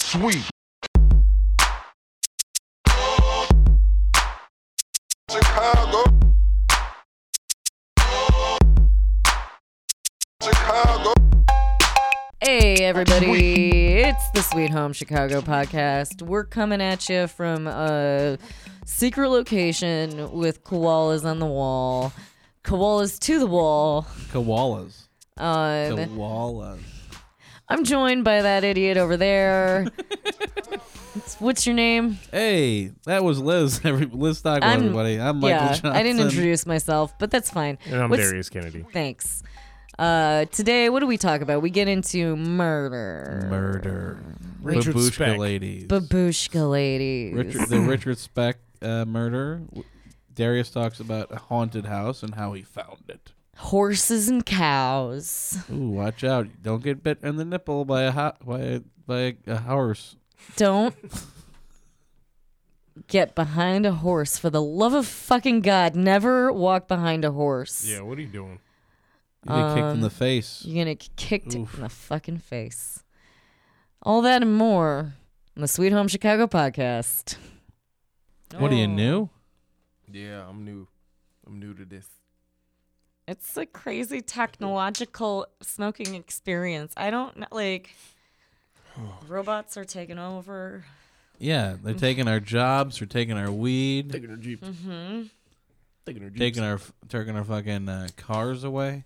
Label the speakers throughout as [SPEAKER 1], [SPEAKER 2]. [SPEAKER 1] sweet.
[SPEAKER 2] Chicago. Chicago.
[SPEAKER 3] Hey, everybody. It's the Sweet Home Chicago podcast. We're coming at you from a secret location with koalas on the wall, koalas to the wall.
[SPEAKER 4] Koalas.
[SPEAKER 3] Um,
[SPEAKER 4] Koalas.
[SPEAKER 3] I'm joined by that idiot over there. It's- What's your name?
[SPEAKER 4] Hey, that was Liz. every- Liz Stockwell,
[SPEAKER 3] I'm-
[SPEAKER 4] everybody. I'm Michael
[SPEAKER 3] yeah,
[SPEAKER 4] Johnson.
[SPEAKER 3] I didn't introduce myself, but that's fine.
[SPEAKER 5] And I'm
[SPEAKER 3] What's-
[SPEAKER 5] Darius Kennedy.
[SPEAKER 3] Thanks. Uh, today, what do we talk about? We get into murder.
[SPEAKER 4] Murder.
[SPEAKER 5] Richard
[SPEAKER 4] Babushka
[SPEAKER 5] Speck.
[SPEAKER 4] ladies.
[SPEAKER 3] Babushka ladies.
[SPEAKER 4] Richard, the Richard Speck uh, murder. W- Darius talks about a haunted house and how he found it.
[SPEAKER 3] Horses and cows.
[SPEAKER 4] Ooh, watch out! Don't get bit in the nipple by a ho- by a, by a, a horse.
[SPEAKER 3] Don't get behind a horse. For the love of fucking God, never walk behind a horse.
[SPEAKER 5] Yeah, what are you doing?
[SPEAKER 4] You get
[SPEAKER 3] Um,
[SPEAKER 4] kicked in the face.
[SPEAKER 3] You're going to get kicked
[SPEAKER 4] Oof.
[SPEAKER 3] in the fucking face. All that and more on the Sweet Home Chicago podcast.
[SPEAKER 4] What are you new?
[SPEAKER 6] Yeah, I'm new. I'm new to this.
[SPEAKER 3] It's a crazy technological smoking experience. I don't kn- like. Robots are taking over.
[SPEAKER 4] Yeah, they're taking our jobs. They're taking our weed.
[SPEAKER 6] Taking her jeep.
[SPEAKER 3] Mm-hmm.
[SPEAKER 6] Taking her jeep.
[SPEAKER 4] taking our taking our fucking uh, cars away.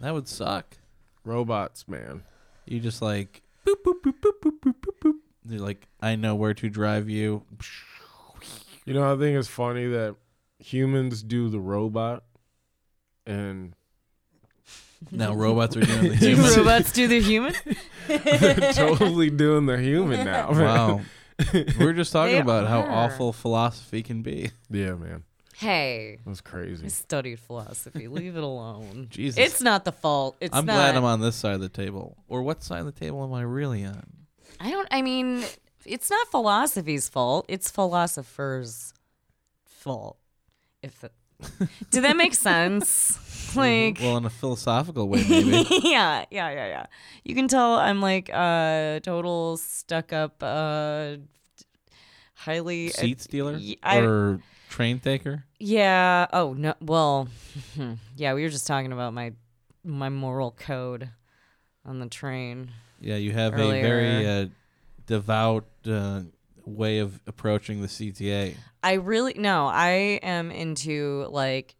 [SPEAKER 4] that would suck.
[SPEAKER 6] robots, man.
[SPEAKER 4] You just like boop boop boop boop boop boop boop boop. They're like, I know where to drive you.
[SPEAKER 5] You know, I think it's funny that humans do the robot and
[SPEAKER 4] Now robots are doing
[SPEAKER 3] Do
[SPEAKER 4] the human.
[SPEAKER 3] robots do the human?
[SPEAKER 5] they're totally doing the human now. man.
[SPEAKER 4] Wow. We were just talking
[SPEAKER 3] They
[SPEAKER 4] about how
[SPEAKER 3] are.
[SPEAKER 4] awful philosophy can be.
[SPEAKER 5] Yeah, man.
[SPEAKER 3] Hey,
[SPEAKER 5] That's
[SPEAKER 3] I
[SPEAKER 5] crazy.
[SPEAKER 3] studied philosophy. Leave it alone.
[SPEAKER 4] Jesus.
[SPEAKER 3] It's not the fault. It's
[SPEAKER 4] I'm
[SPEAKER 3] not.
[SPEAKER 4] glad I'm on this side of the table. Or what side of the table am I really on?
[SPEAKER 3] I don't. I mean, it's not philosophy's fault. It's philosophers' fault. If it, did that make sense? Like,
[SPEAKER 4] Well, in a philosophical way, maybe.
[SPEAKER 3] yeah, yeah, yeah, yeah. You can tell I'm like a total stuck up, uh, highly
[SPEAKER 4] Seat stealer
[SPEAKER 3] y- I-
[SPEAKER 4] or train taker.
[SPEAKER 3] Yeah. Oh no. Well, yeah. We were just talking about my my moral code on the train.
[SPEAKER 4] Yeah, you have a
[SPEAKER 3] earlier.
[SPEAKER 4] very uh, devout uh, way of approaching the CTA.
[SPEAKER 3] I really no. I am into like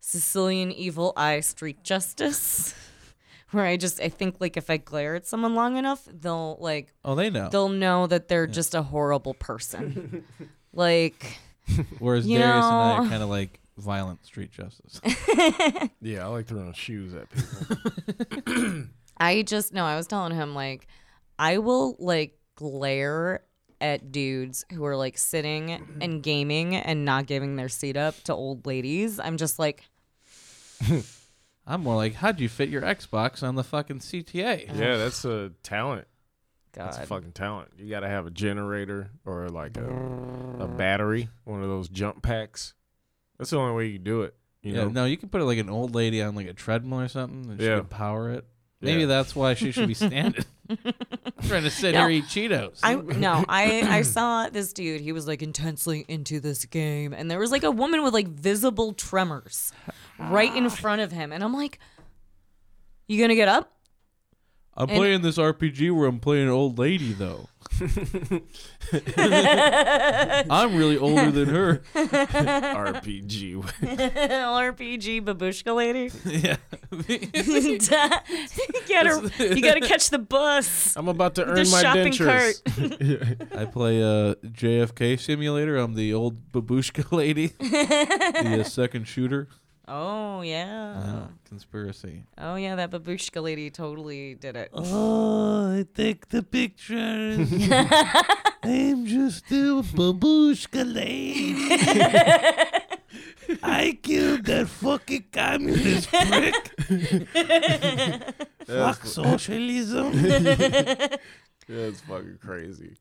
[SPEAKER 3] Sicilian evil eye street justice, where I just I think like if I glare at someone long enough, they'll like
[SPEAKER 4] Oh, they know.
[SPEAKER 3] they'll know that they're just a horrible person. like
[SPEAKER 4] Whereas
[SPEAKER 3] you
[SPEAKER 4] Darius and I
[SPEAKER 3] know-
[SPEAKER 4] are kind of like violent street justice.
[SPEAKER 5] Yeah, I like throwing shoes at people.
[SPEAKER 3] I just no, I was telling him like I will like glare at dudes who are like sitting and gaming and not giving their seat up to old ladies. I'm just like
[SPEAKER 4] I'm more like, how'd you fit your Xbox on the fucking CTA?
[SPEAKER 5] yeah, that's a talent. That's a
[SPEAKER 3] oh, God.
[SPEAKER 5] fucking talent. You gotta have a generator or like a,
[SPEAKER 4] Mm.
[SPEAKER 5] a battery, one of those jump packs. That's the only way you do it. You
[SPEAKER 4] yeah,
[SPEAKER 5] know?
[SPEAKER 4] no, you can put like an old lady on like a treadmill or something, and she
[SPEAKER 5] Yeah.
[SPEAKER 4] can power it. Maybe
[SPEAKER 5] Yeah.
[SPEAKER 4] that's why she should be standing, trying to sit
[SPEAKER 3] No.
[SPEAKER 4] here eat Cheetos.
[SPEAKER 3] I no, I I saw this dude. He was like intensely into this game, and there was like a woman with like visible tremors right
[SPEAKER 5] Ah.
[SPEAKER 3] in front of him, and I'm like, "You gonna get up?"
[SPEAKER 4] I'm playing this RPG where I'm playing an old lady though. I'm really older than her.
[SPEAKER 5] RPG.
[SPEAKER 3] LRPG babushka lady,
[SPEAKER 4] yeah.
[SPEAKER 3] get her. You gotta catch the bus.
[SPEAKER 5] I'm about to earn
[SPEAKER 3] The
[SPEAKER 5] my
[SPEAKER 3] shopping
[SPEAKER 5] dentures.
[SPEAKER 4] I play uh, JFK simulator. I'm the old babushka lady, the uh, second shooter.
[SPEAKER 3] Oh
[SPEAKER 6] Uh-huh.
[SPEAKER 3] yeah.
[SPEAKER 5] Ah.
[SPEAKER 4] Uh, conspiracy.
[SPEAKER 3] Oh yeah, that babushka lady totally did it.
[SPEAKER 4] Oh, I take the pictures. I'm just a babushka lady. I killed that fucking communist prick. Fuck socialism.
[SPEAKER 5] Yeah, it's fucking crazy.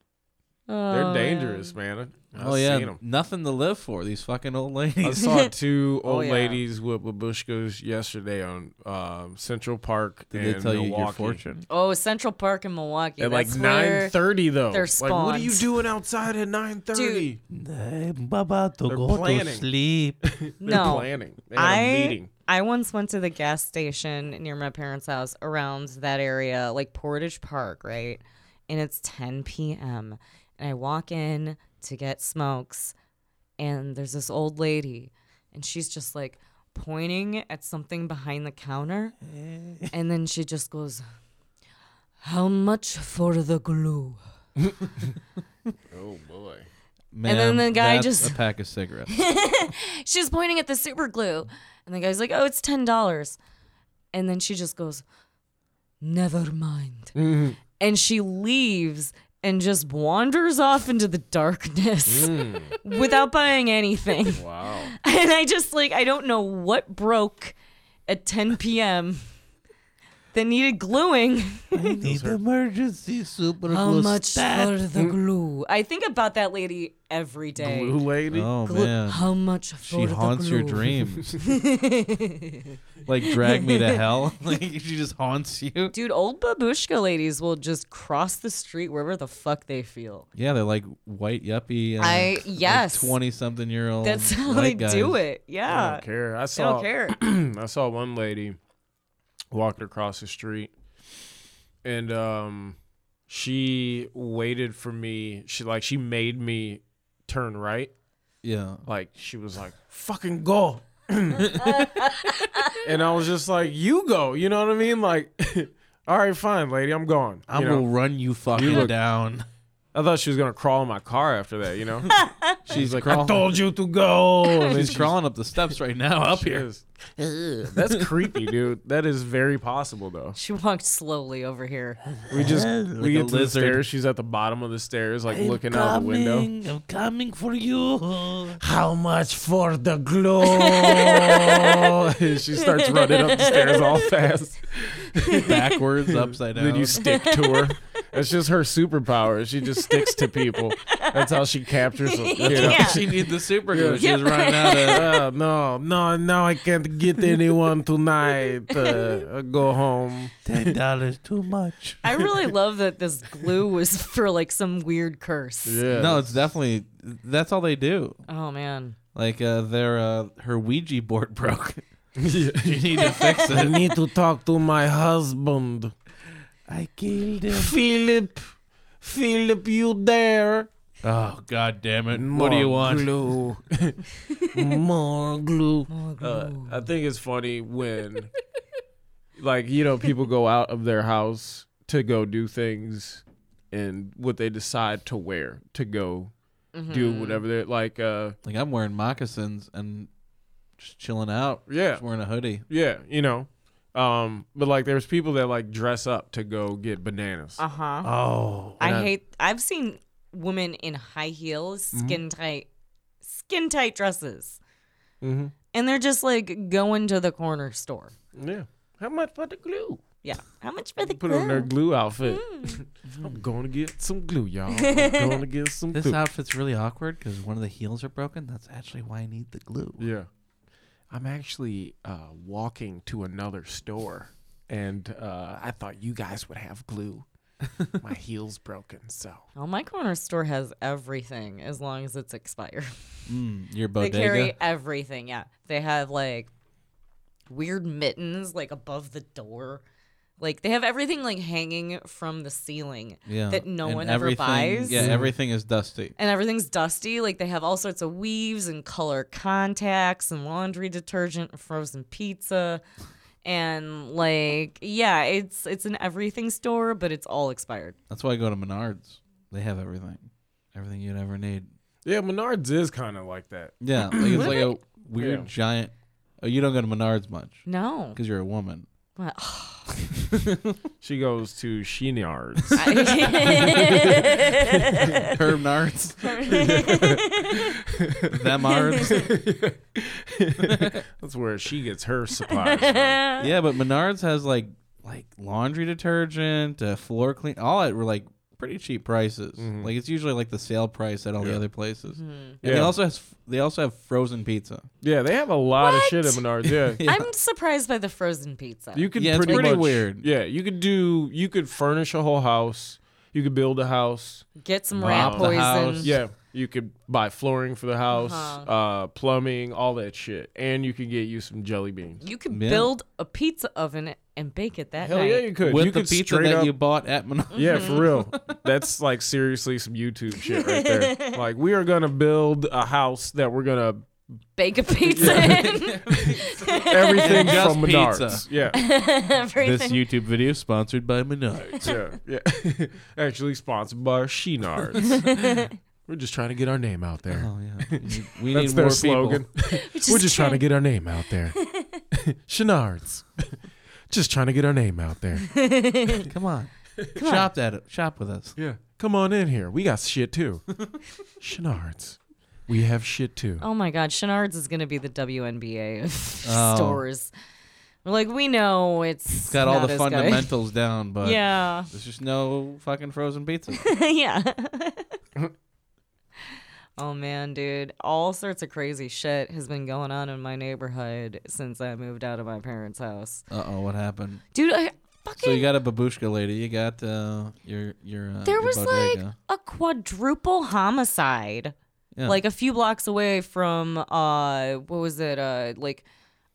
[SPEAKER 6] They're
[SPEAKER 3] Oh,
[SPEAKER 6] dangerous, man. I, I've
[SPEAKER 4] oh yeah,
[SPEAKER 6] seen 'em.
[SPEAKER 4] nothing to live for. These fucking old
[SPEAKER 6] I
[SPEAKER 4] ladies.
[SPEAKER 6] saw two
[SPEAKER 3] Oh,
[SPEAKER 6] old
[SPEAKER 3] yeah.
[SPEAKER 6] ladies with babushkas yesterday on um, Central Park
[SPEAKER 4] Did
[SPEAKER 6] and
[SPEAKER 4] they tell you
[SPEAKER 6] Milwaukee.
[SPEAKER 4] your fortune?
[SPEAKER 3] Oh, Central Park in Milwaukee.
[SPEAKER 6] At like
[SPEAKER 3] That's where-
[SPEAKER 6] nine thirty though.
[SPEAKER 3] they're
[SPEAKER 6] like, what are you
[SPEAKER 3] spawned.
[SPEAKER 6] doing outside at nine thirty?
[SPEAKER 4] I'm about to
[SPEAKER 6] They're go to planning.
[SPEAKER 4] sleep.
[SPEAKER 6] They're
[SPEAKER 3] No,
[SPEAKER 6] planning. They had a
[SPEAKER 3] I
[SPEAKER 6] meeting.
[SPEAKER 3] I once went to the gas station near my parents' house around that area, like Portage Park, right? And it's 10 p.m. And I walk in to get smokes, and there's this old lady, and she's just like pointing at something behind the counter, and then she just goes, "How much for the glue?"
[SPEAKER 6] Oh boy.
[SPEAKER 4] Ma'am,
[SPEAKER 3] then the guy
[SPEAKER 4] that's
[SPEAKER 3] just-
[SPEAKER 4] a pack of cigarettes.
[SPEAKER 3] She was pointing at the super glue. And the guy's like, oh, it's $10. And then she just goes, never mind.
[SPEAKER 6] Mm-hmm.
[SPEAKER 3] And she leaves and just wanders off into the darkness
[SPEAKER 6] Mm.
[SPEAKER 3] without buying anything.
[SPEAKER 6] Wow.
[SPEAKER 3] And I just, like, I don't know what broke at 10 p.m. that needed gluing.
[SPEAKER 4] I need emergency super
[SPEAKER 3] How much for the
[SPEAKER 4] Mm.
[SPEAKER 3] glue? I think about that lady every day.
[SPEAKER 6] Blue lady.
[SPEAKER 4] Oh
[SPEAKER 3] Glu-
[SPEAKER 4] man,
[SPEAKER 3] How much for
[SPEAKER 4] she
[SPEAKER 3] the
[SPEAKER 4] haunts your
[SPEAKER 3] glue?
[SPEAKER 4] dreams. like drag me to hell. Like she just haunts you.
[SPEAKER 3] Dude, old babushka ladies will just cross the street wherever the fuck they feel.
[SPEAKER 4] Yeah, they're like white yuppie. uh,
[SPEAKER 3] I- yes.
[SPEAKER 4] twenty something year old.
[SPEAKER 3] That's how they do it.
[SPEAKER 6] Oh, I
[SPEAKER 3] Yeah.
[SPEAKER 6] don't care. I
[SPEAKER 3] They
[SPEAKER 6] saw.
[SPEAKER 3] don't care.
[SPEAKER 6] I saw one lady walking across the street, and um, she waited for me. She like she made me turn right.
[SPEAKER 4] Yeah.
[SPEAKER 6] Like she was like, "Fucking go." and I was just like, "You go." You know what I mean? Like, all right, fine, lady, I'm going.
[SPEAKER 4] I
[SPEAKER 6] you
[SPEAKER 4] will
[SPEAKER 6] know?
[SPEAKER 4] run you fucking
[SPEAKER 6] look-
[SPEAKER 4] down.
[SPEAKER 6] I thought she was gonna crawl in my car after that. You know, she's like, "I
[SPEAKER 4] crawling.
[SPEAKER 6] told you to go."
[SPEAKER 4] She's crawling up the steps right now up
[SPEAKER 6] She
[SPEAKER 4] here.
[SPEAKER 6] is. That's creepy, dude. That is very possible, though.
[SPEAKER 3] She walked slowly over here.
[SPEAKER 6] We just
[SPEAKER 4] Like
[SPEAKER 6] we
[SPEAKER 4] a
[SPEAKER 6] get to the
[SPEAKER 4] lizard.
[SPEAKER 6] stairs. She's at the bottom of the stairs, like looking out the window.
[SPEAKER 4] I'm coming for you.
[SPEAKER 6] How much for the glow? she starts running up the stairs all fast.
[SPEAKER 4] Backwards, upside down.
[SPEAKER 6] Then you stick to her. That's just her superpower. She just sticks to people. That's how she captures them. you know?
[SPEAKER 3] Yeah.
[SPEAKER 4] she needs the super glue.
[SPEAKER 3] Yeah.
[SPEAKER 4] She's running out of.
[SPEAKER 6] Uh, no, no, now I can't get anyone tonight. Uh, go home.
[SPEAKER 4] Ten dollars too much.
[SPEAKER 3] I really love that this glue was for like some weird curse.
[SPEAKER 6] Yeah.
[SPEAKER 4] No, it's definitely that's all they do.
[SPEAKER 3] Oh man.
[SPEAKER 4] Like uh, their uh, her Ouija board broke. you need to fix
[SPEAKER 6] I
[SPEAKER 4] it.
[SPEAKER 6] need to talk to my husband.
[SPEAKER 4] I killed him.
[SPEAKER 6] Philip, Philip, you there?
[SPEAKER 4] Oh god damn it! what do you want?
[SPEAKER 6] Glue. More glue.
[SPEAKER 3] Oh,
[SPEAKER 6] Uh,
[SPEAKER 3] glue.
[SPEAKER 6] I think it's funny when, like, you know, people go out of their house to go do things and what they decide to wear to go do whatever they're like. Uh,
[SPEAKER 4] Like I'm wearing moccasins and just chilling out.
[SPEAKER 6] yeah.
[SPEAKER 4] Just wearing a hoodie.
[SPEAKER 6] Yeah. You know. Um, but like there's people that like dress up to go get bananas.
[SPEAKER 3] Uh huh.
[SPEAKER 6] Oh.
[SPEAKER 3] I hate I've seen women in high heels,
[SPEAKER 6] Mm-hmm.
[SPEAKER 3] skin tight skin tight dresses.
[SPEAKER 6] Mhm.
[SPEAKER 3] And they're just like going to the corner store.
[SPEAKER 6] Yeah. How much for the glue?
[SPEAKER 3] Yeah. How much for the
[SPEAKER 6] Put
[SPEAKER 3] glue?
[SPEAKER 6] on their glue outfit. I'm gonna get some glue, y'all. I'm gonna get some
[SPEAKER 4] This
[SPEAKER 6] glue.
[SPEAKER 4] outfit's really awkward because one of the heels are broken. That's actually why I need the glue.
[SPEAKER 6] yeah. I'm actually uh, walking to another store, and uh, I thought you guys would have glue. My heel's broken, so
[SPEAKER 3] Oh, my corner store has everything as long as it's expired.
[SPEAKER 4] Mm, your
[SPEAKER 3] They
[SPEAKER 4] bodega.
[SPEAKER 3] carry everything. Yeah. They have like weird mittens like above the door. Like they have everything like hanging from the ceiling
[SPEAKER 4] yeah.
[SPEAKER 3] that no
[SPEAKER 4] And
[SPEAKER 3] one ever
[SPEAKER 4] everything-
[SPEAKER 3] buys.
[SPEAKER 4] Yeah, everything is dusty.
[SPEAKER 3] And everything's dusty. Like they have all sorts of weaves and color contacts and laundry detergent and frozen pizza. And like, yeah, it's it's an everything store, but it's all expired.
[SPEAKER 4] That's why I go to Menards. They have everything. Everything you'd ever need.
[SPEAKER 6] yeah, Menards is kind of like that.
[SPEAKER 4] Yeah, like it's like a weird
[SPEAKER 6] Yeah.
[SPEAKER 4] giant. Oh, you don't go to Menards much
[SPEAKER 3] No.
[SPEAKER 4] because you're a woman.
[SPEAKER 3] What?
[SPEAKER 6] She goes to Sheenards.
[SPEAKER 4] Her Menards, them Menards.
[SPEAKER 6] That's where she gets her supplies. From.
[SPEAKER 4] Yeah, but Menards has like like laundry detergent, uh, floor clean, all at like pretty cheap prices. Like it's usually like the sale price at all the other places. And they
[SPEAKER 5] Yeah.
[SPEAKER 4] also has they also have frozen pizza.
[SPEAKER 5] Yeah, they have a lot of shit at
[SPEAKER 3] What?
[SPEAKER 5] Menards. Yeah.
[SPEAKER 4] Yeah.
[SPEAKER 3] I'm surprised by the frozen pizza.
[SPEAKER 5] You could
[SPEAKER 4] Yeah, it's
[SPEAKER 5] pretty,
[SPEAKER 4] pretty
[SPEAKER 5] much-
[SPEAKER 4] weird.
[SPEAKER 5] Yeah, you could do. You could furnish a whole house. You could build a house.
[SPEAKER 3] Get some rat
[SPEAKER 4] Mop the house.
[SPEAKER 3] poison.
[SPEAKER 5] Yeah, you could buy flooring for the house,
[SPEAKER 3] Uh-huh.
[SPEAKER 5] uh, plumbing, all that shit, and you could get you some jelly beans.
[SPEAKER 3] You could
[SPEAKER 4] Yeah.
[SPEAKER 3] build a pizza oven and bake it that
[SPEAKER 5] Hell
[SPEAKER 3] night.
[SPEAKER 5] yeah, you could.
[SPEAKER 4] With
[SPEAKER 5] you
[SPEAKER 4] the
[SPEAKER 5] could
[SPEAKER 4] pizza
[SPEAKER 5] straight
[SPEAKER 4] that
[SPEAKER 5] up-
[SPEAKER 4] you bought at Menards.
[SPEAKER 5] Yeah, for real. That's like seriously some YouTube shit right there. like we are gonna build a house that we're gonna
[SPEAKER 3] Bake a pizza in.
[SPEAKER 5] everything
[SPEAKER 4] just
[SPEAKER 5] from Menards. Yeah,
[SPEAKER 4] This
[SPEAKER 3] Everything.
[SPEAKER 4] YouTube video is sponsored by Menards.
[SPEAKER 5] yeah, yeah. Actually sponsored by Sheenards. we're just trying to get our name out there.
[SPEAKER 4] Oh yeah, we
[SPEAKER 5] That's
[SPEAKER 4] need
[SPEAKER 5] their
[SPEAKER 4] more
[SPEAKER 5] slogan.
[SPEAKER 4] people.
[SPEAKER 5] We're just trying to get our name out there. Shenards. just trying to get our name out there.
[SPEAKER 4] Come on, shop that shop with us.
[SPEAKER 5] Yeah. Come on in here. We got shit too. Shenards. We have shit too.
[SPEAKER 3] Oh my God, Chenards is going to be the WNBA of
[SPEAKER 4] Oh.
[SPEAKER 3] stores. We're like, we know it's,
[SPEAKER 4] It's got all
[SPEAKER 3] not
[SPEAKER 4] the
[SPEAKER 3] as good.
[SPEAKER 4] fundamentals down, but
[SPEAKER 3] Yeah.
[SPEAKER 4] there's just no fucking frozen pizza.
[SPEAKER 3] yeah. oh man, dude. All sorts of crazy shit has been going on in my neighborhood since I moved out of my parents' house.
[SPEAKER 4] uh oh, what happened?
[SPEAKER 3] Dude, I fucking
[SPEAKER 4] So you got a babushka lady. You got uh, your your. Uh,
[SPEAKER 3] there
[SPEAKER 4] your
[SPEAKER 3] was like
[SPEAKER 4] bodega.
[SPEAKER 3] a quadruple homicide.
[SPEAKER 4] Yeah.
[SPEAKER 3] Like a few blocks away from uh what was it? Uh like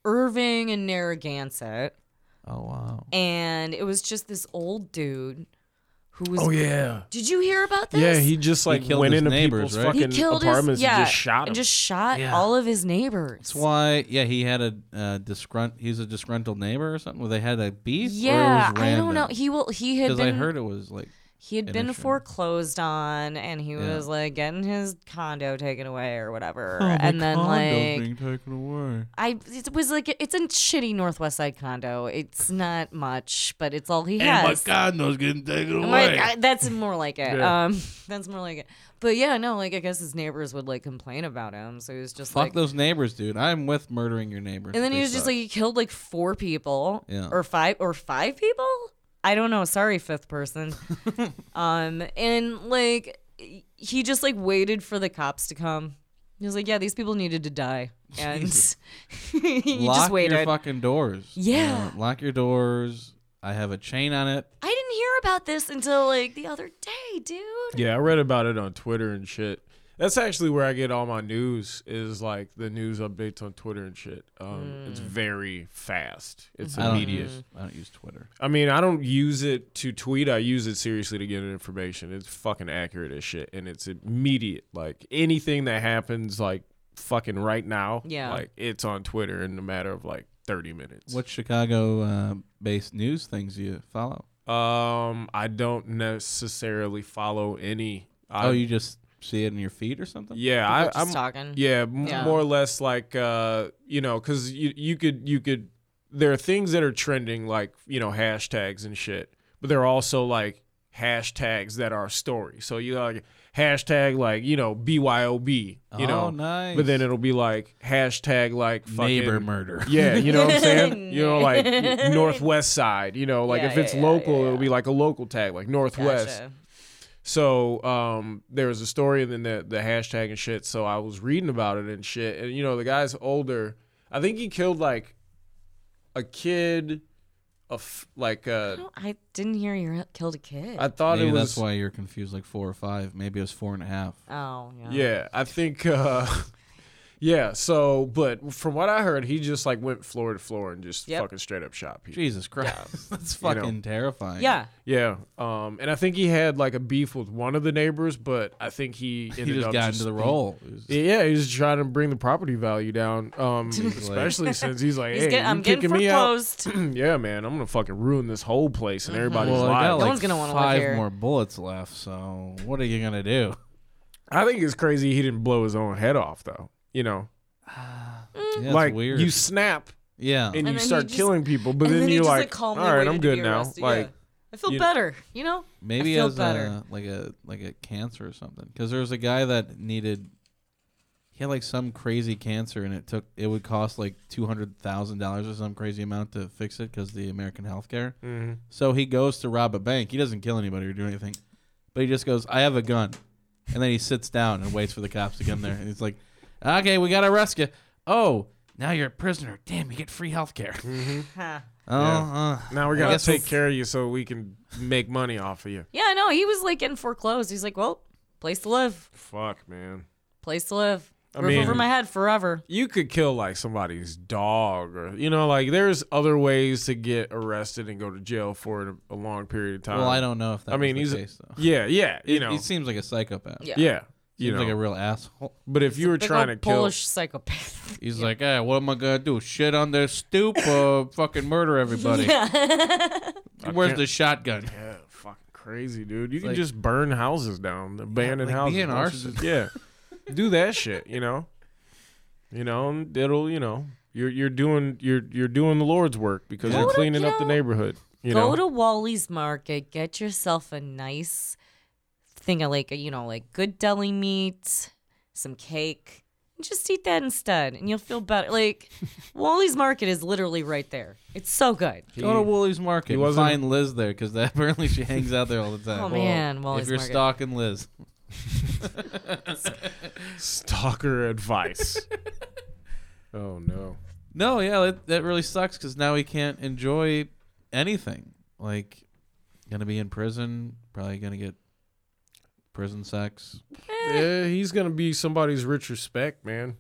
[SPEAKER 3] Irving and Narragansett.
[SPEAKER 4] oh wow.
[SPEAKER 3] And it was just this old dude who was
[SPEAKER 5] Oh yeah.
[SPEAKER 3] Did you hear about this?
[SPEAKER 5] Yeah, he just like
[SPEAKER 4] killed
[SPEAKER 5] went
[SPEAKER 4] his
[SPEAKER 5] into
[SPEAKER 4] neighbors,
[SPEAKER 5] people's
[SPEAKER 4] right?
[SPEAKER 5] fucking apartments
[SPEAKER 3] yeah,
[SPEAKER 5] and just shot him.
[SPEAKER 3] and just shot
[SPEAKER 4] Yeah.
[SPEAKER 3] all of his neighbors.
[SPEAKER 4] That's why, yeah, he had a uh, disgrunt. He's a disgruntled neighbor or something. Where they had a beef.
[SPEAKER 3] Yeah, I don't know. He will. He had
[SPEAKER 4] Because
[SPEAKER 3] been.
[SPEAKER 4] I heard it was like,
[SPEAKER 3] he had
[SPEAKER 4] an
[SPEAKER 3] been
[SPEAKER 4] issue.
[SPEAKER 3] foreclosed on, and he
[SPEAKER 4] Yeah.
[SPEAKER 3] was like getting his condo taken away or whatever.
[SPEAKER 5] Oh,
[SPEAKER 3] and then like,
[SPEAKER 4] being taken away.
[SPEAKER 3] I it was like it's a shitty Northwest Side condo. It's not much, but it's all he
[SPEAKER 4] And Oh my
[SPEAKER 3] has.
[SPEAKER 4] condo's getting taken
[SPEAKER 3] I'm like,
[SPEAKER 4] away.
[SPEAKER 3] I- that's more like it.
[SPEAKER 5] Yeah.
[SPEAKER 3] Um, that's more like it. But yeah, no, like I guess his neighbors would like complain about him, so he was just
[SPEAKER 4] Fuck
[SPEAKER 3] like,
[SPEAKER 4] those neighbors, dude. I'm with murdering your neighbors.
[SPEAKER 3] And then
[SPEAKER 4] They
[SPEAKER 3] he was just
[SPEAKER 4] suck.
[SPEAKER 3] like he killed like four people.
[SPEAKER 4] Yeah.
[SPEAKER 3] Or five or five people? I don't know. Sorry, fifth person. um and like he just like waited for the cops to come. He was like, Yeah, these people needed to die. And he
[SPEAKER 4] lock
[SPEAKER 3] just
[SPEAKER 4] your
[SPEAKER 3] waited.
[SPEAKER 4] fucking doors. You
[SPEAKER 3] Yeah.
[SPEAKER 4] know, lock your doors. I have a chain on it.
[SPEAKER 3] I didn't hear about this until like the other day, dude.
[SPEAKER 5] Yeah, I read about it on Twitter and shit. That's actually where I get all my news is like the news updates on Twitter and shit. Um, It's very fast. It's
[SPEAKER 4] I don't
[SPEAKER 5] immediate.
[SPEAKER 4] use- I don't use Twitter.
[SPEAKER 5] I mean, I don't use it to tweet. I use it seriously to get information. It's fucking accurate as shit, and it's immediate. Like anything that happens, like fucking right now,
[SPEAKER 3] Yeah.
[SPEAKER 5] like it's on Twitter in a matter of like thirty minutes.
[SPEAKER 4] What Chicago-based uh, news things do you follow?
[SPEAKER 5] Um, I don't necessarily follow any. I,
[SPEAKER 4] oh, you just see it in your feed or something?
[SPEAKER 5] yeah,
[SPEAKER 3] We're
[SPEAKER 5] I,
[SPEAKER 3] just
[SPEAKER 5] I'm
[SPEAKER 3] talking.
[SPEAKER 5] Yeah, m-
[SPEAKER 3] Yeah.
[SPEAKER 5] more or less like uh, you know, because you you could you could there are things that are trending like you know hashtags and shit, but there are also like hashtags that are story. So you like hashtag like you know BYOB, you know,
[SPEAKER 4] Oh, nice.
[SPEAKER 5] but then it'll be like hashtag like fucking,
[SPEAKER 4] Neighbor murder.
[SPEAKER 5] Yeah, you know what I'm saying? You know, like Northwest side. You know, like
[SPEAKER 3] Yeah,
[SPEAKER 5] if it's
[SPEAKER 3] yeah, yeah,
[SPEAKER 5] local,
[SPEAKER 3] yeah,
[SPEAKER 5] it'll be like a local tag, like Northwest.
[SPEAKER 3] Gotcha.
[SPEAKER 5] So um, there was a story and then the, the hashtag and shit. So I was reading about it and shit. And, you know, the guy's older. I think he killed like a kid, a f- like uh
[SPEAKER 3] No, I didn't hear you killed a kid.
[SPEAKER 5] I thought
[SPEAKER 4] Maybe
[SPEAKER 5] it was.
[SPEAKER 4] that's why you're confused, like four or five. Maybe it was four and a half.
[SPEAKER 3] oh yeah.
[SPEAKER 5] Yeah, I think. Uh, yeah, so, but from what I heard, he just like went floor to floor and just
[SPEAKER 3] Yep.
[SPEAKER 5] fucking straight up shot people.
[SPEAKER 4] Jesus Christ. That's
[SPEAKER 5] You know.
[SPEAKER 4] fucking terrifying.
[SPEAKER 3] Yeah.
[SPEAKER 5] Yeah. Um, and I think he had like a beef with one of the neighbors, but I think he ended
[SPEAKER 4] He just
[SPEAKER 5] up
[SPEAKER 4] got
[SPEAKER 5] just
[SPEAKER 4] into the role. It was-
[SPEAKER 5] Yeah, he's trying to bring the property value down. Um, especially since he's like,
[SPEAKER 3] He's
[SPEAKER 5] hey,
[SPEAKER 3] get-
[SPEAKER 5] you
[SPEAKER 3] I'm getting
[SPEAKER 5] kicking me out.
[SPEAKER 3] foreclosed. Mm-hmm.
[SPEAKER 5] yeah, man, I'm gonna fucking ruin this whole place and everybody's
[SPEAKER 4] Well, I
[SPEAKER 5] lives.
[SPEAKER 4] got like
[SPEAKER 3] one's gonna wanna live
[SPEAKER 4] five
[SPEAKER 3] here.
[SPEAKER 4] more bullets left, so what are you gonna do?
[SPEAKER 5] I think it's crazy he didn't blow his own head off though. You know,
[SPEAKER 4] Yeah, it's
[SPEAKER 5] like
[SPEAKER 4] weird. Oh.
[SPEAKER 5] you snap
[SPEAKER 4] yeah,
[SPEAKER 5] and,
[SPEAKER 3] And
[SPEAKER 5] you
[SPEAKER 3] then
[SPEAKER 5] start
[SPEAKER 3] he just-
[SPEAKER 5] killing people, but
[SPEAKER 3] and
[SPEAKER 5] then,
[SPEAKER 3] then he
[SPEAKER 5] you're
[SPEAKER 3] just,
[SPEAKER 5] like,
[SPEAKER 3] like, calmly
[SPEAKER 5] all right,
[SPEAKER 3] waited
[SPEAKER 5] I'm
[SPEAKER 3] to
[SPEAKER 5] good
[SPEAKER 3] be
[SPEAKER 5] now.
[SPEAKER 3] arrested,
[SPEAKER 5] Like,
[SPEAKER 3] yeah. I feel
[SPEAKER 5] you-
[SPEAKER 3] better, you know.
[SPEAKER 4] maybe
[SPEAKER 3] I feel
[SPEAKER 4] as
[SPEAKER 3] better.
[SPEAKER 4] a like a like a cancer or something. Because there was a guy that needed. He had like some crazy cancer, and it took it would cost like two hundred thousand dollars or some crazy amount to fix it because the American healthcare.
[SPEAKER 5] mhm.
[SPEAKER 4] So he goes to rob a bank. He doesn't kill anybody or do anything, But he just goes, "I have a gun," and then he sits down and waits for the cops to come there. And he's like, "Okay, we gotta arrest you. Oh, now you're a prisoner. Damn, you get free health care.
[SPEAKER 5] Mm-hmm.
[SPEAKER 4] Oh, uh,
[SPEAKER 5] Now we
[SPEAKER 4] I
[SPEAKER 5] gotta
[SPEAKER 4] guess
[SPEAKER 5] take
[SPEAKER 4] we'll-
[SPEAKER 5] care of you so we can make money off of you.
[SPEAKER 3] Yeah, no, he was like getting foreclosed. He's like, well, place to live,
[SPEAKER 5] Fuck, man.
[SPEAKER 3] place to live. Roof
[SPEAKER 5] mean-
[SPEAKER 3] over my head forever.
[SPEAKER 5] You could kill like somebody's dog, or you know, like there's other ways to get arrested and go to jail for a long period of time.
[SPEAKER 4] well, I don't know if that.
[SPEAKER 5] Um, I mean,
[SPEAKER 4] was
[SPEAKER 5] he's
[SPEAKER 4] the
[SPEAKER 5] a-
[SPEAKER 4] case, though.
[SPEAKER 5] Yeah, yeah, you know,
[SPEAKER 4] he seems like a psychopath.
[SPEAKER 3] Yeah.
[SPEAKER 5] yeah, you
[SPEAKER 4] Seems
[SPEAKER 5] know.
[SPEAKER 4] like a real asshole.
[SPEAKER 5] but if you were
[SPEAKER 3] Big
[SPEAKER 5] trying to
[SPEAKER 3] old
[SPEAKER 5] kill,
[SPEAKER 3] Polish psychopath.
[SPEAKER 4] He's like, hey, what am I gonna do? Shit on the stoop or fucking murder everybody? Where's
[SPEAKER 5] can't-
[SPEAKER 4] the shotgun?
[SPEAKER 5] yeah, fucking crazy, dude. You can
[SPEAKER 4] like-
[SPEAKER 5] just burn houses down, abandoned
[SPEAKER 4] like
[SPEAKER 5] houses.
[SPEAKER 4] be an
[SPEAKER 5] Why don't you
[SPEAKER 4] arsonist.
[SPEAKER 5] just- yeah, do that shit, you know, you know, and it'll, you know, you're you're doing you're you're doing the Lord's work because
[SPEAKER 4] Go
[SPEAKER 5] you're
[SPEAKER 4] to-
[SPEAKER 5] cleaning
[SPEAKER 3] you
[SPEAKER 5] up the
[SPEAKER 3] know,
[SPEAKER 5] neighborhood. You
[SPEAKER 3] Go
[SPEAKER 5] know,
[SPEAKER 3] to Wally's Market, get yourself a nice thing of like, you know, like good deli meat, some cake, and just eat that instead, and you'll feel better. Like, Wally's Market is literally right there. It's so good.
[SPEAKER 4] Go to Woolies Market.
[SPEAKER 5] he
[SPEAKER 4] and
[SPEAKER 5] wasn't-
[SPEAKER 4] find Liz there because apparently she hangs out there all the time.
[SPEAKER 3] Oh, man, Woolies
[SPEAKER 4] if you're
[SPEAKER 3] Market.
[SPEAKER 4] stalking Liz,
[SPEAKER 5] stalker advice. oh no.
[SPEAKER 4] no, yeah, that, that really sucks because now he can't enjoy anything. Like, gonna be in prison. Probably gonna get prison sex.
[SPEAKER 3] Eh,
[SPEAKER 5] Yeah, he's gonna be somebody's Richard Speck, man.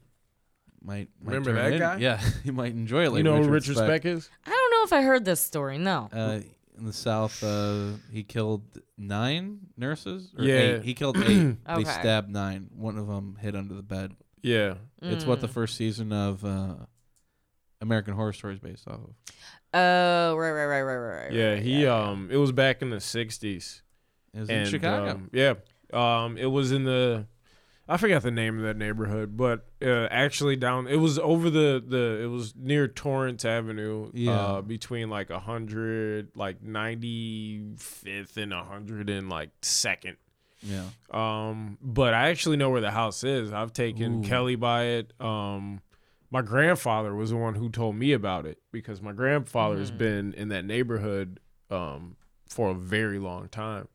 [SPEAKER 4] Might, might
[SPEAKER 5] Remember
[SPEAKER 4] turn
[SPEAKER 5] that
[SPEAKER 4] in-
[SPEAKER 5] guy?
[SPEAKER 4] Yeah, he might enjoy it. Like
[SPEAKER 5] you know who
[SPEAKER 4] Richard
[SPEAKER 5] Richard
[SPEAKER 4] Speck
[SPEAKER 5] Speck is?
[SPEAKER 3] I don't know if I heard this story. No.
[SPEAKER 4] uh, in the South, uh, he killed nine nurses. Or
[SPEAKER 5] Yeah.
[SPEAKER 4] eight. he killed eight.
[SPEAKER 3] Okay.
[SPEAKER 4] They stabbed nine. One of them hid under the bed.
[SPEAKER 5] Yeah.
[SPEAKER 4] It's what the
[SPEAKER 3] Mm.
[SPEAKER 4] first season of uh, American Horror Story is based off of.
[SPEAKER 3] Oh, right, right, right, right, right. right,
[SPEAKER 5] Yeah,
[SPEAKER 3] right,
[SPEAKER 5] he um it was back in the sixties.
[SPEAKER 4] It was in Chicago.
[SPEAKER 5] yeah. Um it was in the I forgot the name of that neighborhood, but uh, actually down it was over the, the it was near Torrance Avenue,
[SPEAKER 4] Yeah.
[SPEAKER 5] uh between like a hundred like ninety fifth and a hundred and like second.
[SPEAKER 4] yeah.
[SPEAKER 5] Um, but I actually know where the house is. I've taken
[SPEAKER 4] Ooh.
[SPEAKER 5] Kelly by it. Um, my grandfather was the one who told me about it because my grandfather has been in that neighborhood um for a very long time.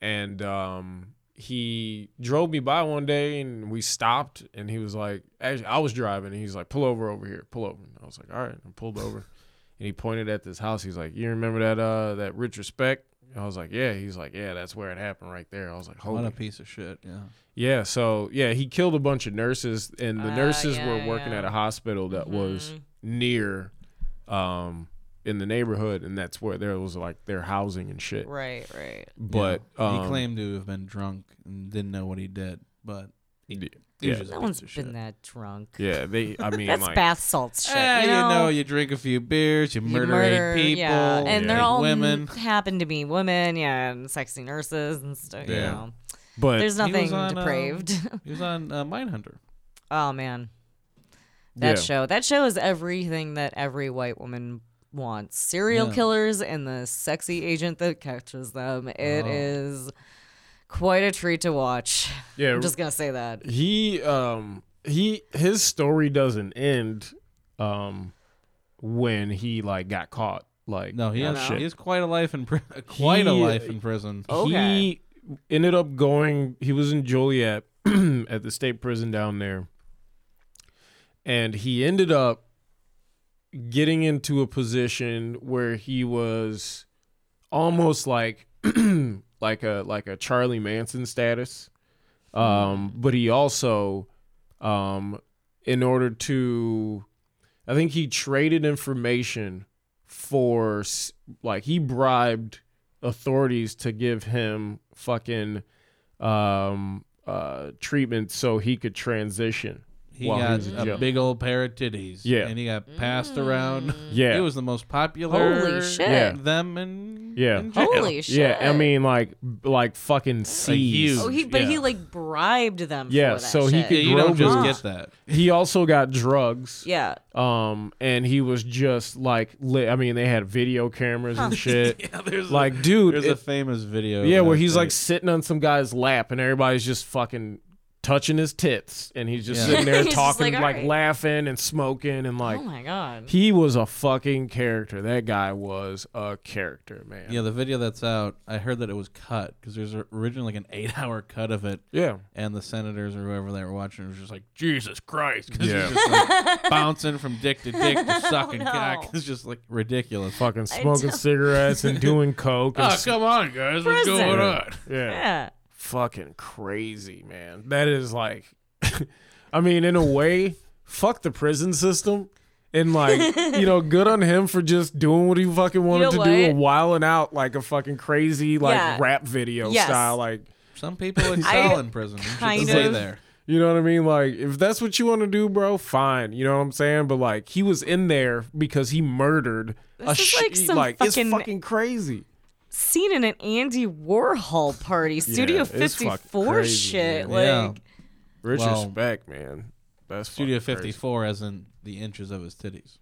[SPEAKER 5] And um he drove me by one day and we stopped and he was like actually I was driving and he's like, pull over over here, pull over. And I was like, All right, I pulled over. and he pointed at this house. He's like, You remember that uh that Richard Speck? I was like, Yeah. He's like, Yeah, that's where it happened right there. I was like,
[SPEAKER 4] What
[SPEAKER 5] Holy
[SPEAKER 4] a piece of shit. Yeah.
[SPEAKER 5] yeah, so yeah, he killed a bunch of nurses, and the
[SPEAKER 3] Ah,
[SPEAKER 5] nurses
[SPEAKER 3] yeah,
[SPEAKER 5] were working
[SPEAKER 3] yeah. Mm-hmm.
[SPEAKER 5] at a hospital
[SPEAKER 3] Mm,
[SPEAKER 5] that uh, was near, um, in the neighborhood, and that's where there was like their housing and shit.
[SPEAKER 3] Right, right.
[SPEAKER 5] But
[SPEAKER 4] Yeah.
[SPEAKER 5] um,
[SPEAKER 4] he claimed to have been drunk and didn't know what he did. But
[SPEAKER 5] yeah,
[SPEAKER 4] he
[SPEAKER 5] yeah,
[SPEAKER 4] was just
[SPEAKER 3] No
[SPEAKER 4] a
[SPEAKER 3] one's
[SPEAKER 4] piece
[SPEAKER 3] been
[SPEAKER 4] of shit.
[SPEAKER 3] that drunk.
[SPEAKER 5] yeah, they. I mean,
[SPEAKER 3] That's
[SPEAKER 5] like,
[SPEAKER 3] bath salts shit.
[SPEAKER 4] Eh,
[SPEAKER 3] you know,
[SPEAKER 4] you drink a few beers, you
[SPEAKER 3] You
[SPEAKER 4] murder, eight people,
[SPEAKER 3] yeah. and they're
[SPEAKER 4] eight
[SPEAKER 3] all
[SPEAKER 4] women.
[SPEAKER 3] Happen to be women, yeah, and sexy nurses and stuff. You
[SPEAKER 5] Yeah.
[SPEAKER 3] know.
[SPEAKER 5] but
[SPEAKER 3] There's
[SPEAKER 4] was
[SPEAKER 3] nothing
[SPEAKER 4] on, um,
[SPEAKER 3] depraved.
[SPEAKER 4] He was on uh, Mindhunter.
[SPEAKER 3] oh man, that
[SPEAKER 5] Yeah.
[SPEAKER 3] show. That show is everything that every white woman wants: serial
[SPEAKER 4] Yeah.
[SPEAKER 3] killers and the sexy agent that catches them. It is
[SPEAKER 4] Oh.
[SPEAKER 3] quite a treat to watch.
[SPEAKER 5] yeah,
[SPEAKER 3] I'm just gonna say that.
[SPEAKER 5] he um he his story doesn't end, um, when he like got caught. Like
[SPEAKER 4] No, he
[SPEAKER 5] and
[SPEAKER 4] has,
[SPEAKER 3] know.
[SPEAKER 5] shit.
[SPEAKER 4] he has quite a life in pri- quite a
[SPEAKER 5] He- uh,
[SPEAKER 4] life in prison.
[SPEAKER 3] Okay.
[SPEAKER 5] He ended up going. He was in Joliet at the state prison down there, and he ended up getting into a position where he was almost like like a like a Charlie Manson status. Um, but he also, um, in order to, I think he traded information for s- like he bribed authorities to give him fucking um uh treatment so he could transition.
[SPEAKER 4] He
[SPEAKER 5] while he
[SPEAKER 4] got
[SPEAKER 5] was in
[SPEAKER 4] a
[SPEAKER 5] jail.
[SPEAKER 4] big old pair of titties.
[SPEAKER 5] Yeah.
[SPEAKER 4] and he got passed around.
[SPEAKER 5] Yeah.
[SPEAKER 4] He was the most popular.
[SPEAKER 3] Mm. Holy shit.
[SPEAKER 5] Yeah.
[SPEAKER 4] Them and
[SPEAKER 5] Yeah.
[SPEAKER 3] Holy shit!
[SPEAKER 5] yeah, I mean like like fucking C's.
[SPEAKER 4] huge-
[SPEAKER 3] Oh, he, but
[SPEAKER 4] yeah.
[SPEAKER 3] he like bribed them.
[SPEAKER 5] Yeah,
[SPEAKER 3] for that
[SPEAKER 5] so he
[SPEAKER 3] shit.
[SPEAKER 5] could-
[SPEAKER 4] you don't just
[SPEAKER 5] Grover.
[SPEAKER 4] get that.
[SPEAKER 5] He also got drugs.
[SPEAKER 3] Yeah, Oh
[SPEAKER 5] Um and he was just like lit. I mean they had video cameras and shit.
[SPEAKER 4] Yeah, there's
[SPEAKER 5] Like dude,
[SPEAKER 4] there's
[SPEAKER 5] it-
[SPEAKER 4] a famous video.
[SPEAKER 5] yeah,
[SPEAKER 4] of
[SPEAKER 5] where
[SPEAKER 4] that
[SPEAKER 5] he's like
[SPEAKER 4] thing.
[SPEAKER 5] sitting on some guy's lap and everybody's just fucking touching his tits, and he's just
[SPEAKER 4] Yeah.
[SPEAKER 5] sitting there
[SPEAKER 3] He's just like,
[SPEAKER 5] talking, like,
[SPEAKER 3] "All right."
[SPEAKER 5] laughing and smoking, and like
[SPEAKER 3] oh my god.
[SPEAKER 5] he was a fucking character. That guy was a character, man.
[SPEAKER 4] Yeah, the video that's out, I heard that it was cut because there's originally like an eight hour cut of it,
[SPEAKER 5] yeah.
[SPEAKER 4] and the senators or whoever they were watching was just like, Jesus Christ. 'cause he's
[SPEAKER 5] Yeah.
[SPEAKER 4] just like bouncing from dick to dick to sucking
[SPEAKER 3] Oh, no.
[SPEAKER 4] cock. It's just like ridiculous.
[SPEAKER 5] fucking
[SPEAKER 3] I
[SPEAKER 5] smoking
[SPEAKER 3] don't-
[SPEAKER 5] cigarettes and doing coke. And
[SPEAKER 4] Oh,
[SPEAKER 5] s-
[SPEAKER 4] come on, guys. What's
[SPEAKER 3] Prison.
[SPEAKER 4] going on?
[SPEAKER 5] yeah.
[SPEAKER 3] Yeah.
[SPEAKER 5] fucking crazy, man. That is like, I mean, in a way, fuck the prison system. And like, you know, good on him for just doing what he fucking wanted
[SPEAKER 3] know
[SPEAKER 5] to do
[SPEAKER 3] what?
[SPEAKER 5] and wilding out like a fucking crazy like
[SPEAKER 3] Yeah.
[SPEAKER 5] rap video
[SPEAKER 3] Yes.
[SPEAKER 5] style. Like,
[SPEAKER 4] Some people excel in prison. You
[SPEAKER 3] kind
[SPEAKER 4] should stay
[SPEAKER 3] of-
[SPEAKER 4] there.
[SPEAKER 5] you know what I mean? Like, if that's what you want to do, bro, fine. You know what I'm saying? But like, he was in there because he murdered a
[SPEAKER 3] This is, like,
[SPEAKER 5] shit-
[SPEAKER 3] some
[SPEAKER 5] like
[SPEAKER 3] fucking-
[SPEAKER 5] it's fucking crazy.
[SPEAKER 3] Seen in an Andy Warhol party, Studio
[SPEAKER 5] it's fucking
[SPEAKER 3] 54
[SPEAKER 5] crazy,
[SPEAKER 3] shit.
[SPEAKER 4] man. Yeah.
[SPEAKER 3] Like,
[SPEAKER 5] Rich
[SPEAKER 4] Well-
[SPEAKER 5] respect, man. That's
[SPEAKER 4] Studio
[SPEAKER 5] fucking crazy.
[SPEAKER 4] 54, as in the inches of his titties.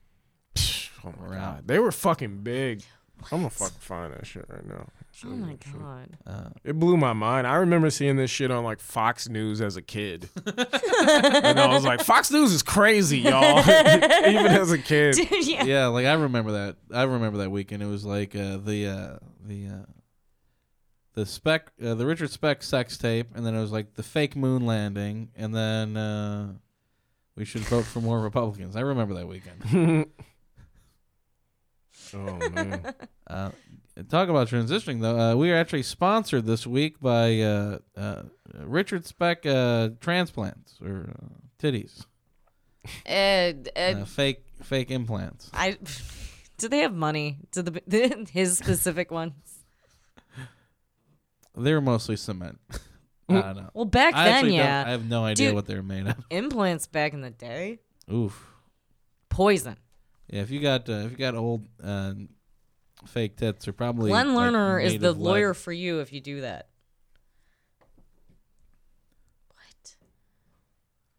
[SPEAKER 5] Oh my
[SPEAKER 4] Wow.
[SPEAKER 5] god, they were fucking big. I'm gonna fucking find that shit right now.
[SPEAKER 3] oh my god.
[SPEAKER 4] uh,
[SPEAKER 5] It blew my mind. I remember seeing this shit on like Fox News as a kid, and I was like, "Fox News is crazy, y'all." Even as a kid,
[SPEAKER 3] Dude, yeah.
[SPEAKER 4] yeah, like I remember that. I remember that weekend. It was like uh, the uh, the uh, the spec uh, the Richard Speck sex tape, and then it was like the fake moon landing, and then uh, we should vote for more Republicans. I remember that weekend.
[SPEAKER 5] oh man,
[SPEAKER 4] Uh, talk about transitioning though. Uh, we are actually sponsored this week by uh, uh, Richard Speck uh, transplants or uh, titties,
[SPEAKER 3] Ed, Ed,
[SPEAKER 4] uh, fake fake implants.
[SPEAKER 3] I. Do they have money? Do the his specific ones?
[SPEAKER 4] They're mostly cement. I don't know.
[SPEAKER 3] Well, back
[SPEAKER 4] I
[SPEAKER 3] then,
[SPEAKER 4] actually don't-
[SPEAKER 3] yeah,
[SPEAKER 4] I have no idea
[SPEAKER 3] Dude.
[SPEAKER 4] what they're made of.
[SPEAKER 3] implants back in the day,
[SPEAKER 4] Oof.
[SPEAKER 3] poison.
[SPEAKER 4] Yeah, if you got uh, if you got old uh, fake tits, are probably
[SPEAKER 3] Glenn
[SPEAKER 4] like,
[SPEAKER 3] Lerner is
[SPEAKER 4] made
[SPEAKER 3] the
[SPEAKER 4] of lead.
[SPEAKER 3] lawyer for you if you do that.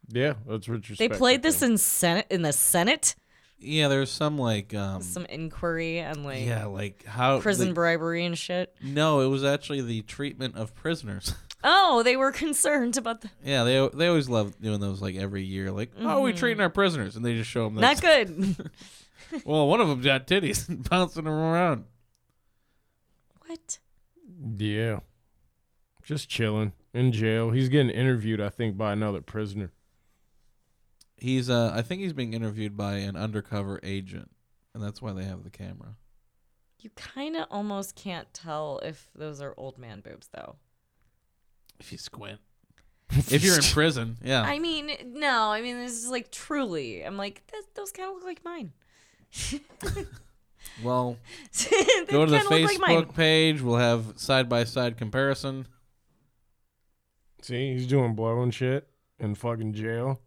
[SPEAKER 5] yeah, that's Richard.
[SPEAKER 3] They
[SPEAKER 5] Speck
[SPEAKER 3] played
[SPEAKER 5] right
[SPEAKER 3] this in Senate in the Senate.
[SPEAKER 4] Yeah, there's some like um,
[SPEAKER 3] Some inquiry and like
[SPEAKER 4] yeah, like how
[SPEAKER 3] prison
[SPEAKER 4] like-
[SPEAKER 3] bribery and shit.
[SPEAKER 4] no, it was actually the treatment of prisoners.
[SPEAKER 3] Oh, they were concerned about the
[SPEAKER 4] yeah, they they always love doing those like every year. Like, how are we treating our prisoners? And they just show them.
[SPEAKER 3] not good.
[SPEAKER 4] Well, one of them got titties and bouncing them around.
[SPEAKER 3] what?
[SPEAKER 5] there. Yeah, just chilling in jail. He's getting interviewed, I think, by another prisoner.
[SPEAKER 4] He's uh, I think he's being interviewed by an undercover agent, and that's why they have the camera.
[SPEAKER 3] You kind of almost can't tell if those are old man boobs though.
[SPEAKER 4] If you squint. if you're in prison, yeah.
[SPEAKER 3] I mean, no, I mean this is like truly. I'm like that, those kind of look like mine.
[SPEAKER 4] well,
[SPEAKER 3] They
[SPEAKER 4] Go to the
[SPEAKER 3] kinda look like
[SPEAKER 4] Facebook
[SPEAKER 3] mine.
[SPEAKER 4] page. We'll have side by side comparison.
[SPEAKER 5] See, he's doing blowing shit in fucking jail.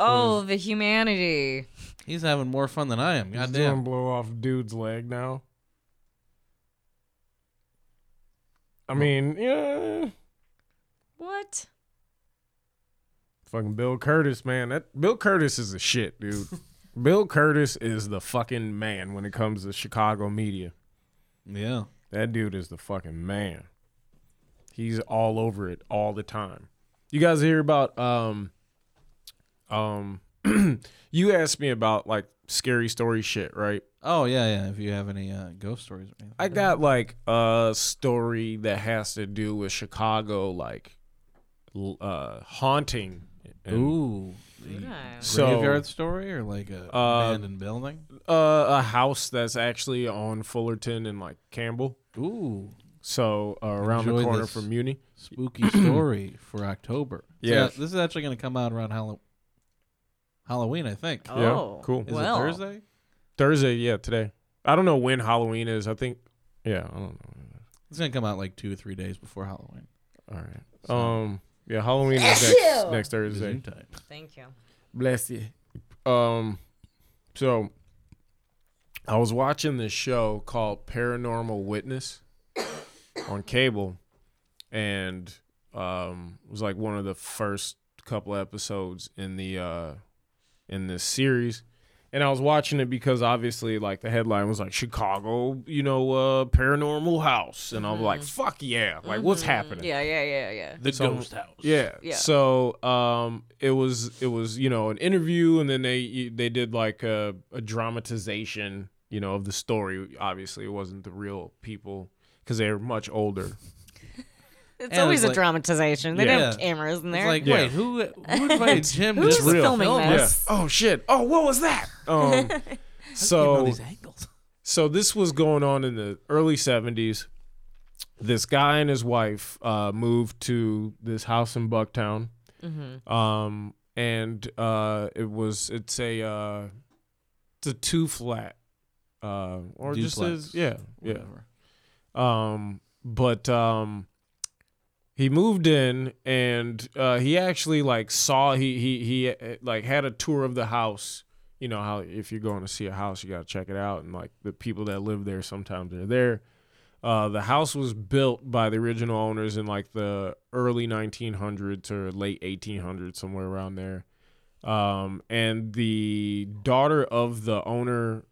[SPEAKER 3] Oh, the humanity.
[SPEAKER 4] He's having more fun than I am.
[SPEAKER 5] He's doing
[SPEAKER 4] Goddamn.
[SPEAKER 5] blow off dude's leg now. I mean, yeah,
[SPEAKER 3] What?
[SPEAKER 5] fucking Bill Curtis, man. That Bill Curtis is a shit, dude. Bill Curtis is the fucking man when it comes to Chicago media.
[SPEAKER 4] Yeah.
[SPEAKER 5] That dude is the fucking man. He's all over it all the time. You guys hear about um um you asked me about like scary story shit, right?
[SPEAKER 4] Oh yeah, yeah. If you have any uh, ghost stories, or anything.
[SPEAKER 5] I got like a story that has to do with Chicago, like l- uh, haunting. And,
[SPEAKER 4] Ooh.
[SPEAKER 3] Yeah.
[SPEAKER 5] So- Um,
[SPEAKER 4] Graveyard story or like a abandoned building?
[SPEAKER 5] Uh, a house that's actually on Fullerton and like Campbell,
[SPEAKER 4] Ooh.
[SPEAKER 5] so uh, around the
[SPEAKER 4] Enjoy
[SPEAKER 5] corner
[SPEAKER 4] this.
[SPEAKER 5] from Muni.
[SPEAKER 4] Spooky story for October. So,
[SPEAKER 5] Yeah.
[SPEAKER 4] this is actually going to come out around Hallow- Halloween, I think.
[SPEAKER 3] Oh,
[SPEAKER 5] cool.
[SPEAKER 4] Is
[SPEAKER 3] well,
[SPEAKER 4] it Thursday?
[SPEAKER 5] Thursday, yeah, today. I don't know when Halloween is. I think, yeah, I don't know.
[SPEAKER 4] It's going to come out like two or three days before Halloween.
[SPEAKER 5] All right. Um, yeah, Halloween is next, next Thursday.
[SPEAKER 4] Gesundheit.
[SPEAKER 3] Thank you.
[SPEAKER 5] Bless you. Um, so I was watching this show called Paranormal Witness on cable, and um, it was like one of the first couple episodes in the uh, in this series, and I was watching it because obviously, like the headline was like Chicago, you know, uh, paranormal house, and I'm like, fuck yeah, like what's
[SPEAKER 3] Hmm,
[SPEAKER 5] happening?
[SPEAKER 3] Mm-hmm. Yeah, yeah, yeah, yeah.
[SPEAKER 4] The
[SPEAKER 5] So-
[SPEAKER 4] ghost house.
[SPEAKER 5] Yeah.
[SPEAKER 3] Yeah.
[SPEAKER 5] So um, it was it was you know an interview, and then they they did like a, a dramatization, you know, of the story. Obviously, it wasn't the real people because they were much older.
[SPEAKER 3] It's
[SPEAKER 4] And
[SPEAKER 3] always
[SPEAKER 4] it's
[SPEAKER 3] a
[SPEAKER 4] like-
[SPEAKER 3] dramatization. They
[SPEAKER 4] Yeah.
[SPEAKER 3] don't have cameras in
[SPEAKER 4] It's
[SPEAKER 3] there.
[SPEAKER 4] like,
[SPEAKER 5] Yeah.
[SPEAKER 4] wait, who who invited Jim
[SPEAKER 3] Who's
[SPEAKER 4] to
[SPEAKER 5] real.
[SPEAKER 3] filming
[SPEAKER 4] film
[SPEAKER 3] this?
[SPEAKER 5] Oh shit! Oh, what was that? Um,
[SPEAKER 4] all
[SPEAKER 5] so
[SPEAKER 4] these angles?
[SPEAKER 5] so this was going on in the early '70s. This guy and his wife uh, moved to this house in Bucktown,
[SPEAKER 3] Mm-hmm.
[SPEAKER 5] um, and uh, it was it's a uh, it's a two flat, uh, or
[SPEAKER 4] Duplex.
[SPEAKER 5] just a, yeah yeah.
[SPEAKER 4] Whatever.
[SPEAKER 5] Um, but um, he moved in and uh, he actually like saw he he he uh, like had a tour of the house. You know how if you're going to see a house, you gotta check it out, and like the people that live there sometimes they're there. Uh, the house was built by the original owners in like the early 1900s or late 1800s, somewhere around there. Um, and the daughter of the owner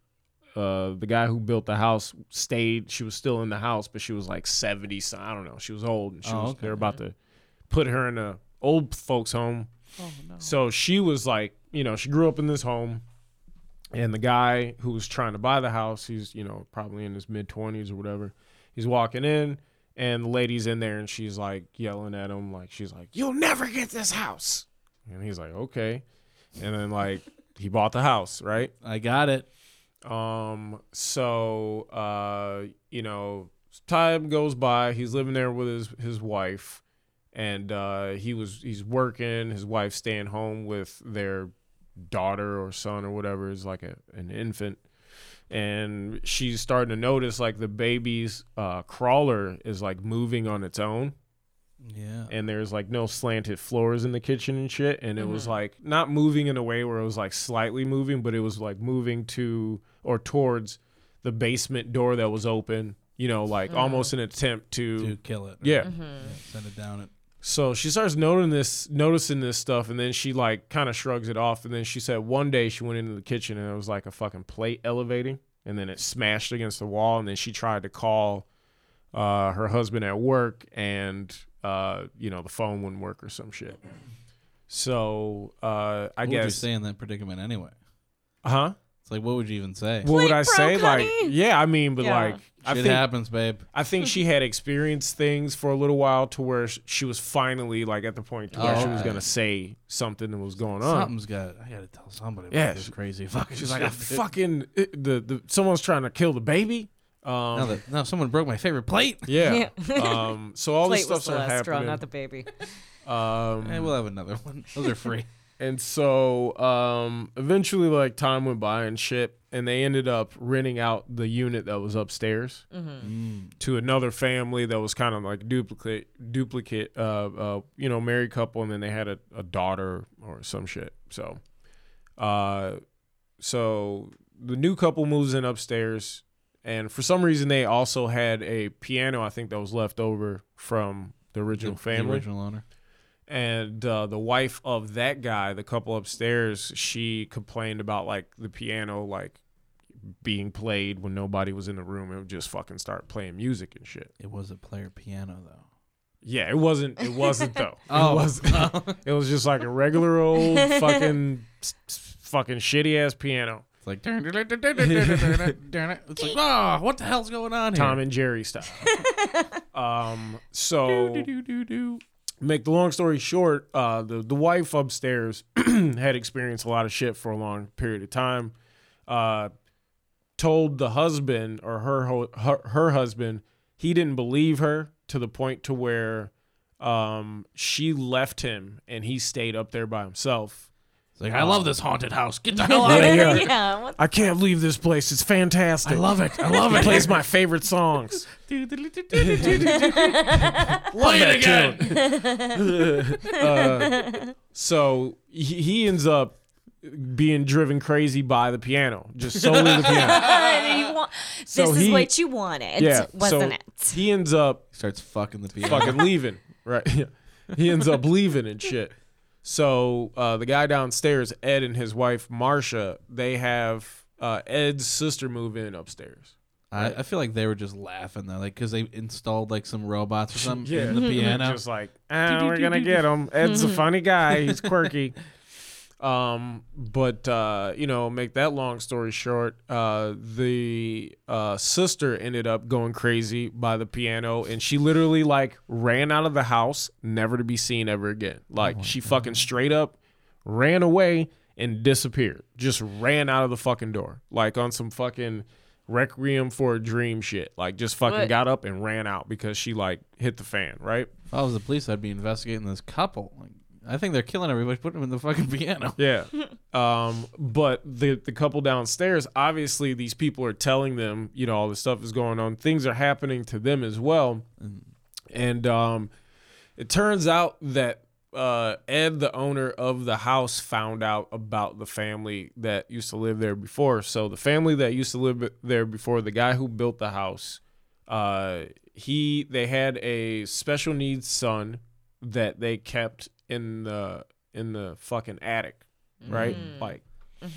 [SPEAKER 5] uh, the guy who built the house stayed. She was still in the house, but she was like seventy. So I don't know. She was old, and she
[SPEAKER 4] Oh,
[SPEAKER 5] was,
[SPEAKER 4] okay.
[SPEAKER 5] they were about to put her in a old folks' home.
[SPEAKER 4] Oh no.
[SPEAKER 5] So she was like, you know, she grew up in this home, and the guy who was trying to buy the house, he's you know probably in his mid twenties or whatever. He's walking in, and the lady's in there, and she's like yelling at him, like she's like, "You'll never get this house," and he's like, "Okay," and then like he bought the house, right?
[SPEAKER 4] I got it.
[SPEAKER 5] Um, so uh, you know, time goes by. He's living there with his his wife, and uh, he was he's working. His wife staying home with their daughter or son or whatever is like a an infant, and she's starting to notice like the baby's uh, crawler is like moving on its own
[SPEAKER 4] Yeah.
[SPEAKER 5] and there's like no slanted floors in the kitchen and shit and it was like not moving in a way where it was like slightly moving but it was like moving to or towards the basement door that was open you know like almost an attempt to
[SPEAKER 4] to kill it.
[SPEAKER 5] yeah
[SPEAKER 3] Mm-hmm.
[SPEAKER 4] Yeah, Send it down it.
[SPEAKER 5] so she starts noting this, noticing this stuff, and then she like kind of shrugs it off. And then she said one day she went into the kitchen and it was like a fucking plate elevating, and then it smashed against the wall. And then she tried to call uh, her husband at work, and uh, you know the phone wouldn't work or some shit. So uh, I
[SPEAKER 4] What would you
[SPEAKER 5] guess,
[SPEAKER 4] say in that predicament anyway?
[SPEAKER 5] huh?
[SPEAKER 4] It's like, what would you even say?
[SPEAKER 5] What would I
[SPEAKER 3] bro,
[SPEAKER 5] say? Like,
[SPEAKER 3] Connie.
[SPEAKER 5] yeah, I mean, but
[SPEAKER 3] Yeah.
[SPEAKER 5] like, I
[SPEAKER 4] Shit
[SPEAKER 5] think
[SPEAKER 4] happens, babe.
[SPEAKER 5] I think she had experienced things for a little while to where sh- she was finally like at the point to where
[SPEAKER 4] Oh,
[SPEAKER 5] she was
[SPEAKER 4] okay.
[SPEAKER 5] gonna say something that was going on.
[SPEAKER 4] Something's got. I gotta tell somebody. About
[SPEAKER 5] Yeah,
[SPEAKER 4] this
[SPEAKER 5] she-
[SPEAKER 4] crazy fucking.
[SPEAKER 5] She's like, I
[SPEAKER 4] shit, dude.
[SPEAKER 5] fucking it- the, the someone's trying to kill the baby. Um,
[SPEAKER 4] Now that now someone broke my favorite plate.
[SPEAKER 5] yeah. um, so all this
[SPEAKER 3] Plate was
[SPEAKER 5] stuff's
[SPEAKER 3] the
[SPEAKER 5] are
[SPEAKER 3] last straw,
[SPEAKER 5] happening.
[SPEAKER 3] not the baby.
[SPEAKER 5] um,
[SPEAKER 4] And Eh, we'll have another one. Those are free.
[SPEAKER 5] And so um, eventually, like, time went by and shit, and they ended up renting out the unit that was upstairs
[SPEAKER 3] Mm-hmm.
[SPEAKER 5] to another family that was kind of like duplicate, duplicate, uh, uh, you know, married couple, and then they had a, a daughter or some shit. So, uh, so the new couple moves in upstairs, and for some reason, they also had a piano, I think, that was left over from the
[SPEAKER 4] The-
[SPEAKER 5] original
[SPEAKER 4] the
[SPEAKER 5] family
[SPEAKER 4] original owner.
[SPEAKER 5] and uh, the wife of that guy, the couple upstairs, she complained about like the piano like being played when nobody was in the room. It would just fucking start playing music and shit.
[SPEAKER 4] It was a player piano though.
[SPEAKER 5] Yeah, it wasn't. It wasn't though.
[SPEAKER 4] Oh.
[SPEAKER 5] It wasn't. it was just like a regular old fucking s- s- fucking shitty ass piano,
[SPEAKER 4] It's like "Dun, dun, dun, dun, dun, dun, dun, dun, dun, dun." it's like, oh, what the hell's going on here?
[SPEAKER 5] Tom and Jerry style. um. So.
[SPEAKER 4] Do, do, do.
[SPEAKER 5] make the long story short, uh, the the wife upstairs had experienced a lot of shit for a long period of time. Uh, told the husband or her ho- her, her husband he didn't believe her to the point to where um, she left him and he stayed up there by himself.
[SPEAKER 4] It's like, I love this haunted house. Get the hell out of here.
[SPEAKER 5] yeah.
[SPEAKER 3] yeah. What
[SPEAKER 5] I can't leave this place. It's fantastic.
[SPEAKER 4] I love it. I love
[SPEAKER 5] It
[SPEAKER 4] it.
[SPEAKER 5] plays my favorite songs.
[SPEAKER 4] Play it again.
[SPEAKER 5] So he, he ends up being driven crazy by the piano, just solely the piano.
[SPEAKER 3] you want?
[SPEAKER 5] So
[SPEAKER 3] this
[SPEAKER 5] he-
[SPEAKER 3] is what you wanted,
[SPEAKER 5] yeah,
[SPEAKER 3] wasn't
[SPEAKER 5] so
[SPEAKER 3] it?
[SPEAKER 5] He ends up
[SPEAKER 4] Starts fucking the piano.
[SPEAKER 5] fucking leaving, right? he ends up leaving and shit. So uh, the guy downstairs, Ed and his wife Marsha, they have uh, Ed's sister move in upstairs.
[SPEAKER 4] I, I feel like they were just laughing though, like because they installed like some robots or something in the piano.
[SPEAKER 5] Just like, ah, we're gonna get him. Ed's a funny guy. He's quirky. Um, but uh, you know, make that long story short, uh, the uh, sister ended up going crazy by the piano, and she literally like ran out of the house, never to be seen ever again. Like she fucking straight up ran away and disappeared. Just ran out of the fucking door, like on some fucking requiem for a dream shit. Like just fucking
[SPEAKER 3] What?
[SPEAKER 5] got up and ran out because she like hit the fan, right?
[SPEAKER 4] If I was the police, I'd be investigating this couple. Like, I think they're killing everybody, putting them in the fucking piano.
[SPEAKER 5] Yeah. um, but the the couple downstairs, obviously these people are telling them, you know, all this stuff is going on. Things are happening to them as well. And um it turns out that uh, Ed, the owner of the house, found out about the family that used to live there before. So the family that used to live there before, the guy who built the house, uh, he they had a special needs son that they kept in the in the fucking attic, right? Like
[SPEAKER 3] As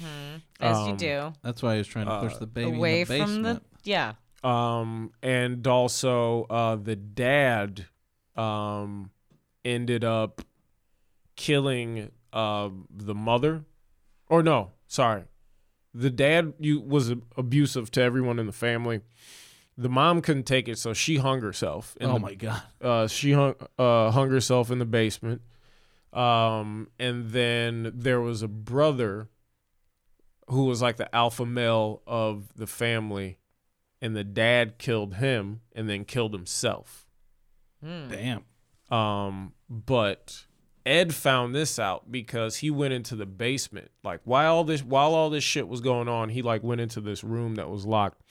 [SPEAKER 3] you
[SPEAKER 5] Um,
[SPEAKER 3] do.
[SPEAKER 4] That's why he was trying to
[SPEAKER 5] Uh,
[SPEAKER 4] push the baby
[SPEAKER 3] Away
[SPEAKER 4] in the basement.
[SPEAKER 3] from the. Yeah.
[SPEAKER 5] um and also uh the dad um ended up killing uh the mother or no sorry the dad you was ab- abusive to everyone in the family the mom couldn't take it so she hung herself in
[SPEAKER 4] oh
[SPEAKER 5] the
[SPEAKER 4] my god!
[SPEAKER 5] uh, she hung uh, hung herself in the basement. Um, and then there was a brother who was like the alpha male of the family, and the dad killed him and then killed himself.
[SPEAKER 3] Hmm.
[SPEAKER 4] Damn.
[SPEAKER 5] Um, but Ed found this out because he went into the basement. Like while all this while all this shit was going on, he like went into this room that was locked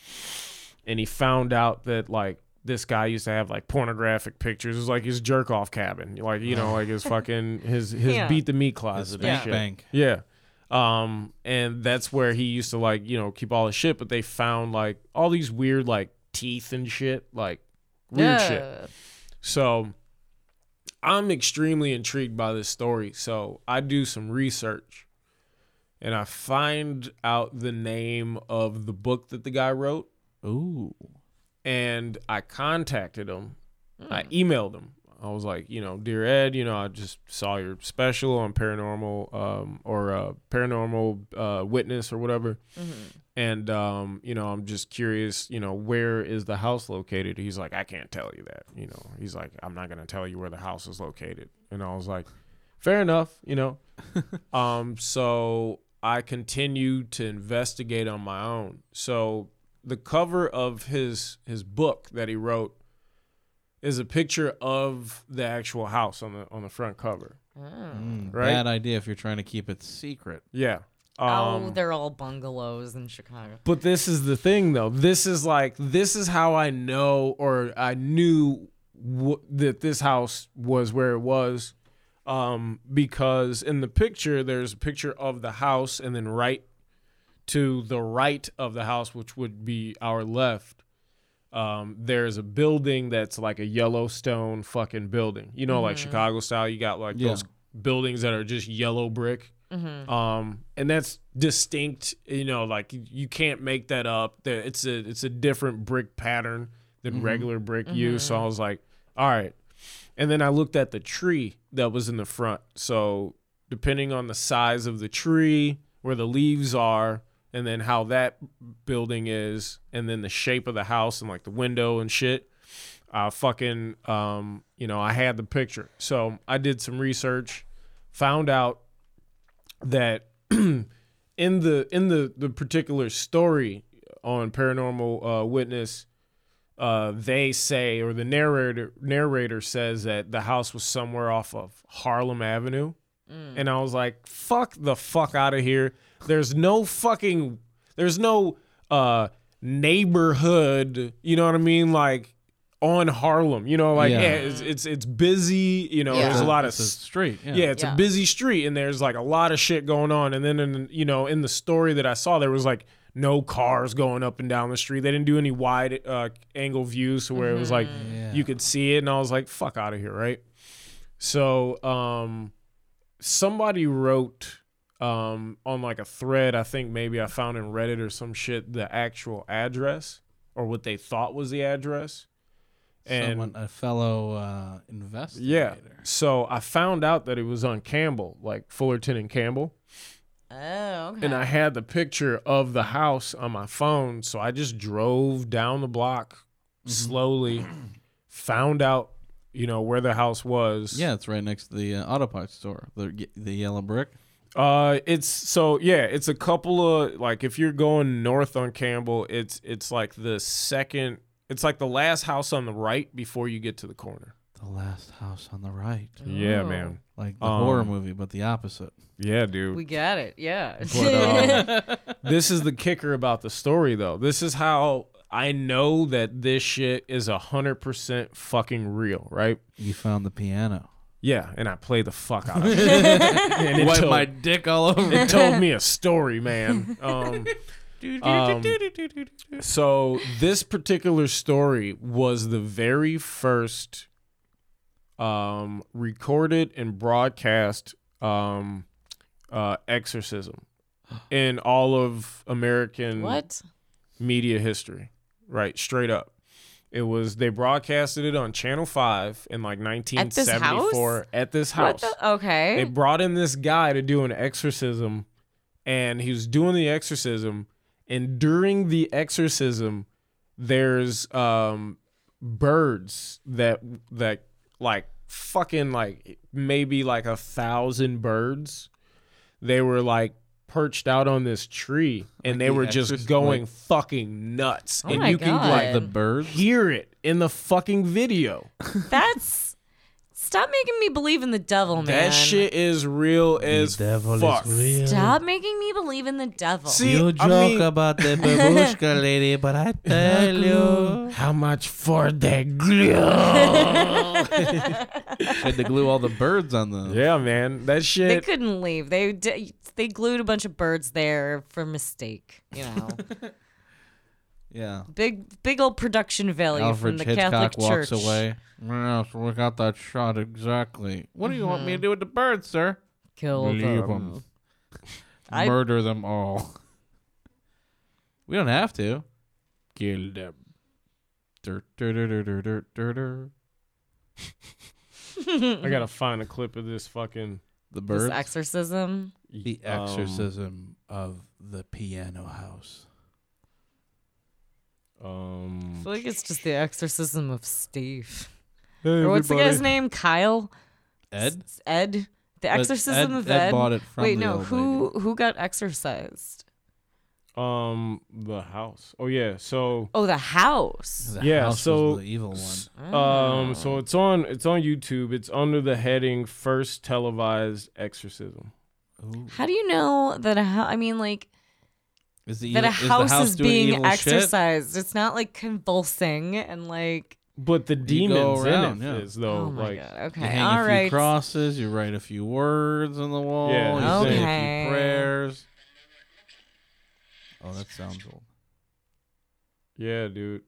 [SPEAKER 5] and he found out that like this guy used to have like pornographic pictures. It was like his jerk off cabin. Like, you know, like his fucking his his
[SPEAKER 3] Yeah.
[SPEAKER 5] beat the meat
[SPEAKER 4] This
[SPEAKER 5] closet. and
[SPEAKER 4] bank
[SPEAKER 5] shit.
[SPEAKER 4] bank.
[SPEAKER 5] Yeah. Um, and that's where he used to like, you know, keep all his shit, but they found like all these weird like teeth and shit, like weird shit. So I'm extremely intrigued by this story. So I do some research and I find out the name of the book that the guy wrote
[SPEAKER 4] Ooh.
[SPEAKER 5] and I contacted him. I emailed him. I was like, you know, dear Ed, you know, I just saw your special on paranormal um, or uh, paranormal uh, witness or whatever,
[SPEAKER 3] Mm-hmm.
[SPEAKER 5] and um, you know, I'm just curious, you know, where is the house located? He's like, I can't tell you that. You know, he's like, I'm not gonna tell you where the house is located. And I was like, fair enough, you know. um, so I continued to investigate on my own. So the cover of his his book that he wrote is a picture of the actual house on the on the front cover.
[SPEAKER 3] Hmm.
[SPEAKER 4] Mm,
[SPEAKER 5] Right?
[SPEAKER 4] Bad idea if you're trying to keep it secret.
[SPEAKER 5] Yeah.
[SPEAKER 3] oh,
[SPEAKER 5] Um,
[SPEAKER 3] they're all bungalows in Chicago.
[SPEAKER 5] but this is the thing though. This is like this is how I know or I knew w- that this house was where it was um because in the picture there's a picture of the house and then right to the right of the house which would be our left um, there's a building that's like a Yellowstone fucking building. You know, like Chicago style, you got like
[SPEAKER 4] Yeah.
[SPEAKER 5] those buildings that are just yellow brick. Um, and that's distinct, you know, like you- you can't make that up. There- It's a it's a different brick pattern than regular brick use. So I was like, all right. And then I looked at the tree that was in the front. So depending on the size of the tree, where the leaves are, and then how that building is, and then the shape of the house and like the window and shit. I fucking um, you know, I had the picture. So I did some research, found out that in the in the the particular story on paranormal uh, witness uh, they say or the narrator narrator says that the house was somewhere off of Harlem Avenue and I was like fuck the fuck out of here there's no fucking there's no uh neighborhood you know what I mean like on Harlem you know like
[SPEAKER 4] Yeah.
[SPEAKER 5] yeah. it's, it's it's busy you know there's a lot of
[SPEAKER 4] It's a street. Yeah.
[SPEAKER 5] yeah, it's
[SPEAKER 3] Yeah.
[SPEAKER 5] a busy street and there's like a lot of shit going on. And then in you know in the story that I saw, there was like no cars going up and down the street. They didn't do any wide uh, angle views to where it was like
[SPEAKER 4] Mm-hmm. Yeah.
[SPEAKER 5] you could see it. And I was like, fuck out of here, right? So um, somebody wrote um, on like a thread, I think maybe I found in Reddit or some shit, the actual address or what they thought was the address. And
[SPEAKER 4] Someone, a fellow uh, investigator.
[SPEAKER 5] yeah, so I found out that it was on Campbell, like Fullerton and Campbell.
[SPEAKER 3] Oh, okay.
[SPEAKER 5] And I had the picture of the house on my phone. So I just drove down the block slowly, found out, you know, where the house was.
[SPEAKER 4] Yeah, it's right next to the uh, auto parts store. The ye- the yellow brick.
[SPEAKER 5] Uh, it's so yeah, it's a couple of like if you're going north on Campbell, it's it's like the second, it's like the last house on the right before you get to the corner.
[SPEAKER 4] The last house on the right.
[SPEAKER 5] Yeah,
[SPEAKER 3] Oh.
[SPEAKER 5] man.
[SPEAKER 4] Like the
[SPEAKER 5] Um,
[SPEAKER 4] horror movie, but the opposite.
[SPEAKER 5] Yeah, dude.
[SPEAKER 3] we got it. Yeah.
[SPEAKER 5] But, um, this is the kicker about the story, though. This is how I know that this shit is a hundred percent fucking real, right?
[SPEAKER 4] You found the piano.
[SPEAKER 5] Yeah, and I play the fuck out of it. and it
[SPEAKER 4] Wipe
[SPEAKER 5] told,
[SPEAKER 4] my dick all over.
[SPEAKER 5] it told me a story, man. Um, um, so this particular story was the very first um, recorded and broadcast um, uh, exorcism in all of American
[SPEAKER 3] what?
[SPEAKER 5] media history, right? Straight up. It was they broadcasted it on Channel 5 in like 1974 at this
[SPEAKER 3] What
[SPEAKER 5] house.
[SPEAKER 3] the? Okay.
[SPEAKER 5] They brought in this guy to do an exorcism and he was doing the exorcism and during the exorcism there's um birds that that like fucking like maybe like a thousand birds they were like perched out on this tree and
[SPEAKER 4] Like
[SPEAKER 5] they
[SPEAKER 4] the
[SPEAKER 5] were just
[SPEAKER 4] Exorcist,
[SPEAKER 5] going
[SPEAKER 4] like-
[SPEAKER 5] fucking nuts
[SPEAKER 3] Oh
[SPEAKER 5] and
[SPEAKER 3] my
[SPEAKER 5] you can
[SPEAKER 3] God.
[SPEAKER 5] like
[SPEAKER 4] the birds.
[SPEAKER 5] hear it in the fucking video
[SPEAKER 3] That's. Stop making me believe in the devil, man.
[SPEAKER 5] that shit is real as fuck
[SPEAKER 3] Stop making me believe in the devil.
[SPEAKER 5] See,
[SPEAKER 4] you
[SPEAKER 5] I
[SPEAKER 4] joke
[SPEAKER 5] mean-
[SPEAKER 4] about the babushka lady, but I tell you,
[SPEAKER 5] How much for the glue?
[SPEAKER 4] had to glue all the birds on the.
[SPEAKER 5] yeah, man, that
[SPEAKER 3] they
[SPEAKER 5] shit.
[SPEAKER 3] couldn't leave. They d- they glued a bunch of birds there for mistake. You know,
[SPEAKER 4] Yeah.
[SPEAKER 3] big big old production value Oh, from
[SPEAKER 4] Alfred
[SPEAKER 3] the
[SPEAKER 4] Hitchcock
[SPEAKER 3] Catholic
[SPEAKER 4] walks
[SPEAKER 3] Church.
[SPEAKER 4] away. Yes, we got that shot exactly. What do you want me to do with the birds, sir?
[SPEAKER 3] Mm-hmm. Kill
[SPEAKER 4] Leave
[SPEAKER 3] them.
[SPEAKER 4] 'em.
[SPEAKER 3] I-
[SPEAKER 4] Murder them all. we don't have to. Kill them. Dirt, dirt, dirt, dirt, dirt, dirt, dirt.
[SPEAKER 5] I gotta find a clip of this fucking.
[SPEAKER 4] The
[SPEAKER 3] This Oh.
[SPEAKER 4] birds.
[SPEAKER 3] exorcism.
[SPEAKER 4] the
[SPEAKER 5] um,
[SPEAKER 4] exorcism of the piano house.
[SPEAKER 3] I
[SPEAKER 5] Um,
[SPEAKER 3] feel like it's just the exorcism of Steve.
[SPEAKER 5] hey,
[SPEAKER 3] Or what's the
[SPEAKER 5] everybody.
[SPEAKER 3] guy's name? Kyle.
[SPEAKER 4] Ed?
[SPEAKER 3] S- Ed. The
[SPEAKER 4] But
[SPEAKER 3] exorcism
[SPEAKER 4] Ed,
[SPEAKER 3] of
[SPEAKER 4] Ed
[SPEAKER 3] Ed.
[SPEAKER 4] bought it from
[SPEAKER 3] Wait,
[SPEAKER 4] the
[SPEAKER 3] no.
[SPEAKER 4] old
[SPEAKER 3] Who
[SPEAKER 4] lady.
[SPEAKER 3] who got exorcised?
[SPEAKER 5] Um, the house. Oh yeah, so
[SPEAKER 3] Oh, the house. Ah.
[SPEAKER 4] The
[SPEAKER 5] Yeah,
[SPEAKER 4] house was
[SPEAKER 5] so-
[SPEAKER 4] the evil one. uh,
[SPEAKER 5] um, so it's on it's on YouTube. It's under the heading first televised exorcism.
[SPEAKER 3] How do you know that a house? I mean, like
[SPEAKER 4] Is the
[SPEAKER 3] that a
[SPEAKER 4] evil-
[SPEAKER 3] house is,
[SPEAKER 4] the house doing
[SPEAKER 3] being
[SPEAKER 4] evil shit?
[SPEAKER 3] exercised. It's not like convulsing and like.
[SPEAKER 5] But the
[SPEAKER 4] You go
[SPEAKER 5] demons
[SPEAKER 4] around,
[SPEAKER 5] in it
[SPEAKER 4] yeah.
[SPEAKER 5] is though.
[SPEAKER 3] oh my
[SPEAKER 5] like,
[SPEAKER 3] god. Okay.
[SPEAKER 4] You hang
[SPEAKER 3] All
[SPEAKER 4] a few
[SPEAKER 3] right.
[SPEAKER 4] crosses. You write a few words on the wall.
[SPEAKER 5] Yeah.
[SPEAKER 4] You say a
[SPEAKER 3] Okay.
[SPEAKER 4] few prayers. Oh, that sounds old.
[SPEAKER 5] yeah, dude.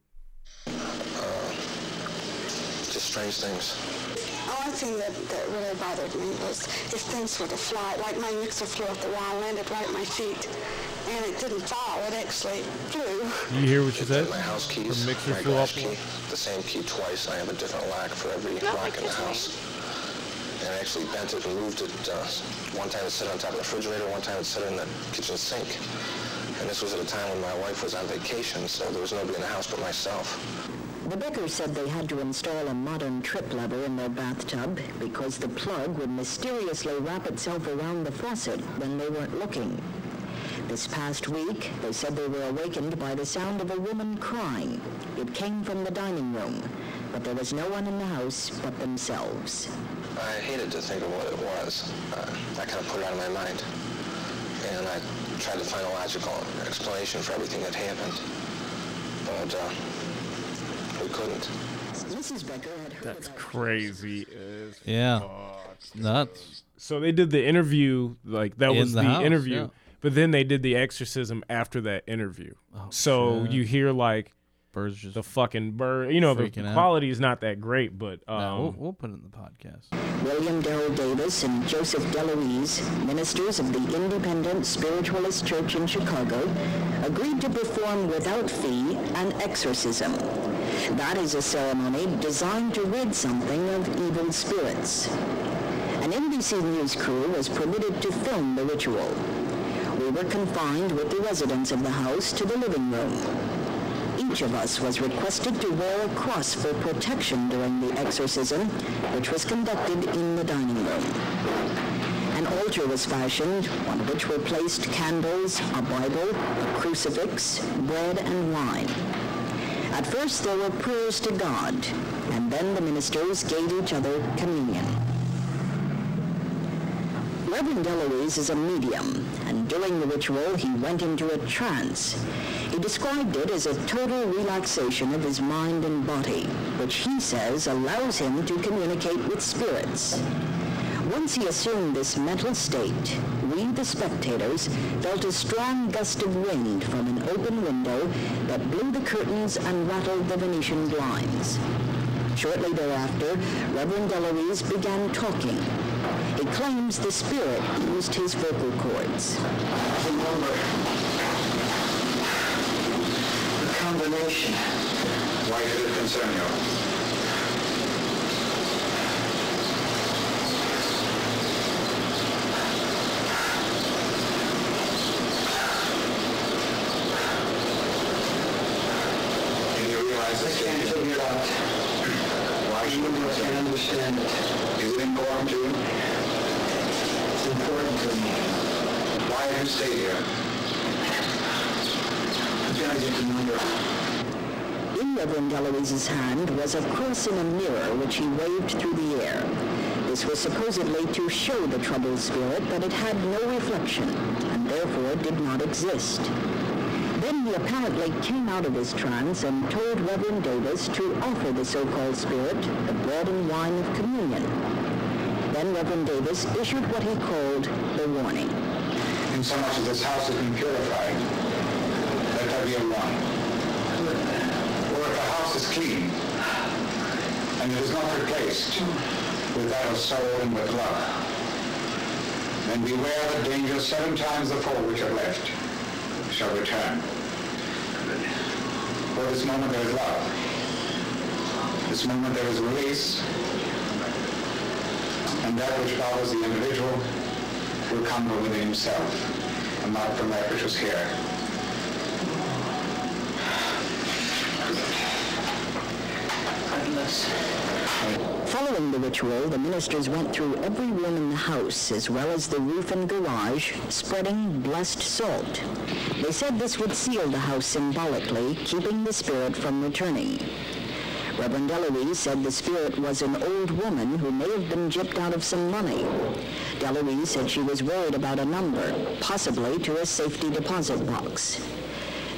[SPEAKER 2] Just strange things.
[SPEAKER 1] One thing that, that really bothered me was if things were to fly, like my mixer flew off the wall, landed right at my feet, and it didn't fall, it actually flew.
[SPEAKER 5] You hear what you said?
[SPEAKER 7] My house keys,
[SPEAKER 5] Her mixer
[SPEAKER 7] my
[SPEAKER 5] flew
[SPEAKER 7] glass
[SPEAKER 5] off.
[SPEAKER 7] key, the same key twice. I have a different lock for every lock in the house. And I actually bent it and moved it. Uh, one time it sat on top of the refrigerator, one time it sat in the kitchen sink. And this was at a time when my wife was on vacation, so there was nobody in the house but myself.
[SPEAKER 8] The baker said they had to install a modern trip lever in their bathtub because the plug would mysteriously wrap itself around the faucet when they weren't looking. This past week, they said they were awakened by the sound of a woman crying. It came from the dining room, but there was no one in the house but themselves.
[SPEAKER 7] I hated to think of what it was. Uh, I kind of put it out of my mind. And I tried to find a logical explanation for everything that happened. But uh, we couldn't.
[SPEAKER 8] Mrs. Becker had heard
[SPEAKER 5] That's
[SPEAKER 8] about
[SPEAKER 5] crazy. as
[SPEAKER 4] Yeah. It's nuts.
[SPEAKER 5] So they did the interview, like that
[SPEAKER 4] In
[SPEAKER 5] was
[SPEAKER 4] the
[SPEAKER 5] the,
[SPEAKER 4] house,
[SPEAKER 5] interview.
[SPEAKER 4] yeah.
[SPEAKER 5] But then they did the exorcism after that interview. so
[SPEAKER 4] Oh, shit.
[SPEAKER 5] you hear like
[SPEAKER 4] birds just.
[SPEAKER 5] the fucking bird. You know, the
[SPEAKER 4] Freaking out.
[SPEAKER 5] quality is not that great, but um,
[SPEAKER 4] No, we'll, we'll put it in the podcast.
[SPEAKER 8] William Darrell Davis and Joseph DeLuise, ministers of the Independent Spiritualist Church in Chicago, agreed to perform without fee an exorcism. That is a ceremony designed to rid something of evil spirits. An NBC News crew was permitted to film the ritual. We were confined with the residents of the house to the living room. Each of us was requested to wear a cross for protection during the exorcism, which was conducted in the dining room. An altar was fashioned, on which were placed candles, a Bible, a crucifix, bread, and wine. At first there were prayers to God, and then the ministers gave each other communion. Reverend Eloise is a medium, and during the ritual he went into a trance. He described it as a total relaxation of his mind and body, which he says allows him to communicate with spirits. Once he assumed this mental state, we, the spectators, felt a strong gust of wind from an open window that blew the curtains and rattled the Venetian blinds. Shortly thereafter, Reverend Eloise began talking. He claims the spirit used his vocal cords.
[SPEAKER 7] The number, the combination. Why should it concern you? Can you realize this? I can't figure it out. Why should it concern you? can't understand it. Is it important to you? It's important to me. Why do you stay here? I'm trying to get the number.
[SPEAKER 8] In Reverend Eloise's hand was a cross in a mirror which he waved through the air. This was supposedly to show the troubled spirit that it had no reflection and therefore did not exist. Then he apparently came out of his trance and told Reverend Davis to offer the so-called spirit the bread and wine of communion. Then Reverend Davis issued what he called the warning.
[SPEAKER 7] And so much of this house has been purified. Let that be a one. Or if the house is clean, and it is not replaced with that of sorrow and with love, then beware the danger seven times the four which are left shall return. For this moment there is love. This moment there is release, and that which follows the individual will come from within himself and not from that which was here.
[SPEAKER 8] Following the ritual, the ministers went through every room in the house, as well as the roof and garage, spreading blessed salt. They said this would seal the house symbolically, keeping the spirit from returning. Reverend Eloise said the spirit was an old woman who may have been gypped out of some money. Deloise said she was worried about a number, possibly to a safety deposit box.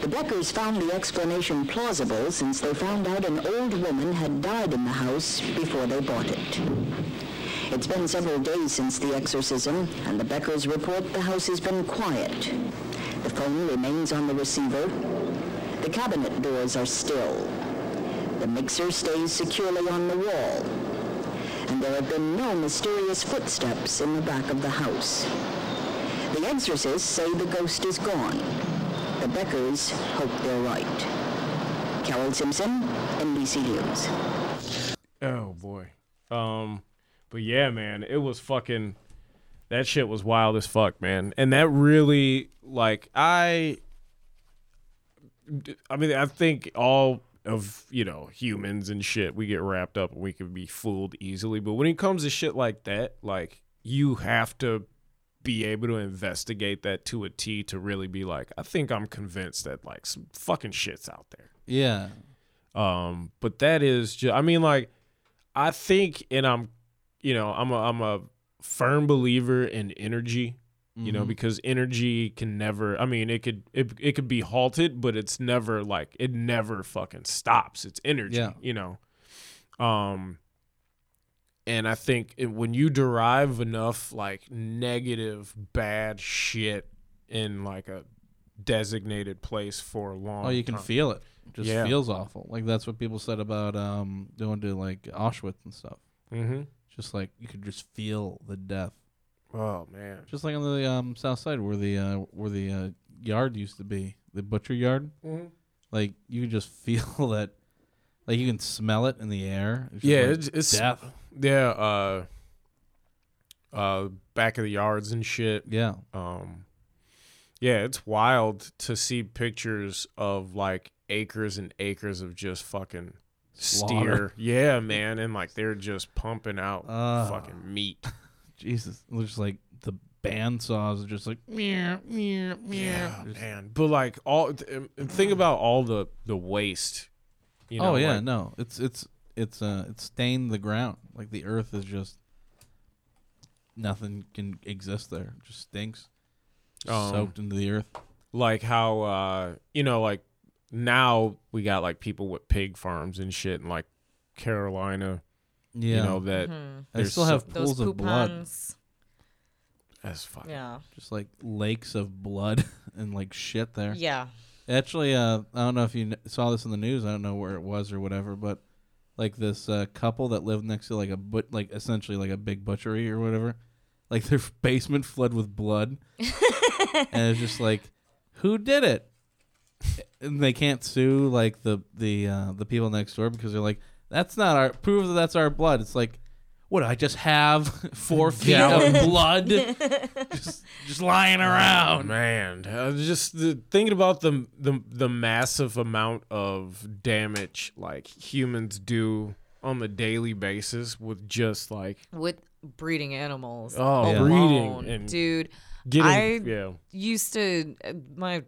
[SPEAKER 8] The Beckers found the explanation plausible since they found out an old woman had died in the house before they bought it. It's been several days since the exorcism, and the Beckers report the house has been quiet. The phone remains on the receiver. The cabinet doors are still. The mixer stays securely on the wall. And there have been no mysterious footsteps in the back of the house. The exorcists say the ghost is gone. The Beckers hope they're right. Carol Simpson, NBC News.
[SPEAKER 5] Oh boy. Um but yeah, man, it was fucking that shit was wild as fuck, man. And that really like I I mean, I think all of, you know, humans and shit, we get wrapped up and we can be fooled easily, but when it comes to shit like that, like you have to be able to investigate that to a T to really be like, I think I'm convinced that like some fucking shit's out there.
[SPEAKER 4] Yeah.
[SPEAKER 5] Um, but that is just, I mean, like, I think, and I'm, you know, I'm a, I'm a firm believer in energy, you
[SPEAKER 4] Mm-hmm.
[SPEAKER 5] know, because energy can never, I mean, it could, it, it could be halted, but it's never like, it never fucking stops. It's energy,
[SPEAKER 4] Yeah.
[SPEAKER 5] you know? Um, and I think it, when you derive enough like negative, bad shit in like a designated place for a long.
[SPEAKER 4] Oh, you can
[SPEAKER 5] time.
[SPEAKER 4] feel it. Just
[SPEAKER 5] Yeah.
[SPEAKER 4] feels awful. Like that's what people said about um going to like Auschwitz and stuff.
[SPEAKER 5] Mm-hmm.
[SPEAKER 4] Just like you could just feel the death.
[SPEAKER 5] Oh man.
[SPEAKER 4] Just like on the um south side where the uh where the uh, yard used to be, the butcher yard.
[SPEAKER 5] Mhm.
[SPEAKER 4] Like you could just feel that. Like you can smell it in the air. It's just
[SPEAKER 5] Yeah,
[SPEAKER 4] like
[SPEAKER 5] it's, it's
[SPEAKER 4] death.
[SPEAKER 5] yeah. Uh, uh, back of the yards and shit.
[SPEAKER 4] Yeah.
[SPEAKER 5] um yeah it's wild to see pictures of like acres and acres of just fucking
[SPEAKER 4] Slaughter.
[SPEAKER 5] steer yeah man and like they're just pumping out
[SPEAKER 4] Ah.
[SPEAKER 5] fucking meat
[SPEAKER 4] Jesus. It looks like the band saws are just like meow meow meow. Just-
[SPEAKER 5] man but like all th- and think about all the the waste you know
[SPEAKER 4] oh yeah,
[SPEAKER 5] like-
[SPEAKER 4] no, it's it's it's uh it's stained the ground. Like the earth is just nothing can exist there. It just stinks, Just
[SPEAKER 5] Um,
[SPEAKER 4] soaked into the earth.
[SPEAKER 5] like how uh you know like now we got like people with pig farms and shit and like carolina
[SPEAKER 4] Yeah,
[SPEAKER 5] you know that
[SPEAKER 4] they
[SPEAKER 3] Mm-hmm.
[SPEAKER 5] there's
[SPEAKER 4] still
[SPEAKER 5] so-
[SPEAKER 4] have
[SPEAKER 3] Those
[SPEAKER 4] pools of blood,
[SPEAKER 3] coupons.
[SPEAKER 5] that's fucking
[SPEAKER 3] Yeah.
[SPEAKER 4] just like lakes of blood and like shit there.
[SPEAKER 3] Yeah.
[SPEAKER 4] Actually, uh, I don't know if you kn- saw this in the news. I don't know where it was or whatever, but like this uh, couple that lived next to like a but like essentially like a big butchery or whatever, like their basement flooded with blood, and it's just like, who did it? And they can't sue like the the uh, the people next door because they're like, that's not our prove that that's our blood. It's like, what I just have four feet of blood just just lying around.
[SPEAKER 5] Man, uh, just the, thinking about the, the the massive amount of damage like humans do on a daily basis with just like
[SPEAKER 3] With breeding animals.
[SPEAKER 5] Oh, Yeah. breeding
[SPEAKER 3] alone,
[SPEAKER 5] and
[SPEAKER 3] dude.
[SPEAKER 5] getting
[SPEAKER 3] I-
[SPEAKER 5] yeah.
[SPEAKER 3] used to uh, my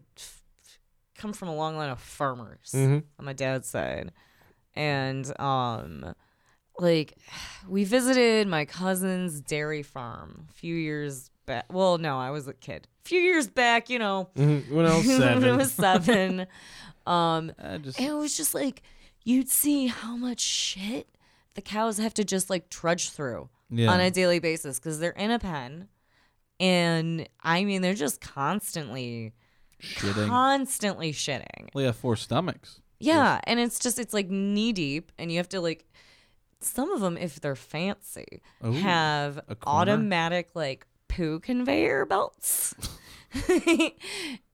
[SPEAKER 3] come from a long line of farmers
[SPEAKER 5] Mm-hmm.
[SPEAKER 3] on my dad's side and um like we visited my cousin's dairy farm a few years back well no i was a kid a few years back you know
[SPEAKER 5] When I was
[SPEAKER 3] when i
[SPEAKER 5] seven,
[SPEAKER 3] was seven um
[SPEAKER 4] I just
[SPEAKER 3] and it was just like you'd see how much shit the cows have to just like trudge through
[SPEAKER 4] Yeah.
[SPEAKER 3] on a daily basis because they're in a pen. And I mean, they're just constantly,
[SPEAKER 4] shitting.
[SPEAKER 3] constantly shitting.
[SPEAKER 4] Well, yeah, four stomachs.
[SPEAKER 3] Yeah. And it's just, it's like knee deep. And you have to like, some of them, if they're fancy, have
[SPEAKER 4] a corner?
[SPEAKER 3] automatic like poo conveyor belts.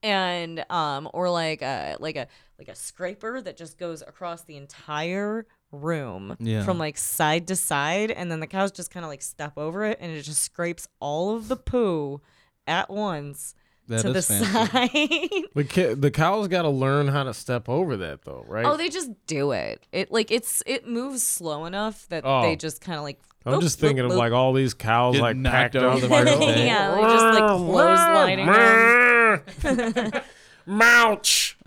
[SPEAKER 3] and um or like a like a like a scraper that just goes across the entire room
[SPEAKER 4] Yeah.
[SPEAKER 3] from like side to side and then the cows just kind of like step over it and it just scrapes all of the poo at once
[SPEAKER 4] That
[SPEAKER 3] to the
[SPEAKER 4] is fancy.
[SPEAKER 3] side
[SPEAKER 5] the ki- the cows got to learn how to step over that though, right?
[SPEAKER 3] oh they just do it it like it's it moves slow enough that they
[SPEAKER 5] Oh.
[SPEAKER 3] just kind of like
[SPEAKER 5] I'm
[SPEAKER 3] boop,
[SPEAKER 5] just
[SPEAKER 3] boop,
[SPEAKER 5] thinking of
[SPEAKER 3] boop.
[SPEAKER 5] like all these cows
[SPEAKER 4] Get
[SPEAKER 5] like
[SPEAKER 4] knocked
[SPEAKER 5] packed
[SPEAKER 4] over
[SPEAKER 5] up.
[SPEAKER 4] the first day.
[SPEAKER 3] yeah like just like clotheslining them.
[SPEAKER 5] Mouch.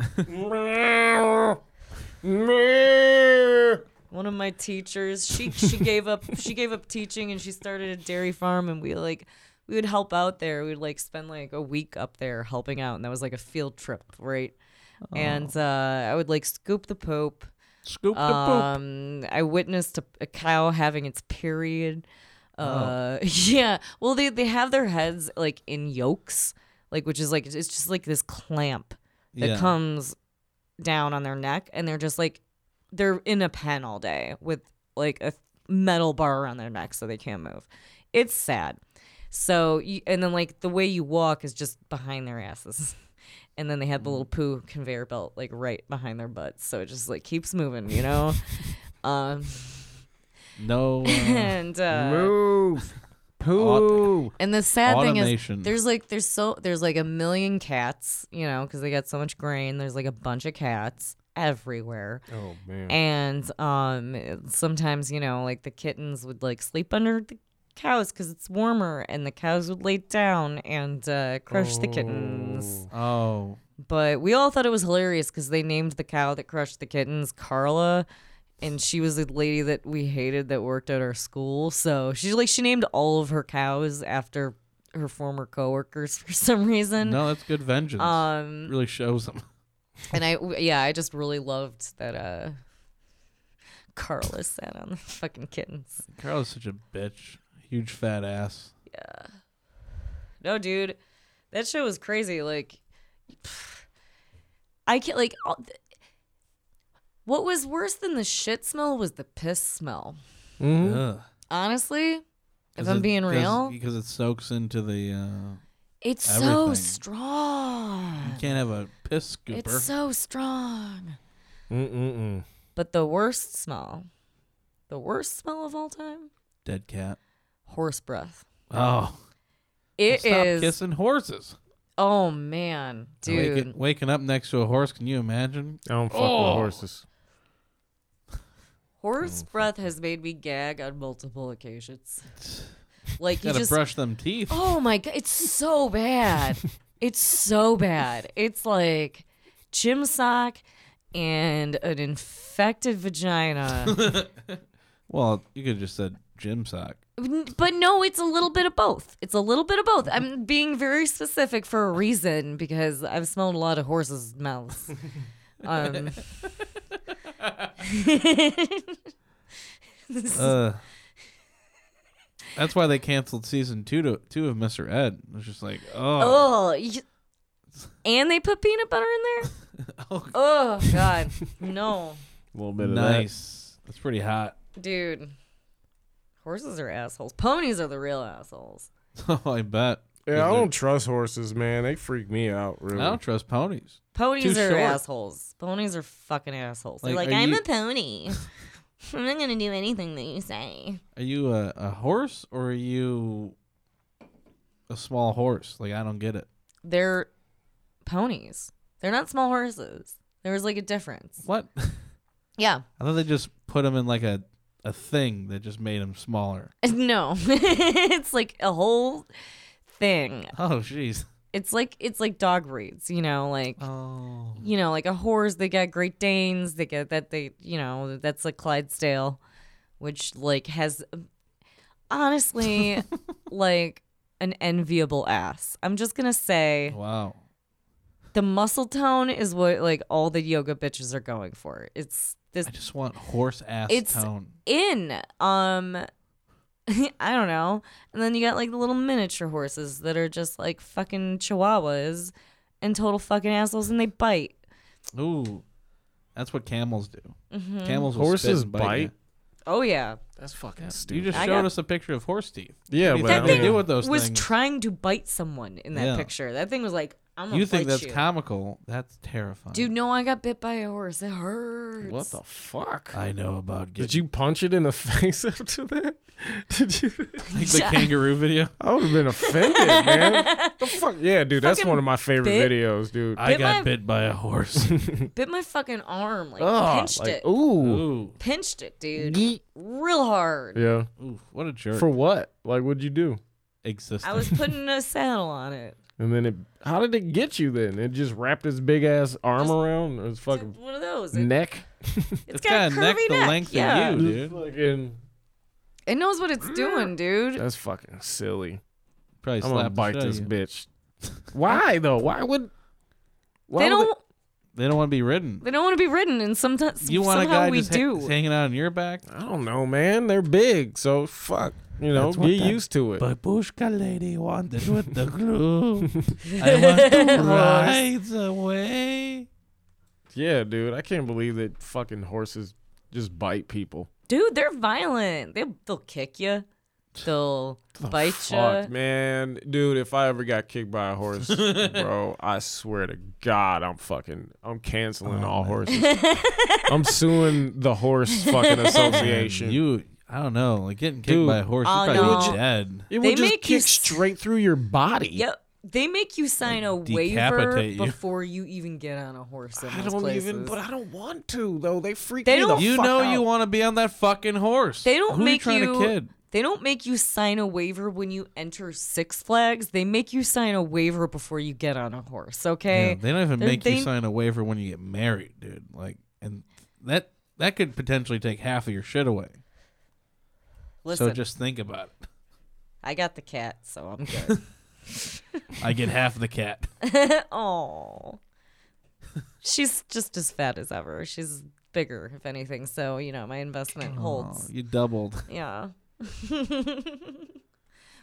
[SPEAKER 3] one of my teachers she she gave up she gave up teaching and she started a dairy farm and we like we would help out there we would like spend like a week up there helping out and that was like a field trip right and uh, i would like scoop the poop
[SPEAKER 4] Scoop the poop.
[SPEAKER 3] um i witnessed a, a cow having its period
[SPEAKER 4] Oh.
[SPEAKER 3] uh yeah well they they have their heads like in yolks like which is like it's just like this clamp that
[SPEAKER 4] Yeah.
[SPEAKER 3] comes down on their neck and they're just like they're in a pen all day with like a metal bar around their neck so they can't move it's sad so you, and then like the way you walk is just behind their asses and then they had the
[SPEAKER 5] Mm.
[SPEAKER 3] little poo conveyor belt like right behind their butts so it just like keeps moving you know um
[SPEAKER 4] No. Uh,
[SPEAKER 3] and uh,
[SPEAKER 5] Move. Poo.
[SPEAKER 4] Poo.
[SPEAKER 3] and the sad thing is
[SPEAKER 4] Automation.
[SPEAKER 3] there's like there's so there's like a million cats you know because they got so much grain there's like a bunch of cats everywhere
[SPEAKER 5] Oh man.
[SPEAKER 3] and um sometimes you know like the kittens would like sleep under the cows because it's warmer and the cows would lay down and uh, crush the kittens
[SPEAKER 4] oh.
[SPEAKER 3] but we all thought it was hilarious because they named the cow that crushed the kittens Carla, and she was a lady that we hated that worked at our school. So she's like she named all of her cows after her former coworkers for some reason.
[SPEAKER 4] No, that's good vengeance.
[SPEAKER 3] Um,
[SPEAKER 4] really shows them.
[SPEAKER 3] and I yeah I just really loved that uh Carla sat on the fucking kittens.
[SPEAKER 4] Carla's such a bitch. Huge fat ass.
[SPEAKER 3] No, dude, that show was crazy. Like, I can't like. all- th- What was worse than the shit smell was the piss smell.
[SPEAKER 4] Ugh.
[SPEAKER 3] Honestly, if
[SPEAKER 4] 'Cause
[SPEAKER 3] I'm
[SPEAKER 4] it-
[SPEAKER 3] being
[SPEAKER 4] 'cause-
[SPEAKER 3] real,
[SPEAKER 4] because it soaks into the. Uh,
[SPEAKER 3] it's so
[SPEAKER 4] everything.
[SPEAKER 3] strong.
[SPEAKER 4] you can't have a piss scooper.
[SPEAKER 3] It's so strong.
[SPEAKER 5] Mm-mm-mm.
[SPEAKER 3] But the worst smell, the worst smell of all time,
[SPEAKER 4] Dead cat.
[SPEAKER 3] horse breath.
[SPEAKER 4] Oh,
[SPEAKER 3] It is.
[SPEAKER 4] stop kissing horses.
[SPEAKER 3] Oh man, dude.
[SPEAKER 4] Waking, waking up next to a horse. Can you imagine?
[SPEAKER 5] I don't fuck
[SPEAKER 4] Oh.
[SPEAKER 5] with horses.
[SPEAKER 3] Horse
[SPEAKER 4] Mm,
[SPEAKER 3] breath has made me gag on multiple occasions. Like you
[SPEAKER 4] Gotta
[SPEAKER 3] just
[SPEAKER 4] brush them teeth.
[SPEAKER 3] Oh my god, it's so bad. it's so bad. It's like gym sock and an infected vagina.
[SPEAKER 4] Well, you could have just said gym sock.
[SPEAKER 3] but no, it's a little bit of both. It's a little bit of both. I'm being very specific for a reason because I've smelled a lot of horses' mouths. Um
[SPEAKER 4] Uh, that's why they canceled season two to two of Mr. Ed. It was just like, oh,
[SPEAKER 3] Oh, you- and they put peanut butter in there. oh, God, no,
[SPEAKER 5] A little
[SPEAKER 3] Oh.
[SPEAKER 5] bit of
[SPEAKER 4] nice. That's pretty hot.
[SPEAKER 3] dude. Horses are assholes. Ponies are the real assholes.
[SPEAKER 4] Oh, I bet.
[SPEAKER 5] that. Yeah, I don't trust horses, man. They freak me out, really.
[SPEAKER 4] I don't trust ponies.
[SPEAKER 3] Ponies
[SPEAKER 4] Too
[SPEAKER 3] are
[SPEAKER 4] short.
[SPEAKER 3] assholes. Ponies are fucking assholes. They're
[SPEAKER 4] Like,
[SPEAKER 3] like,
[SPEAKER 4] are
[SPEAKER 3] I'm
[SPEAKER 4] you-
[SPEAKER 3] a pony. I'm not gonna do anything that you say.
[SPEAKER 4] Are you a, a horse or are you a small horse? Like I don't get it.
[SPEAKER 3] They're ponies. They're not small horses. There was like a difference.
[SPEAKER 4] What?
[SPEAKER 3] Yeah.
[SPEAKER 4] I thought they just put them in like a a thing that just made them smaller.
[SPEAKER 3] No. it's like a whole thing.
[SPEAKER 4] Oh, jeez.
[SPEAKER 3] It's like it's like dog breeds, you know, like
[SPEAKER 4] Oh,
[SPEAKER 3] you know, like a horse, they got Great Danes, they get that they, you know, that's like Clydesdale, which like has honestly like an enviable ass. I'm just gonna say
[SPEAKER 4] wow.
[SPEAKER 3] the muscle tone is what like all the yoga bitches are going for. It's this
[SPEAKER 4] I just want horse ass
[SPEAKER 3] It's-
[SPEAKER 4] tone.
[SPEAKER 3] in um I don't know. And then you got like the little miniature horses that are just like fucking chihuahuas and total fucking assholes and they bite.
[SPEAKER 4] Ooh, that's what camels do.
[SPEAKER 3] Mm.
[SPEAKER 4] Camels will
[SPEAKER 5] Horses
[SPEAKER 4] spit and bite. you.
[SPEAKER 5] bite?
[SPEAKER 3] Mm-hmm. Oh yeah.
[SPEAKER 5] That's fucking
[SPEAKER 4] You
[SPEAKER 5] stupid.
[SPEAKER 4] just
[SPEAKER 3] I
[SPEAKER 4] showed
[SPEAKER 3] got-
[SPEAKER 4] us a picture of horse teeth.
[SPEAKER 5] yeah,
[SPEAKER 4] What do you
[SPEAKER 5] but
[SPEAKER 4] think
[SPEAKER 5] I
[SPEAKER 4] they
[SPEAKER 5] mean,
[SPEAKER 4] do with those
[SPEAKER 3] was
[SPEAKER 4] things?
[SPEAKER 3] trying to bite someone in that
[SPEAKER 4] Yeah.
[SPEAKER 3] picture. That thing was like, I'm gonna
[SPEAKER 4] you think
[SPEAKER 3] bite
[SPEAKER 4] that's
[SPEAKER 3] you.
[SPEAKER 4] comical? That's terrifying.
[SPEAKER 3] Dude, no, I got bit by a horse. It hurts.
[SPEAKER 5] what the fuck?
[SPEAKER 4] I know about
[SPEAKER 5] Did
[SPEAKER 4] getting
[SPEAKER 5] you punch it in the face after that? Did you?
[SPEAKER 4] like the kangaroo video.
[SPEAKER 5] I would have been offended, man. The fuck? Yeah, dude, that's one of my favorite
[SPEAKER 3] bit-
[SPEAKER 5] videos, dude.
[SPEAKER 4] I
[SPEAKER 3] Bit
[SPEAKER 4] got
[SPEAKER 3] my-
[SPEAKER 4] bit by a horse.
[SPEAKER 3] Bit my fucking arm. Like
[SPEAKER 5] Ugh,
[SPEAKER 3] pinched
[SPEAKER 5] Ah, like,
[SPEAKER 3] it.
[SPEAKER 5] Ooh.
[SPEAKER 4] Ooh,
[SPEAKER 3] Pinched it, dude. Real hard.
[SPEAKER 5] Yeah.
[SPEAKER 4] ooh, what a jerk!
[SPEAKER 5] For what? Like, what'd you do?
[SPEAKER 4] Existence.
[SPEAKER 3] I was putting a saddle on it.
[SPEAKER 5] And then it. How did it get you then? It just wrapped its big ass arm around his fucking
[SPEAKER 3] One of those. It,
[SPEAKER 5] neck.
[SPEAKER 3] has
[SPEAKER 4] It's
[SPEAKER 3] got a
[SPEAKER 4] got
[SPEAKER 3] curvy
[SPEAKER 4] a neck the length of
[SPEAKER 3] yeah.
[SPEAKER 4] you. Dude.
[SPEAKER 5] Fucking-
[SPEAKER 3] It knows what it's doing, dude.
[SPEAKER 5] that's fucking silly.
[SPEAKER 4] Probably
[SPEAKER 5] I'm
[SPEAKER 4] slap
[SPEAKER 5] gonna
[SPEAKER 4] the
[SPEAKER 5] bite
[SPEAKER 4] shit out of
[SPEAKER 5] this
[SPEAKER 4] you.
[SPEAKER 5] bitch. Why though? Why would? Why
[SPEAKER 3] They
[SPEAKER 5] would
[SPEAKER 3] don't.
[SPEAKER 4] They don't want to be ridden.
[SPEAKER 3] They don't want to be ridden, and sometimes
[SPEAKER 4] You want a
[SPEAKER 3] somehow
[SPEAKER 4] guy
[SPEAKER 3] we
[SPEAKER 4] just ha-
[SPEAKER 3] do.
[SPEAKER 4] hanging out on your back?
[SPEAKER 5] I don't know, man. They're big, so fuck. You know,
[SPEAKER 4] That's what
[SPEAKER 5] get
[SPEAKER 4] that-
[SPEAKER 5] used to it.
[SPEAKER 4] Babushka lady wanted with the glue. I want to ride away.
[SPEAKER 5] yeah, dude, I can't believe that fucking horses just bite people.
[SPEAKER 3] dude, they're violent. They, they'll kick you. They'll bite
[SPEAKER 5] Fuck,
[SPEAKER 3] you.
[SPEAKER 5] man, dude, if I ever got kicked by a horse, bro, I swear to God, I'm fucking, I'm canceling
[SPEAKER 4] Oh
[SPEAKER 5] all horses. I'm suing the horse fucking association.
[SPEAKER 4] You, I don't know, like getting kicked
[SPEAKER 5] Dude.
[SPEAKER 4] by a horse,
[SPEAKER 3] Oh,
[SPEAKER 4] you're probably
[SPEAKER 3] no.
[SPEAKER 4] dead.
[SPEAKER 5] it
[SPEAKER 3] They
[SPEAKER 5] would just
[SPEAKER 3] make
[SPEAKER 5] kick
[SPEAKER 3] you s-
[SPEAKER 5] straight through your body.
[SPEAKER 3] Yep. They make you sign a waiver
[SPEAKER 4] decapitate you.
[SPEAKER 3] before you even get on a horse. In
[SPEAKER 5] I
[SPEAKER 3] those
[SPEAKER 5] don't
[SPEAKER 3] places.
[SPEAKER 5] even, but I don't want to though. They freak
[SPEAKER 3] They
[SPEAKER 5] me
[SPEAKER 3] don't-
[SPEAKER 5] the
[SPEAKER 4] You
[SPEAKER 5] fuck
[SPEAKER 4] know
[SPEAKER 5] out.
[SPEAKER 4] you want to be on that fucking horse.
[SPEAKER 3] they don't
[SPEAKER 4] Who
[SPEAKER 3] make
[SPEAKER 4] are you trying to kid?
[SPEAKER 3] They don't make you sign a waiver when you enter Six Flags. They make you sign a waiver before you get on a horse. Okay.
[SPEAKER 4] Yeah, they don't even
[SPEAKER 3] They're-
[SPEAKER 4] make
[SPEAKER 3] they-
[SPEAKER 4] you sign a waiver when you get married, dude. Like, and that that could potentially take half of your shit away.
[SPEAKER 3] Listen,
[SPEAKER 4] So just think about it.
[SPEAKER 3] I got the cat, so I'm good.
[SPEAKER 4] I get half the cat.
[SPEAKER 3] Oh. She's just as fat as ever. She's bigger, if anything. So you know, my investment
[SPEAKER 4] Oh,
[SPEAKER 3] holds.
[SPEAKER 4] you doubled.
[SPEAKER 3] Yeah.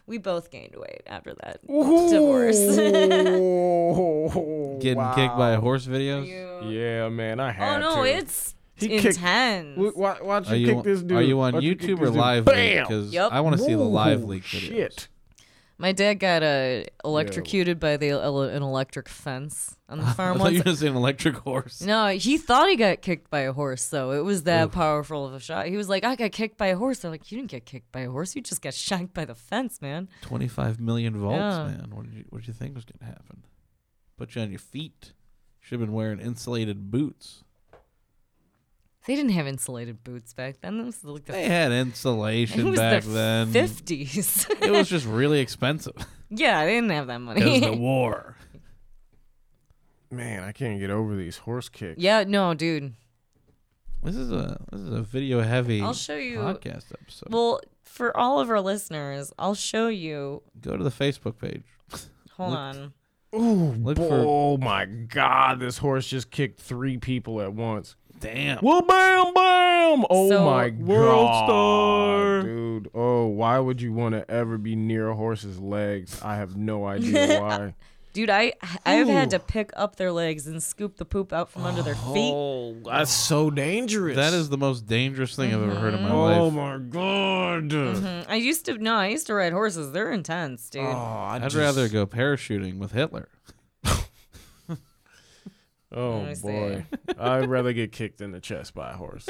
[SPEAKER 3] we both gained weight after that divorce.
[SPEAKER 5] Oh,
[SPEAKER 4] getting kicked by a horse videos?
[SPEAKER 6] Yeah, man, I
[SPEAKER 3] oh
[SPEAKER 6] had to.
[SPEAKER 3] no, it's
[SPEAKER 6] He kicked-
[SPEAKER 3] intense.
[SPEAKER 6] Wh- Why, why'd you
[SPEAKER 4] Are you,
[SPEAKER 6] kick this dude?
[SPEAKER 4] are you on
[SPEAKER 6] Why'd kick
[SPEAKER 4] YouTube
[SPEAKER 6] this
[SPEAKER 4] or
[SPEAKER 6] dude?
[SPEAKER 4] live leak?
[SPEAKER 6] Bam!
[SPEAKER 4] 'Cause
[SPEAKER 3] Yep.
[SPEAKER 4] I want to see the live
[SPEAKER 6] Ooh,
[SPEAKER 4] leak videos.
[SPEAKER 6] Shit.
[SPEAKER 3] My dad got uh, electrocuted by the ele- an electric fence on the
[SPEAKER 4] I
[SPEAKER 3] farm
[SPEAKER 4] thought
[SPEAKER 3] once.
[SPEAKER 4] you were going to say an electric horse.
[SPEAKER 3] No, he thought he got kicked by a horse, though. It was that powerful of a shot. He was like, I got kicked by a horse. They're like, You didn't get kicked by a horse. You just got shanked by the fence, man.
[SPEAKER 4] 25 million volts,
[SPEAKER 3] Yeah.
[SPEAKER 4] man. What did, you, what did you think was going to happen? Put you on your feet. Should have been wearing insulated boots.
[SPEAKER 3] They didn't have insulated boots back then. It was like the,
[SPEAKER 4] They had
[SPEAKER 3] it
[SPEAKER 4] insulation
[SPEAKER 3] was
[SPEAKER 4] back
[SPEAKER 3] the
[SPEAKER 4] then.
[SPEAKER 3] 50s.
[SPEAKER 4] It was just really expensive.
[SPEAKER 3] yeah, they didn't have that
[SPEAKER 4] It was the
[SPEAKER 3] money.
[SPEAKER 4] war.
[SPEAKER 6] Man, I can't get over these horse kicks.
[SPEAKER 3] yeah, no, dude.
[SPEAKER 4] This is a this is a video heavy
[SPEAKER 3] I'll show you-
[SPEAKER 4] podcast episode.
[SPEAKER 3] Well, for all of our listeners, I'll show you.
[SPEAKER 4] Go to the Facebook page.
[SPEAKER 3] Hold
[SPEAKER 4] Look-
[SPEAKER 3] on.
[SPEAKER 4] Look for
[SPEAKER 6] Oh my god, this horse just kicked three people at once.
[SPEAKER 4] damn.
[SPEAKER 6] Well, bam, bam! Oh
[SPEAKER 3] So-
[SPEAKER 6] my
[SPEAKER 4] World
[SPEAKER 6] god,
[SPEAKER 4] star.
[SPEAKER 6] dude! Oh, why would you want to ever be near a horse's legs? I have no idea why.
[SPEAKER 3] Dude, I I've had to pick up their legs and scoop the poop out from under their feet.
[SPEAKER 6] oh, that's so dangerous.
[SPEAKER 4] That is the most dangerous thing I've ever heard
[SPEAKER 3] Mm-hmm.
[SPEAKER 4] in my
[SPEAKER 6] Oh
[SPEAKER 4] life.
[SPEAKER 6] my god!
[SPEAKER 3] Mm, I used to no, I used to ride horses. They're intense, dude.
[SPEAKER 6] Oh, I
[SPEAKER 4] I'd
[SPEAKER 6] just-
[SPEAKER 4] rather go parachuting with Hitler.
[SPEAKER 3] Let
[SPEAKER 6] Oh
[SPEAKER 3] me see.
[SPEAKER 6] boy, I'd rather get kicked in the chest by a horse.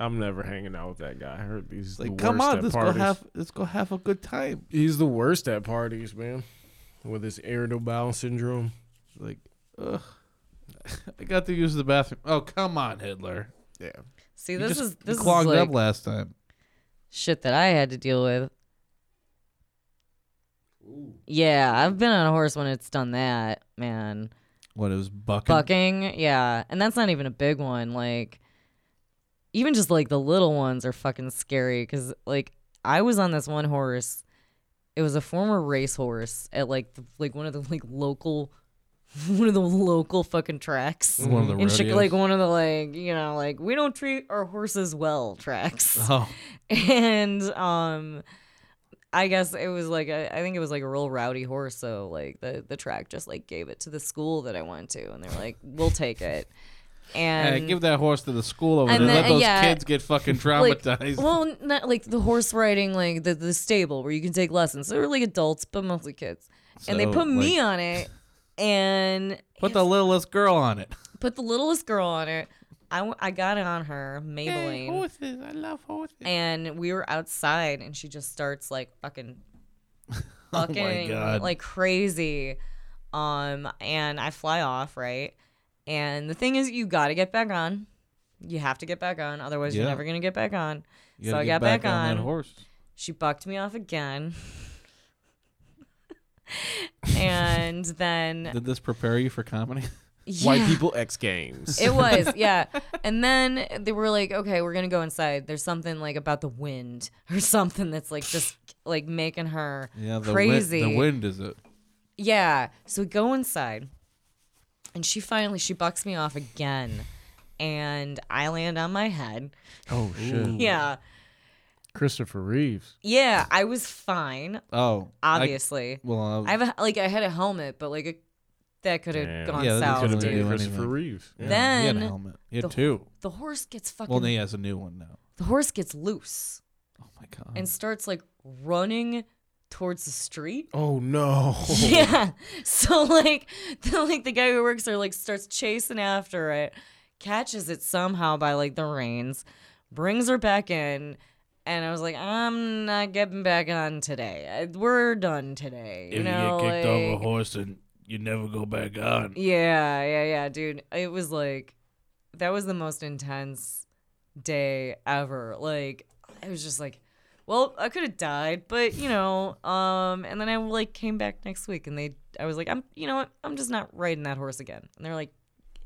[SPEAKER 6] I'm never hanging out with that guy. I heard he's
[SPEAKER 4] It's like,
[SPEAKER 6] the
[SPEAKER 4] come
[SPEAKER 6] worst
[SPEAKER 4] on,
[SPEAKER 6] at
[SPEAKER 4] let's
[SPEAKER 6] parties.
[SPEAKER 4] go have let's go have a good time.
[SPEAKER 6] He's the worst at parties, man. With his irritable bowel syndrome.
[SPEAKER 4] Like, ugh. I got to use the bathroom. Oh, come on, Hitler.
[SPEAKER 6] Yeah.
[SPEAKER 3] See,
[SPEAKER 4] You
[SPEAKER 3] this
[SPEAKER 4] just
[SPEAKER 3] is this is
[SPEAKER 4] clogged
[SPEAKER 3] like
[SPEAKER 4] up last time.
[SPEAKER 3] shit that I had to deal with. Yeah, I've been on a horse when it's done that, man.
[SPEAKER 4] What it was bucking.
[SPEAKER 3] Bucking, yeah, and that's not even a big one. Like, even just like the little ones are fucking scary. Cause like I was on this one horse, it was a former racehorse at like the, like one of the like local, one of the local fucking tracks.
[SPEAKER 4] One of the
[SPEAKER 3] in Chicago, like
[SPEAKER 4] rodeos.
[SPEAKER 3] one of the like you know like we don't treat our horses well tracks
[SPEAKER 4] Oh,
[SPEAKER 3] and um i guess it was like a, i think it was like a real rowdy horse so like the the track just like gave it to the school that i went to and they're like we'll take it and
[SPEAKER 4] hey, give that horse to the school over there.
[SPEAKER 3] and then-
[SPEAKER 4] Let those
[SPEAKER 3] yeah.
[SPEAKER 4] kids get fucking
[SPEAKER 3] like,
[SPEAKER 4] traumatized.
[SPEAKER 3] well, n- not like the horse riding, like the, the stable where you can take lessons. They were like adults, but mostly kids. and they
[SPEAKER 4] So,
[SPEAKER 3] put me
[SPEAKER 4] like-
[SPEAKER 3] on it, and
[SPEAKER 4] Put the littlest girl on it.
[SPEAKER 3] put the littlest girl on it. I, w- I got it on her, Maybelline.
[SPEAKER 4] horses, I love horses.
[SPEAKER 3] and we were outside and she just starts like fucking fucking
[SPEAKER 4] Oh God.
[SPEAKER 3] like crazy um and i fly off right and the thing is you gotta get back on you have to get back on otherwise you're
[SPEAKER 4] Yeah.
[SPEAKER 3] never gonna get back on
[SPEAKER 4] You
[SPEAKER 3] so
[SPEAKER 4] gotta
[SPEAKER 3] i
[SPEAKER 4] get
[SPEAKER 3] got back,
[SPEAKER 4] on
[SPEAKER 3] on,
[SPEAKER 4] that horse.
[SPEAKER 3] she bucked me off again and then
[SPEAKER 4] Did this prepare you for comedy?
[SPEAKER 6] White
[SPEAKER 3] yeah.
[SPEAKER 6] people X games.
[SPEAKER 3] It was, yeah. And then they were like, okay, we're gonna go inside. There's something like about the wind or something that's like just like making her
[SPEAKER 4] Yeah, the wi-
[SPEAKER 3] crazy.
[SPEAKER 4] the wind is it.
[SPEAKER 3] Yeah. So we go inside, and she finally she bucks me off again, and I land on my head.
[SPEAKER 6] oh shit.
[SPEAKER 3] Yeah,
[SPEAKER 6] Christopher Reeves.
[SPEAKER 3] yeah. I was fine,
[SPEAKER 4] Oh, I-
[SPEAKER 3] obviously. I,
[SPEAKER 4] well, I-
[SPEAKER 3] have a, like I had a helmet, but like a, that could have
[SPEAKER 6] Yeah.
[SPEAKER 3] gone
[SPEAKER 4] Yeah, that
[SPEAKER 3] south.
[SPEAKER 4] could've been-
[SPEAKER 6] Big
[SPEAKER 4] do
[SPEAKER 6] Christopher
[SPEAKER 4] anything.
[SPEAKER 6] Reeves.
[SPEAKER 4] yeah, he
[SPEAKER 3] Then
[SPEAKER 4] had a helmet. He had
[SPEAKER 3] the-
[SPEAKER 4] two.
[SPEAKER 3] the horse gets fucking
[SPEAKER 4] Well, he has a new one now.
[SPEAKER 3] the horse gets loose.
[SPEAKER 4] Oh my god.
[SPEAKER 3] and starts like running towards the street.
[SPEAKER 6] Oh no.
[SPEAKER 3] Yeah. So like the like the guy who works there like starts chasing after it, catches it somehow by like the reins, brings her back in, and I was like, I'm not getting back on today. I- We're done today. You know, like-
[SPEAKER 4] horse and you never go back on.
[SPEAKER 3] yeah, yeah, yeah, dude. It was like that was the most intense day ever. Like I was just like, well, I could have died, but you know, um and then I like came back next week and they I was like, I'm you know what? I'm just not riding that horse again. And they're like,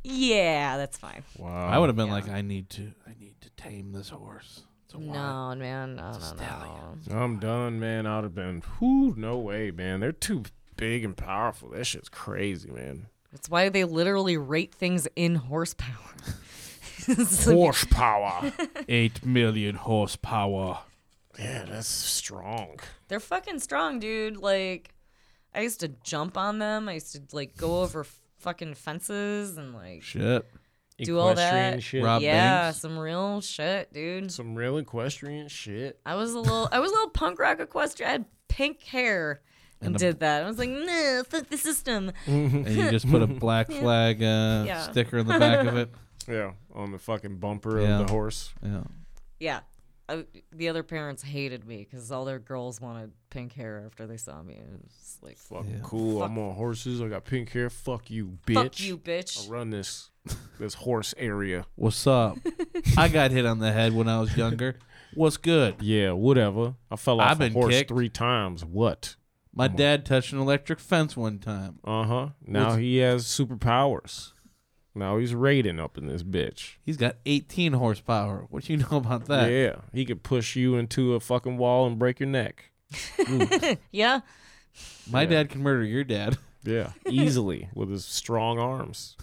[SPEAKER 3] yeah, that's fine.
[SPEAKER 6] Wow.
[SPEAKER 4] I would have been like, I need to, I need to tame this horse. It's a wild-
[SPEAKER 3] No, man. No, no, no.
[SPEAKER 4] stallion.
[SPEAKER 6] I'm done, man. I'd have been. Whoo, no way, man. They're too big and powerful. That shit's crazy, man.
[SPEAKER 3] That's why they literally rate things in horsepower. It's like-
[SPEAKER 6] Horsepower.
[SPEAKER 4] Eight million horsepower.
[SPEAKER 6] yeah, that's strong.
[SPEAKER 3] They're fucking strong, dude. Like, I used to jump on them. I used to like go over fucking fences and like
[SPEAKER 4] Shit.
[SPEAKER 3] do all that.
[SPEAKER 5] shit.
[SPEAKER 4] Rob
[SPEAKER 3] yeah,
[SPEAKER 4] Banks.
[SPEAKER 3] some real shit, dude.
[SPEAKER 5] Some real equestrian shit.
[SPEAKER 3] I was a little, I was a little punk rock equestrian. I had pink hair and,
[SPEAKER 4] a-
[SPEAKER 3] did that. I was like, no, fuck the system.
[SPEAKER 4] and you just put a black flag uh,
[SPEAKER 3] Yeah.
[SPEAKER 4] sticker in the back of it.
[SPEAKER 5] Yeah, on the fucking bumper
[SPEAKER 4] Yeah.
[SPEAKER 5] of the horse.
[SPEAKER 4] Yeah.
[SPEAKER 3] Yeah. I, the other parents hated me because all their girls wanted pink hair after they saw me. It was just like, fuck,
[SPEAKER 5] Fuck cool. I'm on horses. I got pink hair. Fuck you, bitch.
[SPEAKER 3] you, bitch.
[SPEAKER 5] I run this this horse area.
[SPEAKER 4] What's up? I got hit on the head when I was younger. What's good?
[SPEAKER 5] Yeah, whatever. I fell off
[SPEAKER 4] I've been
[SPEAKER 5] a horse
[SPEAKER 4] kicked.
[SPEAKER 5] three times. What?
[SPEAKER 4] My dad touched an electric fence one time.
[SPEAKER 5] Uh huh. Now he has superpowers. Now he's raiding up in this bitch.
[SPEAKER 4] He's got 18 horsepower. What do you know about that?
[SPEAKER 5] yeah, he could push you into a fucking wall and break your neck.
[SPEAKER 3] Yeah.
[SPEAKER 4] My dad can murder your dad.
[SPEAKER 5] Yeah, easily with his strong arms.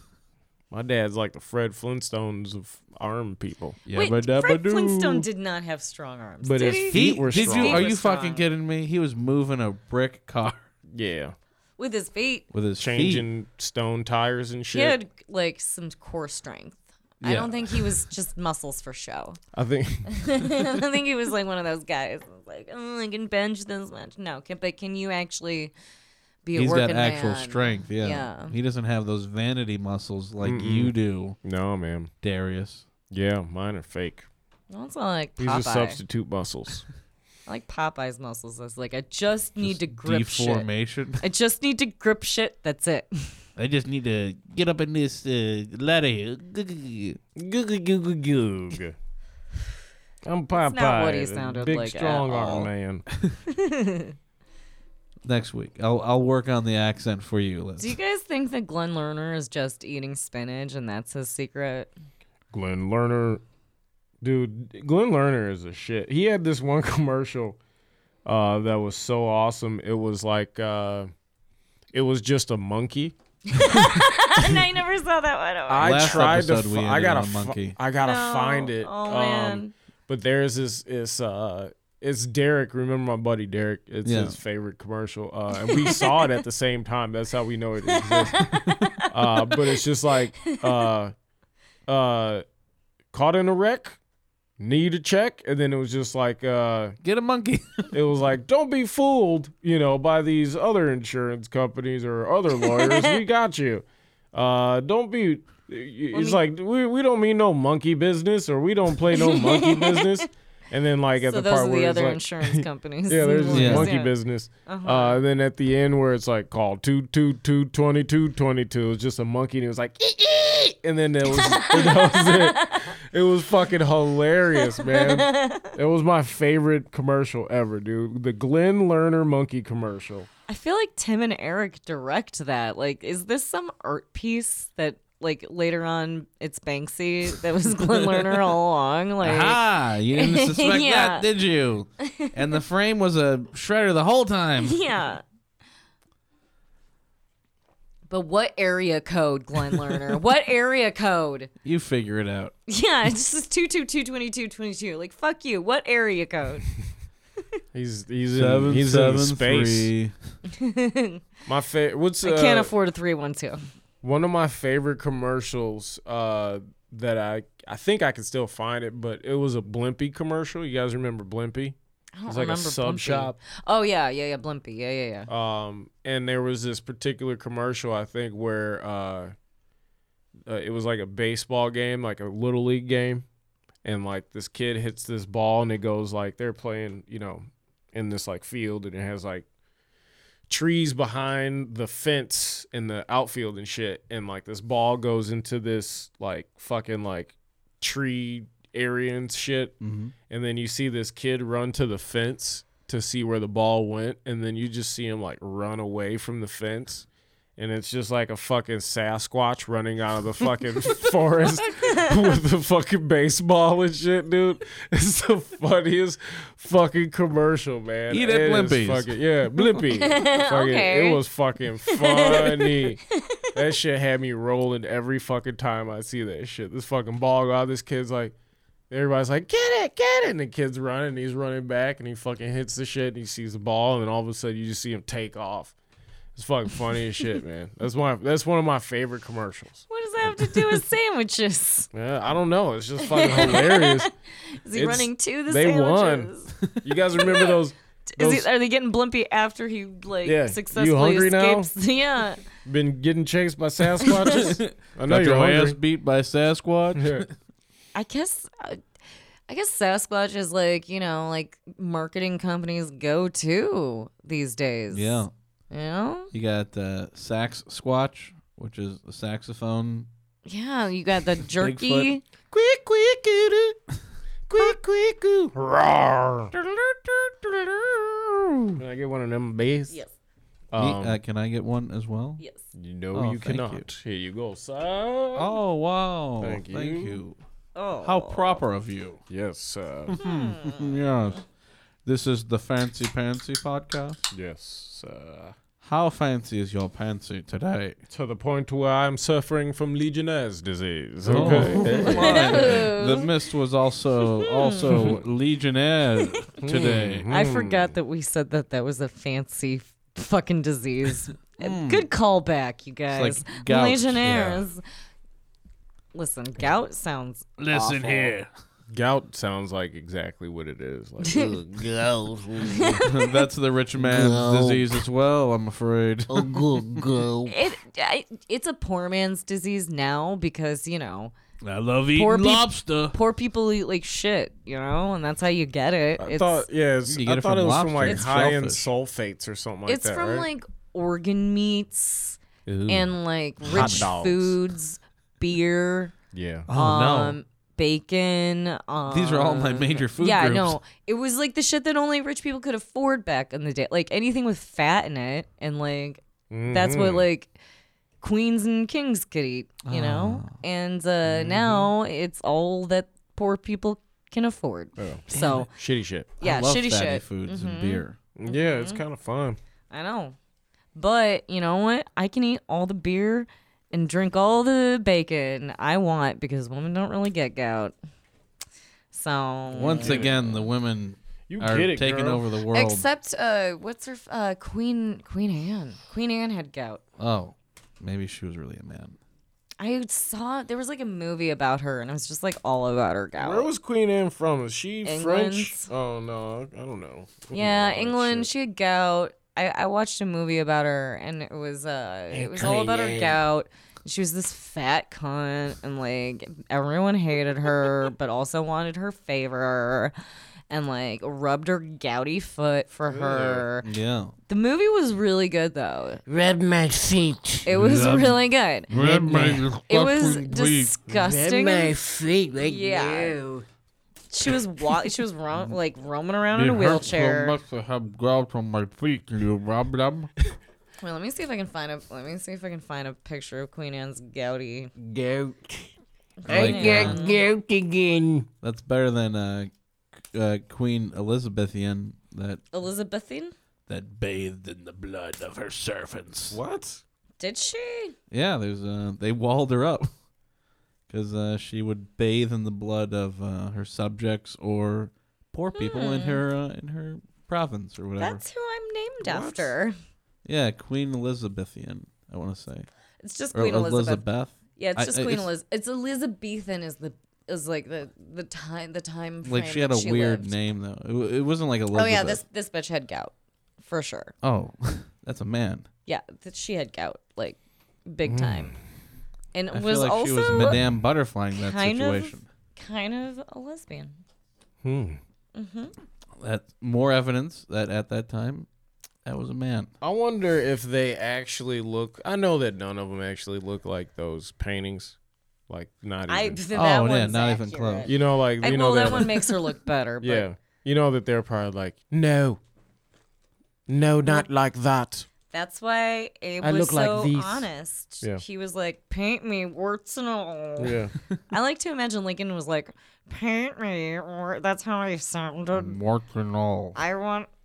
[SPEAKER 5] My dad's like the Fred Flintstones of arm people. Yeah,
[SPEAKER 3] Wait, Fred Flintstone did not have strong arms.
[SPEAKER 5] But
[SPEAKER 3] did
[SPEAKER 5] his
[SPEAKER 3] he?
[SPEAKER 5] feet were
[SPEAKER 4] did
[SPEAKER 5] strong.
[SPEAKER 4] you? Are
[SPEAKER 3] Feet were
[SPEAKER 4] you
[SPEAKER 3] strong.
[SPEAKER 4] fucking kidding me? He was moving a brick car
[SPEAKER 5] yeah,
[SPEAKER 3] With his feet,
[SPEAKER 4] with his feet.
[SPEAKER 5] changing stone tires and
[SPEAKER 3] he
[SPEAKER 5] shit.
[SPEAKER 3] had like some core strength. I
[SPEAKER 4] Yeah.
[SPEAKER 3] don't think he was just muscles for show.
[SPEAKER 5] I think
[SPEAKER 3] I don't think he was like one of those guys. that was Like, oh, I can bench this much. No, can, but can you actually be a
[SPEAKER 4] He's
[SPEAKER 3] working
[SPEAKER 4] got actual
[SPEAKER 3] man?
[SPEAKER 4] strength. Yeah.
[SPEAKER 3] Yeah.
[SPEAKER 4] He doesn't have those vanity muscles like you do,
[SPEAKER 5] no, man.
[SPEAKER 4] Darius.
[SPEAKER 5] Yeah, mine are fake.
[SPEAKER 3] That's all like
[SPEAKER 5] These
[SPEAKER 3] Popeye.
[SPEAKER 5] are substitute muscles.
[SPEAKER 3] I like Popeye's muscles. I was like, I just need to grip shit.
[SPEAKER 4] Deformation.
[SPEAKER 3] I just need to grip shit. That's it.
[SPEAKER 4] I just need to get up in this uh, ladder here.
[SPEAKER 5] Goog goog goog. I'm Popeye.
[SPEAKER 3] not what he
[SPEAKER 5] the
[SPEAKER 3] sounded
[SPEAKER 5] big
[SPEAKER 3] like at
[SPEAKER 5] strong
[SPEAKER 3] all.
[SPEAKER 5] arm man.
[SPEAKER 4] Next week, I'll I'll work on the accent for you, Liz.
[SPEAKER 3] Do you guys think that Glenn Lerner is just eating spinach and that's his secret?
[SPEAKER 5] Glenn Lerner, dude, Glenn Lerner is a shit. He had this one commercial uh, that was so awesome. It was like, uh, it was just a monkey.
[SPEAKER 3] and I never saw that one. Oh,
[SPEAKER 5] I
[SPEAKER 4] Last
[SPEAKER 5] tried to.
[SPEAKER 4] episode we
[SPEAKER 5] fi- I
[SPEAKER 4] ended
[SPEAKER 5] gotta.
[SPEAKER 4] on a
[SPEAKER 5] fi-
[SPEAKER 4] monkey.
[SPEAKER 5] I gotta
[SPEAKER 3] no.
[SPEAKER 5] find it.
[SPEAKER 3] Oh
[SPEAKER 5] um,
[SPEAKER 3] man.
[SPEAKER 5] But there's this. It's uh. It's Derek. Remember my buddy Derek? It's
[SPEAKER 4] Yeah.
[SPEAKER 5] his favorite commercial. Uh, and we saw it at the same time. That's how we know it exists. uh, but it's just like uh, uh, caught in a wreck, need a check, and then it was just like uh,
[SPEAKER 4] Get a monkey.
[SPEAKER 5] it was like don't be fooled, you know, by these other insurance companies or other lawyers. we got you. Uh, don't be. It's like we we don't mean no monkey business, or we don't play no monkey business. And then like at
[SPEAKER 3] so
[SPEAKER 5] the
[SPEAKER 3] those
[SPEAKER 5] part
[SPEAKER 3] are
[SPEAKER 5] where
[SPEAKER 3] the
[SPEAKER 5] it's
[SPEAKER 3] other
[SPEAKER 5] like,
[SPEAKER 3] insurance companies.
[SPEAKER 5] yeah, there's this
[SPEAKER 4] Yeah.
[SPEAKER 5] monkey
[SPEAKER 3] Yeah.
[SPEAKER 5] business.
[SPEAKER 3] Uh-huh.
[SPEAKER 5] uh and then at the end where it's like call two two two twenty two twenty two, it's just a monkey and it was like ee, ee, and then it was that was it. It was fucking hilarious, man. It was my favorite commercial ever, dude. The Glenn Lerner monkey commercial.
[SPEAKER 3] I feel like Tim and Eric direct that. Like, is this some art piece that, like, later on it's Banksy that was Glenn Lerner all along? Like,
[SPEAKER 4] ah, you didn't suspect
[SPEAKER 3] Yeah.
[SPEAKER 4] that, did you? And the frame was a shredder the whole time.
[SPEAKER 3] yeah. But what area code, Glenn Lerner? what area code?
[SPEAKER 4] You figure it out.
[SPEAKER 3] Yeah, it's just 2222222. Like, fuck you. What area code?
[SPEAKER 5] He's he's in, he's in space. My favorite. What's
[SPEAKER 3] I can't
[SPEAKER 5] uh,
[SPEAKER 3] afford a 312.
[SPEAKER 5] one of my favorite commercials uh, that I I think I can still find it, but it was a Blimpie commercial. You guys remember Blimpie?
[SPEAKER 3] I don't
[SPEAKER 5] It's like a
[SPEAKER 3] remember
[SPEAKER 5] sub
[SPEAKER 3] Blimpie.
[SPEAKER 5] shop.
[SPEAKER 3] Oh, yeah, yeah, yeah. Blimpy. Yeah, yeah, yeah.
[SPEAKER 5] Um, and there was this particular commercial I think where uh, uh, it was like a baseball game, like a little league game, and like this kid hits this ball and it goes like they're playing, you know, in this like field and it has like trees behind the fence in the outfield and shit and like this ball goes into this like fucking like tree area and shit
[SPEAKER 4] Mm-hmm.
[SPEAKER 5] and then you see this kid run to the fence to see where the ball went and then you just see him like run away from the fence and it's just like a fucking Sasquatch running out of the fucking forest with the fucking baseball and shit, dude. It's the funniest fucking commercial, man.
[SPEAKER 4] Eat at
[SPEAKER 5] is
[SPEAKER 4] Blimpies.
[SPEAKER 5] fucking- yeah, Blimpy. Fucking-
[SPEAKER 3] Okay.
[SPEAKER 5] It was fucking funny. that shit had me rolling every fucking time I see that shit. This fucking ball go out. This kid's like, everybody's like, get it, get it. And the kid's running, and he's running back, and he fucking hits the shit, and he sees the ball, and then all of a sudden you just see him take off. It's fucking funny as shit, man. That's one. That's one of my favorite commercials.
[SPEAKER 3] What does that have to do with sandwiches?
[SPEAKER 5] Yeah, I don't know. It's just fucking hilarious.
[SPEAKER 3] Is he
[SPEAKER 5] It's-
[SPEAKER 3] running to the
[SPEAKER 5] they won.
[SPEAKER 3] sandwiches?
[SPEAKER 5] You guys remember those?
[SPEAKER 3] Is
[SPEAKER 5] those-
[SPEAKER 3] he, are they getting blimpy after he like
[SPEAKER 5] Yeah, you
[SPEAKER 3] successfully
[SPEAKER 5] hungry now?
[SPEAKER 3] escapes? Yeah.
[SPEAKER 5] Been getting chased by Sasquatches. I know
[SPEAKER 4] Got
[SPEAKER 5] you're
[SPEAKER 4] your ass
[SPEAKER 5] hungry.
[SPEAKER 4] beat by Sasquatch.
[SPEAKER 5] Yeah.
[SPEAKER 3] I guess I, I guess Sasquatch is like, you know, like marketing companies go to these days.
[SPEAKER 4] Yeah.
[SPEAKER 3] You know?
[SPEAKER 4] You got uh, sax squatch, which is a saxophone.
[SPEAKER 3] Yeah, you got the jerky.
[SPEAKER 4] Quick, quick, get it. Quick, quick, goo.
[SPEAKER 5] Can I get one of them bees?
[SPEAKER 3] Yes.
[SPEAKER 5] Um,
[SPEAKER 4] uh, can I get one as well?
[SPEAKER 3] Yes.
[SPEAKER 5] you know
[SPEAKER 4] oh,
[SPEAKER 5] you
[SPEAKER 4] thank you.
[SPEAKER 5] cannot. Here you go, son.
[SPEAKER 4] Oh wow!
[SPEAKER 5] Thank
[SPEAKER 4] Thank
[SPEAKER 5] you.
[SPEAKER 4] you.
[SPEAKER 3] Oh.
[SPEAKER 4] How proper of you.
[SPEAKER 5] Yes, uh,
[SPEAKER 4] yes. This is the Fancy Pantsy podcast.
[SPEAKER 5] yes. Uh,
[SPEAKER 4] How fancy is your pantsy today?
[SPEAKER 5] to the point where I'm suffering from Legionnaire's disease.
[SPEAKER 4] Oh,
[SPEAKER 5] Okay.
[SPEAKER 4] my. the mist was also also legionnaire today.
[SPEAKER 5] Hmm.
[SPEAKER 3] I
[SPEAKER 5] Mm.
[SPEAKER 3] forgot that we said that that was a fancy f- fucking disease. Good callback, you guys.
[SPEAKER 4] gout,
[SPEAKER 3] Legionnaires. Listen, gout sounds
[SPEAKER 4] Listen here.
[SPEAKER 5] Gout sounds like exactly what it is. Like,
[SPEAKER 4] That's the rich man's disease as well, I'm afraid.
[SPEAKER 5] Um,
[SPEAKER 3] it. I, it's a poor man's disease now because you know
[SPEAKER 4] I love
[SPEAKER 3] Poor peop-
[SPEAKER 4] lobster.
[SPEAKER 3] poor people eat like shit, you know, and that's how you get it.
[SPEAKER 5] I
[SPEAKER 3] it's
[SPEAKER 5] thought, yeah, it's,
[SPEAKER 4] You get
[SPEAKER 5] I
[SPEAKER 4] it
[SPEAKER 5] thought
[SPEAKER 4] from
[SPEAKER 5] it was
[SPEAKER 4] lobster.
[SPEAKER 5] from like
[SPEAKER 4] It's
[SPEAKER 5] high end sulfates or something like
[SPEAKER 3] it's
[SPEAKER 5] that.
[SPEAKER 3] from
[SPEAKER 5] right?
[SPEAKER 3] like organ meats and like
[SPEAKER 5] Hot
[SPEAKER 3] rich
[SPEAKER 5] dogs.
[SPEAKER 3] foods, beer,
[SPEAKER 5] yeah.
[SPEAKER 4] Oh
[SPEAKER 3] um, bacon. Um,
[SPEAKER 4] These are all my major food
[SPEAKER 3] yeah,
[SPEAKER 4] groups.
[SPEAKER 3] no, it was like the shit that only rich people could afford back in the day. Like anything with fat in it, and like that's
[SPEAKER 4] Mm-hmm.
[SPEAKER 3] what like queens and kings could eat, you know. And uh,
[SPEAKER 4] Mm-hmm.
[SPEAKER 3] now it's all that poor people can afford. so
[SPEAKER 5] Shitty shit.
[SPEAKER 3] yeah,
[SPEAKER 4] Oh. I
[SPEAKER 3] shitty
[SPEAKER 4] love fatty
[SPEAKER 3] shit. Mm-hmm.
[SPEAKER 4] foods and beer.
[SPEAKER 5] Yeah, it's kind of fun.
[SPEAKER 3] I know, but you know what? I can eat all the beer. And drink all the bacon I want because women don't really get gout. So
[SPEAKER 4] Once again, the women
[SPEAKER 5] You
[SPEAKER 4] are
[SPEAKER 5] get it,
[SPEAKER 4] taking
[SPEAKER 5] girl.
[SPEAKER 4] over the world.
[SPEAKER 3] Except, uh, what's her f- uh, Queen Queen Anne? Queen Anne had gout.
[SPEAKER 4] oh, maybe she was really a man.
[SPEAKER 3] I saw there was like a movie about her, and I was just like all about her gout.
[SPEAKER 5] Where was Queen Anne from? Is she
[SPEAKER 3] England.
[SPEAKER 5] French? Oh no, I I don't know.
[SPEAKER 3] yeah,
[SPEAKER 5] Oh, that
[SPEAKER 3] England.
[SPEAKER 5] shit.
[SPEAKER 3] She had gout. I, I watched a movie about her, and it was uh, it was all about her gout. She was this fat cunt, and like everyone hated her, but also wanted her favor, and like rubbed her gouty foot for her.
[SPEAKER 4] Yeah.
[SPEAKER 3] The movie was really good though.
[SPEAKER 6] Read my feet.
[SPEAKER 3] It was really good. It was
[SPEAKER 6] Read
[SPEAKER 3] disgusting.
[SPEAKER 6] my feet right
[SPEAKER 3] Yeah.
[SPEAKER 6] now.
[SPEAKER 3] She was wa- she was ro- like roaming around in a
[SPEAKER 4] It hurts so
[SPEAKER 3] wheelchair.
[SPEAKER 4] much to have gout on my feet. Can you rub them?
[SPEAKER 3] Wait, let me see if I can find a let me see if I can find a picture of Queen Anne's gouty.
[SPEAKER 6] Goat. I
[SPEAKER 4] Like,
[SPEAKER 6] got
[SPEAKER 4] uh,
[SPEAKER 6] goat again.
[SPEAKER 4] that's better than uh, uh, Queen Elizabethan that
[SPEAKER 3] Elizabethan?
[SPEAKER 4] that bathed in the blood of her servants.
[SPEAKER 5] What?
[SPEAKER 3] Did she?
[SPEAKER 4] Yeah, there's uh, they walled her up because uh, she would bathe in the blood of uh, her subjects or poor people in her uh, in her province or whatever.
[SPEAKER 3] Hmm. That's who I'm named after.
[SPEAKER 4] Yeah, Queen Elizabethan. I want to say
[SPEAKER 3] It's just
[SPEAKER 4] or
[SPEAKER 3] Queen Elizabeth.
[SPEAKER 4] Oh, Elizabeth.
[SPEAKER 3] Yeah, it's
[SPEAKER 4] I-
[SPEAKER 3] just
[SPEAKER 4] I-
[SPEAKER 3] Queen
[SPEAKER 4] it's-
[SPEAKER 3] Elizabeth. It's Elizabethan is the is like the the time the time frame
[SPEAKER 4] Like she had a
[SPEAKER 3] that
[SPEAKER 4] weird
[SPEAKER 3] lived.
[SPEAKER 4] name though. It, wa- it wasn't like Elizabeth.
[SPEAKER 3] Oh yeah, this this bitch had gout. For sure.
[SPEAKER 4] Oh, that's a man.
[SPEAKER 3] Yeah, that she had gout like big time. And
[SPEAKER 4] Mm. I
[SPEAKER 3] was
[SPEAKER 4] feel like
[SPEAKER 3] also
[SPEAKER 4] she was Madame Butterfly in that
[SPEAKER 3] kind of-
[SPEAKER 4] situation.
[SPEAKER 3] kind of a lesbian.
[SPEAKER 5] Hmm.
[SPEAKER 3] Mm-hmm.
[SPEAKER 4] That's more evidence that at that time, that was a man.
[SPEAKER 5] I wonder if they actually look. I know that none of them actually look like those paintings. Like not
[SPEAKER 3] I
[SPEAKER 5] even.
[SPEAKER 3] that
[SPEAKER 4] Oh, yeah,
[SPEAKER 3] one's
[SPEAKER 4] not even
[SPEAKER 3] accurate.
[SPEAKER 4] close.
[SPEAKER 5] you know, like
[SPEAKER 3] I,
[SPEAKER 5] you
[SPEAKER 3] well,
[SPEAKER 5] know
[SPEAKER 3] that
[SPEAKER 5] that.
[SPEAKER 3] one makes her look better. But
[SPEAKER 5] yeah, you know that they're probably like no, no, not like that.
[SPEAKER 3] that's why Abe
[SPEAKER 6] I
[SPEAKER 3] was
[SPEAKER 6] look like
[SPEAKER 3] so
[SPEAKER 6] these.
[SPEAKER 3] honest.
[SPEAKER 5] Yeah.
[SPEAKER 3] He was like, "Paint me warts and all."
[SPEAKER 5] Yeah,
[SPEAKER 3] I like to imagine Lincoln was like, "Paint me," or that's how I
[SPEAKER 5] Mm.
[SPEAKER 3] sounded.
[SPEAKER 4] Martin all.
[SPEAKER 3] I want.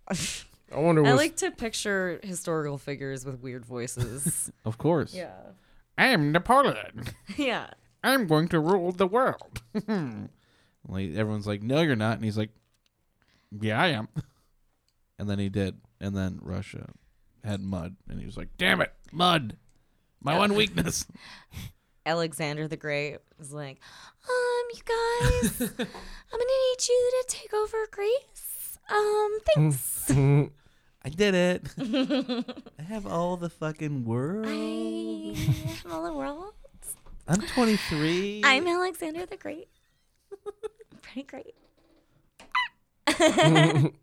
[SPEAKER 5] I wonder.
[SPEAKER 3] I
[SPEAKER 5] what's-
[SPEAKER 3] like to picture historical figures with weird voices.
[SPEAKER 4] Of course.
[SPEAKER 3] yeah.
[SPEAKER 4] I am Napoleon.
[SPEAKER 3] Yeah.
[SPEAKER 4] I'm going to rule the world. like everyone's like, no, you're not, and he's like, yeah, I am. And then he did, and then Russia had mud, and he was like, "Damn it, mud, my one weakness."
[SPEAKER 3] Alexander the Great was like, um, you guys, I'm gonna need you to take over Greece. Um, thanks.
[SPEAKER 4] I did it. I have all the fucking world.
[SPEAKER 3] I am all the world.
[SPEAKER 4] I'm 23.
[SPEAKER 3] I'm Alexander the Great. Pretty great.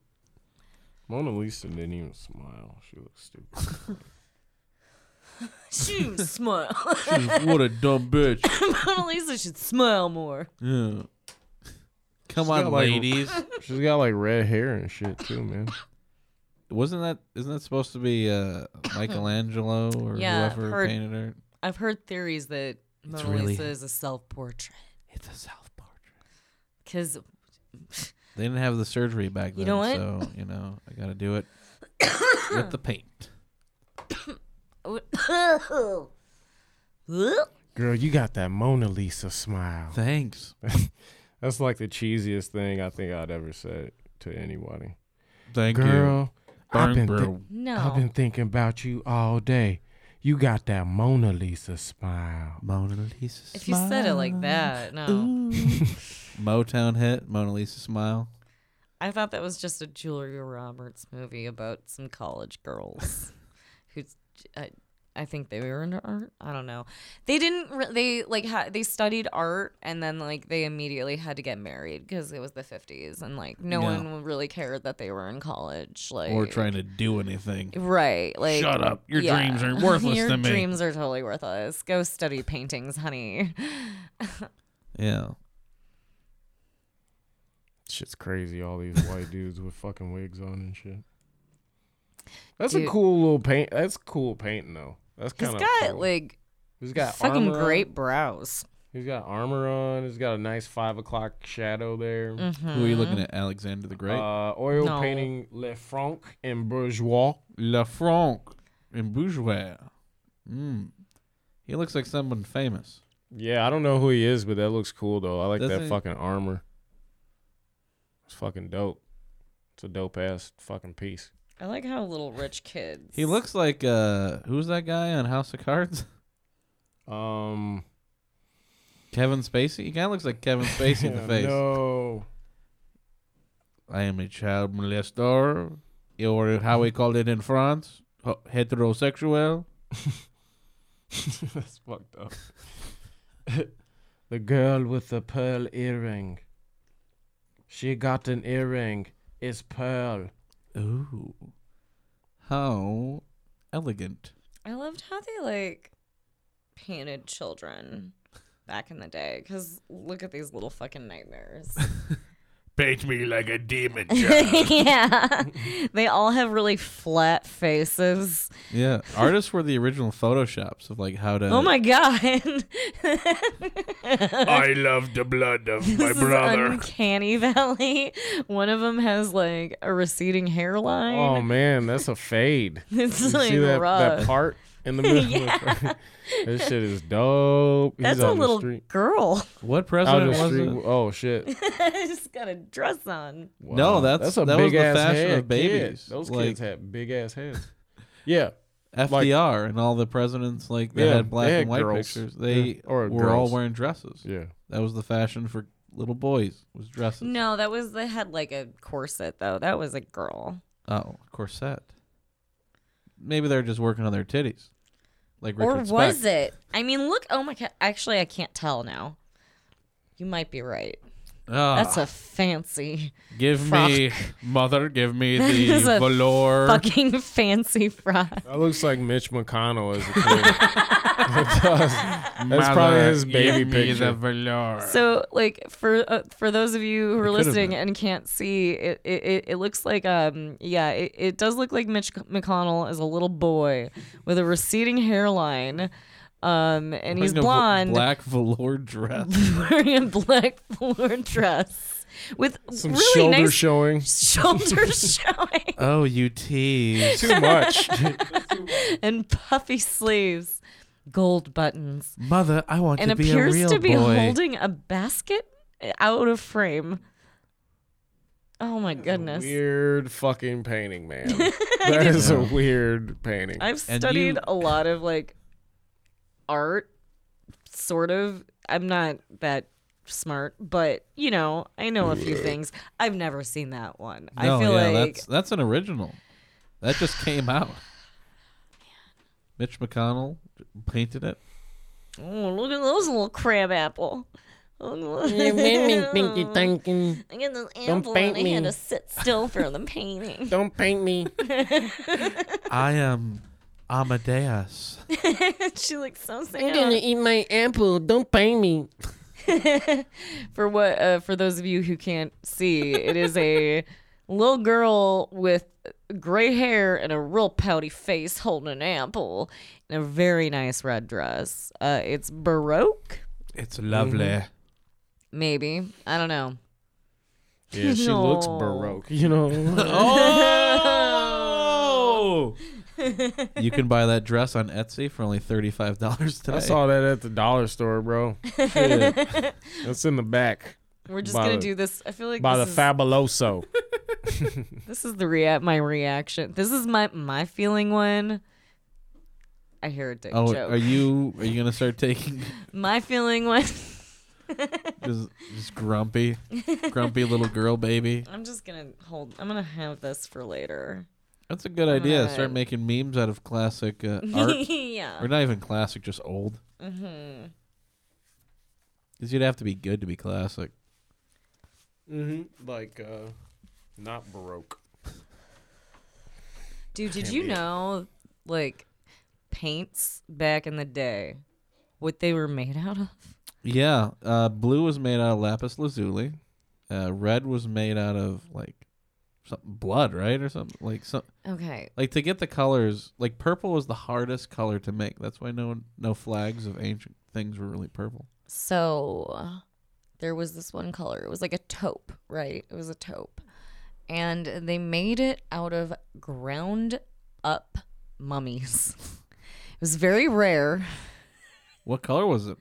[SPEAKER 5] Mona Lisa didn't even smile. She looks stupid.
[SPEAKER 3] She smile.
[SPEAKER 4] what a dumb bitch.
[SPEAKER 3] Mona Lisa should smile more.
[SPEAKER 4] Yeah. Come
[SPEAKER 5] got,
[SPEAKER 4] on,
[SPEAKER 5] like,
[SPEAKER 4] ladies.
[SPEAKER 5] She's got like red hair and shit too, man.
[SPEAKER 4] Wasn't that? Isn't that supposed to be uh, Michelangelo or
[SPEAKER 3] Yeah, I've
[SPEAKER 4] whoever
[SPEAKER 3] heard-
[SPEAKER 4] painted her?
[SPEAKER 3] I've heard theories that Mona
[SPEAKER 4] really-
[SPEAKER 3] Lisa is a self-portrait
[SPEAKER 4] It's a self portrait.
[SPEAKER 3] because
[SPEAKER 4] They didn't have the surgery back then,
[SPEAKER 3] You know
[SPEAKER 4] so you know I gotta do it with the paint.
[SPEAKER 5] Girl, you got that Mona Lisa smile.
[SPEAKER 4] Thanks.
[SPEAKER 5] That's like the cheesiest thing I think I'd ever said to anybody.
[SPEAKER 4] Thank you.
[SPEAKER 5] Girl,
[SPEAKER 4] Burn
[SPEAKER 5] I've been,
[SPEAKER 4] through.
[SPEAKER 5] thi- I've
[SPEAKER 3] no,
[SPEAKER 5] been thinking about you all day. You got that Mona Lisa smile.
[SPEAKER 4] Mona Lisa.
[SPEAKER 3] if you said it like that, no,
[SPEAKER 4] Motown hit Mona Lisa smile.
[SPEAKER 3] I thought that was just a Julia Roberts movie about some college girls who, I, I think they were into art. I don't know. They didn't. Re- they like ha- they studied art and then like they immediately had to get married because it was the fifties and like no
[SPEAKER 4] Yeah.
[SPEAKER 3] one really cared that they were in college. Like
[SPEAKER 4] Or trying to do anything.
[SPEAKER 3] Right. Like
[SPEAKER 4] Shut up. Your dreams are worthless
[SPEAKER 3] Your
[SPEAKER 4] to me.
[SPEAKER 3] dreams are totally worthless. Go study paintings, honey.
[SPEAKER 4] Yeah.
[SPEAKER 5] Shit's crazy. All these white dudes with fucking wigs on and shit. That's
[SPEAKER 3] Dude.
[SPEAKER 5] a cool little paint. That's cool painting though. That's
[SPEAKER 3] He's
[SPEAKER 5] kind of.
[SPEAKER 3] got like
[SPEAKER 5] He's got
[SPEAKER 3] fucking
[SPEAKER 5] armor on.
[SPEAKER 3] great brows.
[SPEAKER 5] He's got armor on. He's got a nice five o'clock shadow there.
[SPEAKER 3] Mm-hmm.
[SPEAKER 4] Who are you
[SPEAKER 3] Uh-huh.
[SPEAKER 4] looking at? Alexander the Great.
[SPEAKER 5] Uh, oil
[SPEAKER 3] Mm. No.
[SPEAKER 5] painting Le Franc and Bourgeois.
[SPEAKER 4] La Franc and Bourgeois. Mm. He looks like someone famous.
[SPEAKER 5] Yeah, I don't know who he is, but that looks cool though. I like that
[SPEAKER 4] Doesn't-
[SPEAKER 5] fucking armor. It's fucking dope. It's a dope ass fucking piece.
[SPEAKER 3] I like how little rich kids.
[SPEAKER 4] He looks like uh who's that guy on House of Cards?
[SPEAKER 5] Um,
[SPEAKER 4] Kevin Spacey? He kinda looks like Kevin Spacey in the face.
[SPEAKER 5] no.
[SPEAKER 4] I am a child molester, or how we call it in France, ho- heterosexual.
[SPEAKER 5] That's fucked up. the girl with the pearl earring. She got an earring. It's pearl.
[SPEAKER 4] Ooh. How elegant.
[SPEAKER 3] I loved how they like painted children back in the day. Cause look at these little fucking nightmares.
[SPEAKER 4] Paint me like a demon.
[SPEAKER 3] yeah, they all have really flat faces.
[SPEAKER 4] yeah. Artists were the original photoshops of like how to
[SPEAKER 3] Oh my god.
[SPEAKER 9] I love the blood of
[SPEAKER 3] This is Uncanny Valley. One of them has like a receding hairline.
[SPEAKER 5] Oh man, that's a fade.
[SPEAKER 3] it's
[SPEAKER 5] You
[SPEAKER 3] like
[SPEAKER 5] see that,
[SPEAKER 3] rough.
[SPEAKER 5] that part in the middle? this shit is dope. He's
[SPEAKER 3] That's a
[SPEAKER 5] on the
[SPEAKER 3] little
[SPEAKER 5] street.
[SPEAKER 3] girl.
[SPEAKER 4] What
[SPEAKER 5] Out
[SPEAKER 4] president
[SPEAKER 5] of the
[SPEAKER 4] was
[SPEAKER 5] street.
[SPEAKER 4] it?
[SPEAKER 5] Oh shit.
[SPEAKER 3] She's got a dress on.
[SPEAKER 4] No,
[SPEAKER 5] Wow.
[SPEAKER 4] that's,
[SPEAKER 5] a
[SPEAKER 4] that
[SPEAKER 5] big
[SPEAKER 4] was the
[SPEAKER 5] ass
[SPEAKER 4] fashion
[SPEAKER 5] head.
[SPEAKER 4] of babies.
[SPEAKER 5] Kid. Those
[SPEAKER 4] like,
[SPEAKER 5] kids had big ass heads. Yeah.
[SPEAKER 4] FDR and all the presidents, like they
[SPEAKER 5] Yeah,
[SPEAKER 4] had black
[SPEAKER 5] they had
[SPEAKER 4] and white
[SPEAKER 5] girls.
[SPEAKER 4] pictures. They
[SPEAKER 5] Yeah, or
[SPEAKER 4] were all
[SPEAKER 5] girls.
[SPEAKER 4] wearing dresses.
[SPEAKER 5] Yeah.
[SPEAKER 4] That was the fashion for little boys was dresses.
[SPEAKER 3] No, that was they had like a corset though. That was a girl.
[SPEAKER 4] Oh, corset. Maybe they're just working on their titties, like Richard
[SPEAKER 3] or was it? I mean, look. Oh my god. Actually, I can't tell now. You might be right.
[SPEAKER 4] Ah, Uh.
[SPEAKER 3] That's a fancy,
[SPEAKER 4] give
[SPEAKER 3] frock.
[SPEAKER 4] me mother, give me
[SPEAKER 3] That
[SPEAKER 4] the
[SPEAKER 3] is a
[SPEAKER 4] velour.
[SPEAKER 3] fucking fancy frock.
[SPEAKER 5] That looks like Mitch McConnell as a kid. It does. That's
[SPEAKER 4] Mother,
[SPEAKER 5] probably his
[SPEAKER 4] give
[SPEAKER 5] baby
[SPEAKER 4] me
[SPEAKER 5] picture.
[SPEAKER 4] the velour.
[SPEAKER 3] So, like for uh, for those of you who are
[SPEAKER 4] It could've
[SPEAKER 3] listening
[SPEAKER 4] been.
[SPEAKER 3] and can't see, it, it, it, it looks like um yeah, it, it does look like Mitch McConnell is a little boy with a receding hairline, um, and he's
[SPEAKER 4] Wearing a v-
[SPEAKER 3] blonde,
[SPEAKER 4] black velour dress.
[SPEAKER 3] wearing a black floor dress with
[SPEAKER 5] Some
[SPEAKER 3] really
[SPEAKER 5] shoulder
[SPEAKER 3] nice
[SPEAKER 5] showing.
[SPEAKER 3] shoulders showing
[SPEAKER 4] oh, you tease.
[SPEAKER 5] Too much.
[SPEAKER 3] and puffy sleeves, gold buttons,
[SPEAKER 4] mother, I want
[SPEAKER 3] and
[SPEAKER 4] to be a
[SPEAKER 3] appears
[SPEAKER 4] real
[SPEAKER 3] to be
[SPEAKER 4] boy.
[SPEAKER 3] holding a basket out of frame. Oh my goodness.
[SPEAKER 5] Weird fucking painting, man. that is a weird painting.
[SPEAKER 3] I've
[SPEAKER 4] And
[SPEAKER 3] studied
[SPEAKER 4] you-
[SPEAKER 3] a lot of like art, sort of. I'm not that smart, but you know, I know a few things. I've never seen that one. I feel like
[SPEAKER 4] that's that's an original. That just came out. Mitch McConnell painted it.
[SPEAKER 3] oh, look at those little crab apple. Look at
[SPEAKER 10] You made me think you're thinking.
[SPEAKER 3] I got this apple
[SPEAKER 10] paint
[SPEAKER 3] and I had
[SPEAKER 10] me.
[SPEAKER 3] to sit still for the painting.
[SPEAKER 10] Don't paint me.
[SPEAKER 4] I am Amadeus.
[SPEAKER 3] she looks so
[SPEAKER 10] I'm gonna
[SPEAKER 3] sad.
[SPEAKER 10] eat my apple. Don't paint me.
[SPEAKER 3] For what? Uh, for those of you who can't see, it is a little girl with gray hair and a real pouty face holding an apple in a very nice red dress. Uh, it's baroque,
[SPEAKER 4] It's lovely.
[SPEAKER 3] maybe. I don't know.
[SPEAKER 5] yeah, she looks
[SPEAKER 3] No.
[SPEAKER 5] baroque. You know,
[SPEAKER 4] Oh! you can buy that dress on Etsy for only thirty-five dollars today.
[SPEAKER 5] I saw that at the dollar store, bro. Shit. That's in the back
[SPEAKER 3] We're just
[SPEAKER 5] By
[SPEAKER 3] gonna
[SPEAKER 5] the-
[SPEAKER 3] do this. I feel like
[SPEAKER 5] by the
[SPEAKER 3] this, is,
[SPEAKER 5] Fabuloso.
[SPEAKER 3] this is the rea- my reaction. This is my my feeling one. I hear a dick
[SPEAKER 4] Oh,
[SPEAKER 3] joke.
[SPEAKER 4] are you are you gonna start taking
[SPEAKER 3] My feeling was
[SPEAKER 4] just, just grumpy, grumpy little girl baby?
[SPEAKER 3] I'm just gonna hold. I'm gonna have this for later.
[SPEAKER 4] That's a good idea.
[SPEAKER 3] Alright.
[SPEAKER 4] Start making memes out of classic uh, art,
[SPEAKER 3] yeah. Mm-hmm.
[SPEAKER 4] or not even classic, just old. Because you'd have to be good to be classic.
[SPEAKER 5] Like, uh, not baroque.
[SPEAKER 3] Dude, did you know, like, paints back in the day, what they were made out of?
[SPEAKER 4] Yeah, uh, blue was made out of lapis lazuli. Uh, red was made out of like something blood, right, or something like some
[SPEAKER 3] Okay.
[SPEAKER 4] like to get the colors. Like purple was the hardest color to make. That's why no no flags of ancient things were really purple.
[SPEAKER 3] So there was this one color. It was like a taupe, right? It was a taupe. And they made it out of ground up mummies. It was very rare.
[SPEAKER 4] What color was it?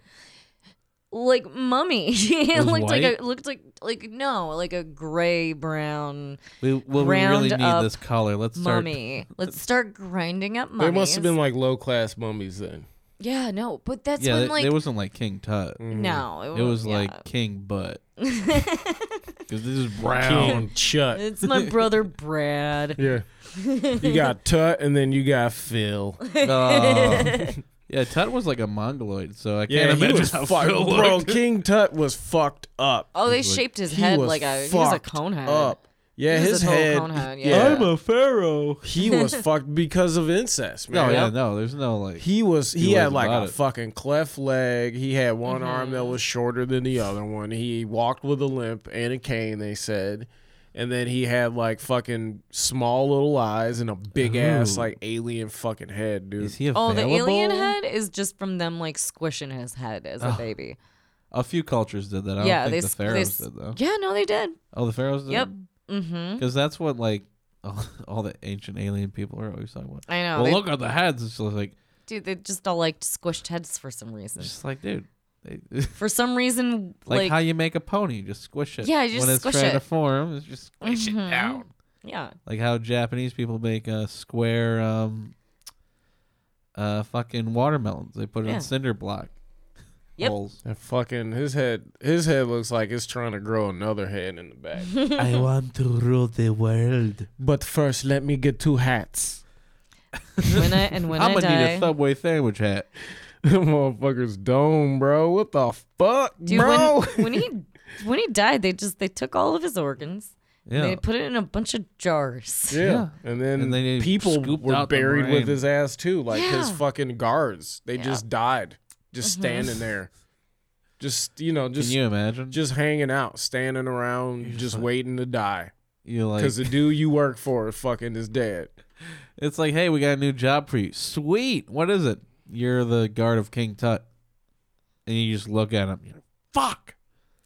[SPEAKER 3] like mummy.
[SPEAKER 4] was
[SPEAKER 3] it looked like
[SPEAKER 4] white?
[SPEAKER 3] a looked like like no, like a gray brown
[SPEAKER 4] We well, we really
[SPEAKER 3] Round
[SPEAKER 4] need
[SPEAKER 3] up
[SPEAKER 4] this color. Let's start.
[SPEAKER 3] mummy. Let's start grinding up
[SPEAKER 5] They
[SPEAKER 3] mummies.
[SPEAKER 5] must have been like low class mummies then.
[SPEAKER 3] Yeah, no, but that's
[SPEAKER 4] yeah,
[SPEAKER 3] when
[SPEAKER 4] it,
[SPEAKER 3] like
[SPEAKER 4] it wasn't like King Tut.
[SPEAKER 3] no,
[SPEAKER 4] It was
[SPEAKER 3] yeah.
[SPEAKER 4] like King Butt. Because this is brown.
[SPEAKER 5] Chut.
[SPEAKER 3] it's my brother Brad.
[SPEAKER 5] Yeah. you got Tut and then you got Phil.
[SPEAKER 4] Oh. yeah, Tut was like a mongoloid, so I
[SPEAKER 5] Yeah,
[SPEAKER 4] can't
[SPEAKER 5] he
[SPEAKER 4] imagine
[SPEAKER 5] was
[SPEAKER 4] how
[SPEAKER 5] fucked.
[SPEAKER 4] Phil
[SPEAKER 5] Bro,
[SPEAKER 4] looked.
[SPEAKER 5] King Tut was fucked up.
[SPEAKER 3] Oh, they shaped his
[SPEAKER 5] He
[SPEAKER 3] head
[SPEAKER 5] was
[SPEAKER 3] like a he was a
[SPEAKER 5] fucked
[SPEAKER 3] cone head.
[SPEAKER 5] Up. Yeah,
[SPEAKER 3] He was
[SPEAKER 5] his
[SPEAKER 3] a total
[SPEAKER 5] head.
[SPEAKER 3] cone head,
[SPEAKER 5] yeah.
[SPEAKER 3] yeah. I'm
[SPEAKER 4] a pharaoh.
[SPEAKER 5] he was fucked because of incest, man.
[SPEAKER 4] No, yeah, no. There's no like.
[SPEAKER 5] He was he,
[SPEAKER 4] He
[SPEAKER 5] had
[SPEAKER 4] was
[SPEAKER 5] like
[SPEAKER 4] about
[SPEAKER 5] a
[SPEAKER 4] it.
[SPEAKER 5] fucking cleft leg. He had one arm that was shorter than the other one. He walked with a limp and a cane, they said. And then he had like fucking small little eyes and a big ass
[SPEAKER 4] Ooh.
[SPEAKER 5] like alien fucking head, dude.
[SPEAKER 4] is he
[SPEAKER 3] Oh,
[SPEAKER 4] available?
[SPEAKER 3] the alien head is just from them like squishing his head as a baby.
[SPEAKER 4] A few cultures did that. I don't
[SPEAKER 3] yeah,
[SPEAKER 4] think
[SPEAKER 3] they
[SPEAKER 4] the
[SPEAKER 3] s- they
[SPEAKER 4] pharaohs
[SPEAKER 3] s-
[SPEAKER 4] did though.
[SPEAKER 3] Yeah, no, they did.
[SPEAKER 4] Oh, the pharaohs did.
[SPEAKER 3] Yep. Mm-hmm.
[SPEAKER 4] Because that's what like all, all the ancient alien people are always talking about.
[SPEAKER 3] I know.
[SPEAKER 4] well,
[SPEAKER 3] they,
[SPEAKER 4] look at the heads. It's just like,
[SPEAKER 3] dude, they just all liked squished heads for some reason.
[SPEAKER 4] just like, dude. They,
[SPEAKER 3] For some reason,
[SPEAKER 4] like,
[SPEAKER 3] like,
[SPEAKER 4] how you make a pony, just squish it.
[SPEAKER 3] Yeah, you just
[SPEAKER 4] when it's
[SPEAKER 3] squish
[SPEAKER 4] trying
[SPEAKER 3] it. Mm-hmm.
[SPEAKER 4] to form, it's just squish it down.
[SPEAKER 3] yeah,
[SPEAKER 4] Like how Japanese people make uh, square um, uh, fucking watermelons. They put it
[SPEAKER 3] Yeah.
[SPEAKER 4] in cinder block
[SPEAKER 3] Yep.
[SPEAKER 4] holes.
[SPEAKER 5] That fucking his head his head looks like it's trying to grow another head in the back.
[SPEAKER 4] I want to rule the world.
[SPEAKER 5] but first let me get two hats.
[SPEAKER 3] when I and when
[SPEAKER 4] I'm
[SPEAKER 3] I
[SPEAKER 4] gonna need
[SPEAKER 3] die,
[SPEAKER 4] a Subway sandwich hat.
[SPEAKER 5] Motherfucker's dome, bro. What the fuck,
[SPEAKER 3] dude,
[SPEAKER 5] bro?
[SPEAKER 3] when, when he when he died, they just they took all of his organs,
[SPEAKER 4] Yeah,
[SPEAKER 3] they put it in a bunch of jars.
[SPEAKER 5] Yeah. And then
[SPEAKER 4] And they
[SPEAKER 5] people
[SPEAKER 4] scooped
[SPEAKER 5] were
[SPEAKER 4] out the
[SPEAKER 5] buried with
[SPEAKER 4] brain.
[SPEAKER 5] his ass too. Like his
[SPEAKER 3] Yeah.
[SPEAKER 5] fucking guards. They just died. Just standing there. Just you know,
[SPEAKER 4] can
[SPEAKER 5] just
[SPEAKER 4] you imagine?
[SPEAKER 5] just hanging out, standing around, just, waiting to die.
[SPEAKER 4] you like,
[SPEAKER 5] Because the dude you work for fucking is dead.
[SPEAKER 4] it's like, hey, we got a new job for you. Sweet. What is it? You're the guard of King Tut, and you just look at him. You're like, Fuck.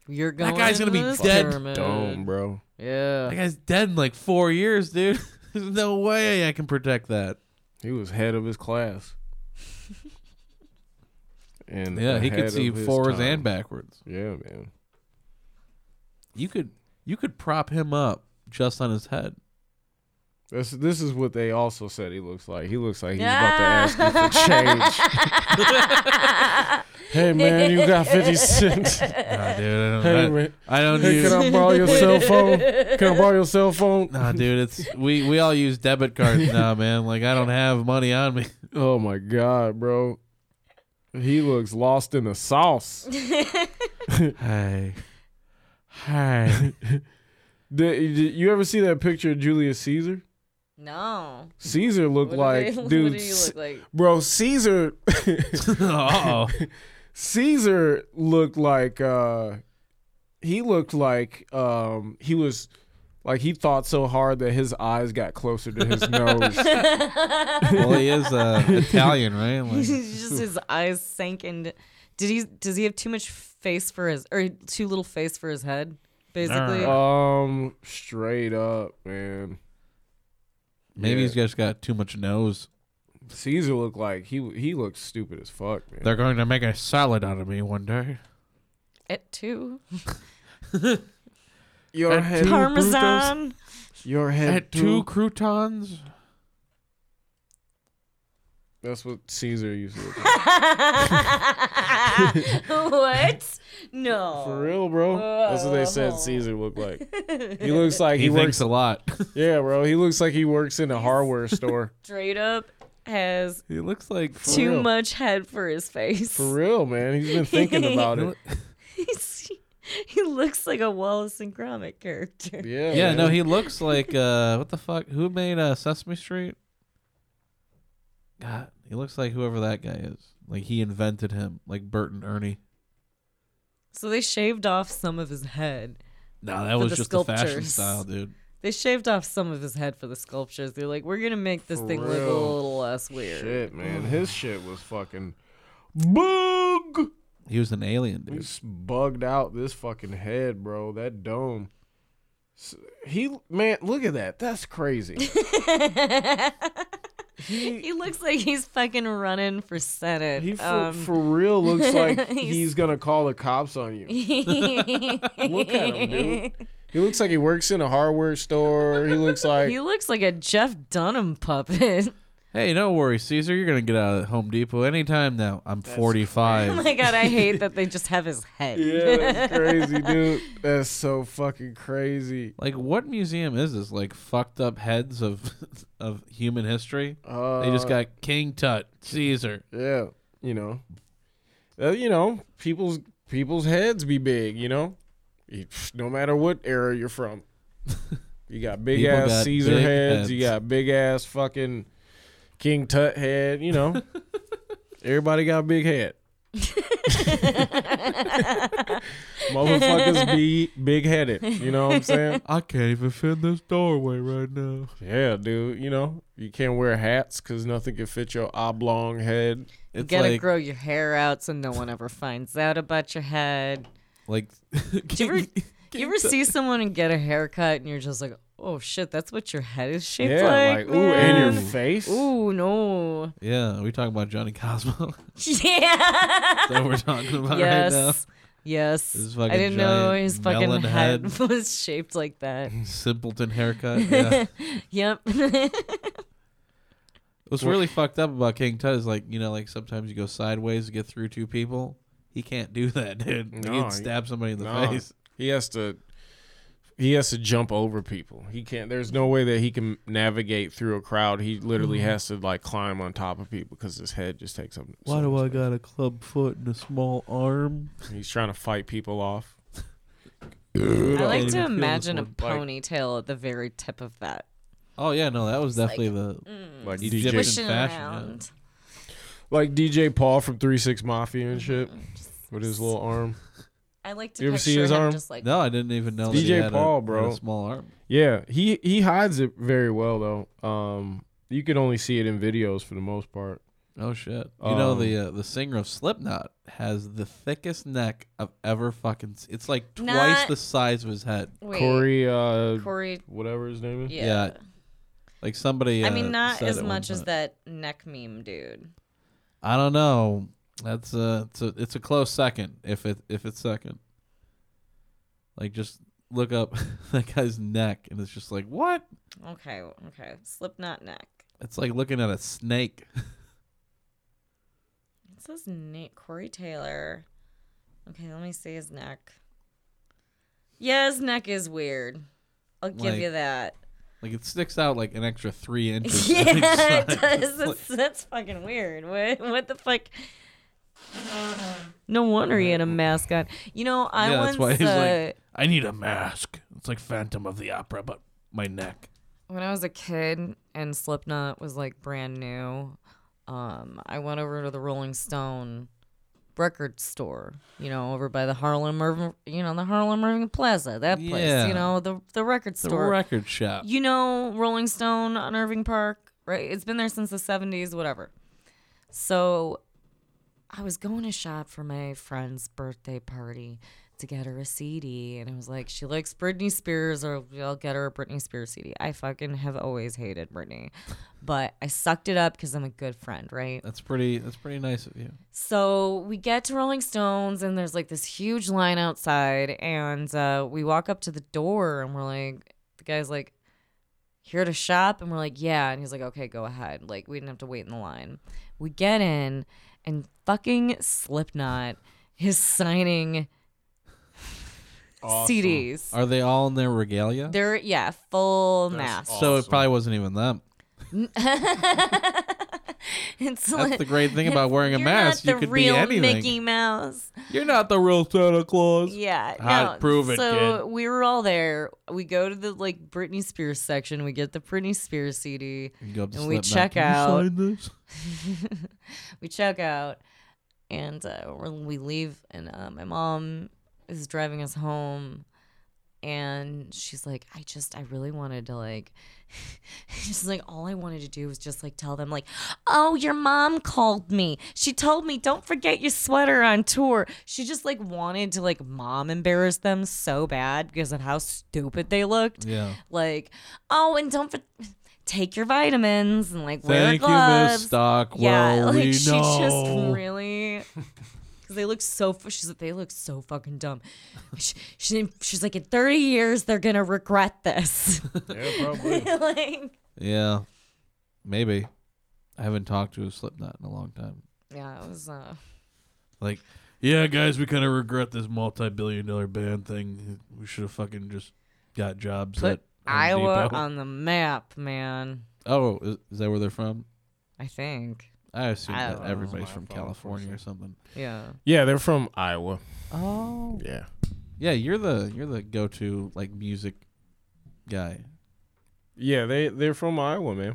[SPEAKER 3] You're going.
[SPEAKER 4] guy's gonna be
[SPEAKER 3] into this
[SPEAKER 4] dead.
[SPEAKER 3] pyramid.
[SPEAKER 5] Dome, bro.
[SPEAKER 4] That
[SPEAKER 3] Yeah,
[SPEAKER 4] guy's dead in like four years, dude. There's no way I can protect that.
[SPEAKER 5] He was head of his class. And
[SPEAKER 4] Yeah, he
[SPEAKER 5] ahead
[SPEAKER 4] could
[SPEAKER 5] of
[SPEAKER 4] see
[SPEAKER 5] his
[SPEAKER 4] forwards
[SPEAKER 5] time.
[SPEAKER 4] and backwards.
[SPEAKER 5] Yeah, man.
[SPEAKER 4] You could you could prop him up just on his head.
[SPEAKER 5] This, this is what they also said he looks like. He looks like he's about to ask you for change. hey man, you got fifty cents.
[SPEAKER 4] Nah, dude, I don't,
[SPEAKER 5] Hey,
[SPEAKER 4] I-
[SPEAKER 5] man.
[SPEAKER 4] I don't
[SPEAKER 5] Hey,
[SPEAKER 4] use.
[SPEAKER 5] can I borrow your cell phone? Can I borrow your cell phone?
[SPEAKER 4] Nah, dude, it's we we all use debit cards now, man. Like I don't have money on me.
[SPEAKER 5] Oh my god, bro. He looks lost in the sauce.
[SPEAKER 4] Hey,
[SPEAKER 5] Hi. did, did you ever see that picture of Julius Caesar?
[SPEAKER 3] No.
[SPEAKER 5] Caesar looked
[SPEAKER 3] What do
[SPEAKER 5] like
[SPEAKER 3] they-
[SPEAKER 5] dude.
[SPEAKER 3] What do you
[SPEAKER 5] S-
[SPEAKER 3] look like?
[SPEAKER 5] Bro, Caesar
[SPEAKER 4] oh,
[SPEAKER 5] Caesar looked like uh he looked like um he was like he thought so hard that his eyes got closer to his nose.
[SPEAKER 4] well, he is uh, Italian, right? Like,
[SPEAKER 3] just his eyes sank and did he does he have too much face for his or too little face for his head basically
[SPEAKER 5] Um straight up, man.
[SPEAKER 4] maybe
[SPEAKER 5] Yeah.
[SPEAKER 4] he's just got too much nose.
[SPEAKER 5] Caesar looked like he he looked stupid as fuck, man.
[SPEAKER 4] They're going to make a salad out of me one day.
[SPEAKER 3] it too
[SPEAKER 5] Your
[SPEAKER 4] head-
[SPEAKER 3] parmesan
[SPEAKER 5] your head
[SPEAKER 4] Add two croutons.
[SPEAKER 5] That's what Caesar used to look like.
[SPEAKER 3] what no
[SPEAKER 5] For real, bro. That's what they said Caesar looked like. He looks like
[SPEAKER 4] He,
[SPEAKER 5] he,
[SPEAKER 4] thinks
[SPEAKER 5] works.
[SPEAKER 4] a lot.
[SPEAKER 5] Yeah, bro. He looks like he works in a hardware store.
[SPEAKER 3] straight up has
[SPEAKER 4] he looks like
[SPEAKER 3] too
[SPEAKER 5] real.
[SPEAKER 3] much head for his face
[SPEAKER 5] For real, man. He's been thinking about it.
[SPEAKER 3] He's- he looks like a wallace and gromit character
[SPEAKER 5] Yeah.
[SPEAKER 4] Yeah,
[SPEAKER 5] man.
[SPEAKER 4] no, he looks like uh, what the fuck? Who made uh, Sesame Street? God, he looks like whoever that guy is. Like he invented him, like Bert and Ernie.
[SPEAKER 3] so they shaved off some of his head
[SPEAKER 4] No, that
[SPEAKER 3] For
[SPEAKER 4] was
[SPEAKER 3] the
[SPEAKER 4] just the fashion
[SPEAKER 3] sculptures.
[SPEAKER 4] style, dude.
[SPEAKER 3] They shaved off some of his head for the sculptures. They're like, we're gonna make this thing look a
[SPEAKER 5] real.
[SPEAKER 3] little less weird.
[SPEAKER 5] Shit, man. His shit was fucking bug.
[SPEAKER 4] He was an alien, dude.
[SPEAKER 5] He's bugged out this fucking head, bro. That dome. S- He man, look at that. That's crazy.
[SPEAKER 3] He looks like he's fucking running for senate.
[SPEAKER 5] He for,
[SPEAKER 3] um,
[SPEAKER 5] for real looks like
[SPEAKER 3] he's-
[SPEAKER 5] he's gonna call the cops on you. Look at him, dude. He looks like he works in a hardware store. He looks like
[SPEAKER 3] he looks like a Jeff Dunham puppet.
[SPEAKER 4] Hey, don't worry, Caesar. You're gonna get out of Home Depot anytime now. I'm 45.
[SPEAKER 3] oh my god, I hate that they just have his head.
[SPEAKER 5] Yeah, that's crazy, dude. That's so fucking crazy.
[SPEAKER 4] Like, what museum is this? Like fucked up heads of of human history.
[SPEAKER 5] Uh,
[SPEAKER 4] they just got King Tut, Caesar.
[SPEAKER 5] yeah, you know, Uh, you know, people's people's heads be big. You know, You- no matter what era you're from, you got big
[SPEAKER 4] People
[SPEAKER 5] ass
[SPEAKER 4] got
[SPEAKER 5] Caesar
[SPEAKER 4] big
[SPEAKER 5] heads,
[SPEAKER 4] heads.
[SPEAKER 5] You got big ass fucking King Tut head. You know, everybody got a big head. Motherfuckers be big headed. You know what I'm saying?
[SPEAKER 4] I can't even fit in this doorway right now.
[SPEAKER 5] Yeah, dude. You know, you can't wear hats because nothing can fit your oblong head.
[SPEAKER 3] You
[SPEAKER 4] It's
[SPEAKER 3] gotta
[SPEAKER 4] like
[SPEAKER 3] grow your hair out so no one ever finds out about your head.
[SPEAKER 4] like
[SPEAKER 3] Do you ever, you ever see someone and get a haircut and you're just like, oh shit, that's what your head is shaped
[SPEAKER 5] Yeah, like,
[SPEAKER 3] like?
[SPEAKER 5] ooh, and your
[SPEAKER 3] man."
[SPEAKER 5] face.
[SPEAKER 3] Ooh, no.
[SPEAKER 4] yeah. We talking about Johnny Cosmo.
[SPEAKER 3] Yeah.
[SPEAKER 4] that we're talking about
[SPEAKER 3] yes.
[SPEAKER 4] right
[SPEAKER 3] Yes.
[SPEAKER 4] His
[SPEAKER 3] I
[SPEAKER 4] fucking
[SPEAKER 3] didn't know
[SPEAKER 4] giant
[SPEAKER 3] his fucking
[SPEAKER 4] melon
[SPEAKER 3] head,
[SPEAKER 4] head.
[SPEAKER 3] was shaped like that.
[SPEAKER 4] now. Simpleton haircut. Yeah.
[SPEAKER 3] yep. yeah.
[SPEAKER 4] What's really fucked up about King Tut is like you know like sometimes you go sideways to get through two people. He can't do that, dude. Like,
[SPEAKER 5] No,
[SPEAKER 4] he'd stab somebody in the
[SPEAKER 5] Nah,
[SPEAKER 4] face.
[SPEAKER 5] He has to. He has to jump over people. He can't. There's no way that he can navigate through a crowd. He literally has to like climb on top of people because his head just takes up. so much space.
[SPEAKER 4] got a club foot and a small arm?
[SPEAKER 5] He's trying to fight people off.
[SPEAKER 3] I like
[SPEAKER 4] even
[SPEAKER 3] to
[SPEAKER 4] feel this
[SPEAKER 3] imagine a
[SPEAKER 4] one, like-
[SPEAKER 3] ponytail at the very tip of that.
[SPEAKER 4] Oh yeah, no, that was definitely
[SPEAKER 3] mm.
[SPEAKER 4] the
[SPEAKER 5] Like
[SPEAKER 4] Egyptian
[SPEAKER 5] DJ,
[SPEAKER 3] Pushing
[SPEAKER 4] fashion, yeah.
[SPEAKER 3] around.
[SPEAKER 5] like DJ Paul from Three Six Mafia and shit, with his little arm.
[SPEAKER 3] I like to
[SPEAKER 5] You ever
[SPEAKER 3] picture
[SPEAKER 5] see his
[SPEAKER 3] him
[SPEAKER 5] arm?
[SPEAKER 3] just like
[SPEAKER 4] no. I didn't even know that he
[SPEAKER 5] DJ
[SPEAKER 4] had a-
[SPEAKER 5] Paul,
[SPEAKER 4] had a,
[SPEAKER 5] bro.
[SPEAKER 4] small arm.
[SPEAKER 5] Yeah, he he hides it very well though. Um, you can only see it in videos for the most part.
[SPEAKER 4] Oh shit! You know
[SPEAKER 5] Um,
[SPEAKER 4] the uh, the singer of Slipknot has the thickest neck I've ever fucking. Seen. It's like twice
[SPEAKER 3] Not-
[SPEAKER 4] the size of his head.
[SPEAKER 3] wait,
[SPEAKER 5] Corey, uh,
[SPEAKER 3] Corey
[SPEAKER 5] whatever his name is.
[SPEAKER 3] yeah.
[SPEAKER 4] yeah. Like somebody.
[SPEAKER 3] I
[SPEAKER 4] uh,
[SPEAKER 3] mean not
[SPEAKER 4] said
[SPEAKER 3] as
[SPEAKER 4] at one
[SPEAKER 3] much as
[SPEAKER 4] point.
[SPEAKER 3] that neck meme dude.
[SPEAKER 4] I don't know. That's a it's a it's a close second. If it if it's second, like just look up that guy's neck, and it's just like what?
[SPEAKER 3] Okay, okay. Slipknot neck.
[SPEAKER 4] It's like looking at a snake.
[SPEAKER 3] It says Nate Corey Taylor. Okay, let me see his neck. Yeah, his neck is weird. I'll give you
[SPEAKER 4] Like-
[SPEAKER 3] that.
[SPEAKER 4] Like it sticks out like an extra three inches. on each
[SPEAKER 3] yeah, it
[SPEAKER 4] side.
[SPEAKER 3] does. That's, that's fucking weird. What, what the fuck? No wonder he had a mask on. You know, I
[SPEAKER 4] yeah,
[SPEAKER 3] once
[SPEAKER 4] that's why he's
[SPEAKER 3] uh,
[SPEAKER 4] like, I need a mask. It's like Phantom of the Opera, but my neck.
[SPEAKER 3] when I was a kid and Slipknot was like brand new, um, I went over to the Rolling Stone record store, you know, over by the Harlem Irving, you know, the Harlem Irving Plaza, that place,
[SPEAKER 4] Yeah.
[SPEAKER 3] you know, the the record
[SPEAKER 4] The
[SPEAKER 3] store.
[SPEAKER 4] record shop.
[SPEAKER 3] you know, Rolling Stone on Irving Park, right? It's been there since the 70s, whatever. So I was going to shop for my friend's birthday party to get her a CD. And I was like, she likes Britney Spears, or I'll get her a Britney Spears CD. I fucking have always hated Britney. But I sucked it up because I'm a good friend, right?
[SPEAKER 4] That's pretty. That's pretty nice of you.
[SPEAKER 3] So we get to Rolling Stones, and there's like this huge line outside, and uh, we walk up to the door, and we're like, the guy's like, here to shop, and we're like, yeah, and he's like, okay, go ahead. Like we didn't have to wait in the line. We get in, and fucking Slipknot is signing CDs.
[SPEAKER 4] Are they all in their regalia?
[SPEAKER 3] They're yeah, full mask.
[SPEAKER 4] so it probably wasn't even them.
[SPEAKER 3] it's
[SPEAKER 4] That's the great thing about wearing a
[SPEAKER 3] you're
[SPEAKER 4] mask.
[SPEAKER 3] Not the
[SPEAKER 4] you could
[SPEAKER 3] real
[SPEAKER 4] be anything.
[SPEAKER 3] Mickey Mouse.
[SPEAKER 4] You're not the real Santa Claus.
[SPEAKER 3] Yeah.
[SPEAKER 4] Ah,
[SPEAKER 3] no.
[SPEAKER 4] prove it,
[SPEAKER 3] So
[SPEAKER 4] kid.
[SPEAKER 3] we were all there. We go to the like Britney Spears section. We get the Britney Spears CD.
[SPEAKER 4] You go up to
[SPEAKER 3] And we
[SPEAKER 4] Slipknot,
[SPEAKER 3] check
[SPEAKER 4] "Can you
[SPEAKER 3] out-
[SPEAKER 4] sign this?"
[SPEAKER 3] we check out, and uh, we're- we leave. And uh, my mom is driving us home, and she's like, "I just, I really wanted to like." She's like, all I wanted to do was just like tell them, like, oh, your mom called me. She told me, don't forget your sweater on tour. She just like wanted to like mom embarrass them so bad because of how stupid they looked.
[SPEAKER 4] Yeah.
[SPEAKER 3] Like, oh, and don't for- take your vitamins and like wear
[SPEAKER 4] Thank you, Miss
[SPEAKER 3] gloves.
[SPEAKER 4] Stockwell.
[SPEAKER 3] yeah, like
[SPEAKER 4] we
[SPEAKER 3] she
[SPEAKER 4] know.
[SPEAKER 3] just really. Because they look so, fu- she's like, they look so fucking dumb. She, she, didn't- she's like, in 30 years, they're going to regret this.
[SPEAKER 6] Yeah, probably.
[SPEAKER 3] like,
[SPEAKER 4] yeah, maybe. I haven't talked to a Slipknot in a long time.
[SPEAKER 3] yeah, it was, uh,
[SPEAKER 4] Like, yeah, guys, we kind of regret this multi-billion-dollar band thing. We should have fucking just got jobs
[SPEAKER 3] Put
[SPEAKER 4] at Home
[SPEAKER 3] Iowa
[SPEAKER 4] Depot.
[SPEAKER 3] on the map, man.
[SPEAKER 4] oh, is, is that where they're from?
[SPEAKER 3] I think.
[SPEAKER 4] I assume
[SPEAKER 3] I
[SPEAKER 4] that
[SPEAKER 3] don't know.
[SPEAKER 4] everybody's from California or something.
[SPEAKER 3] Yeah.
[SPEAKER 6] Yeah, they're from Iowa.
[SPEAKER 4] Oh,
[SPEAKER 6] Yeah.
[SPEAKER 4] yeah. You're the you're the go-to like music guy.
[SPEAKER 6] Yeah, they they're from Iowa, man.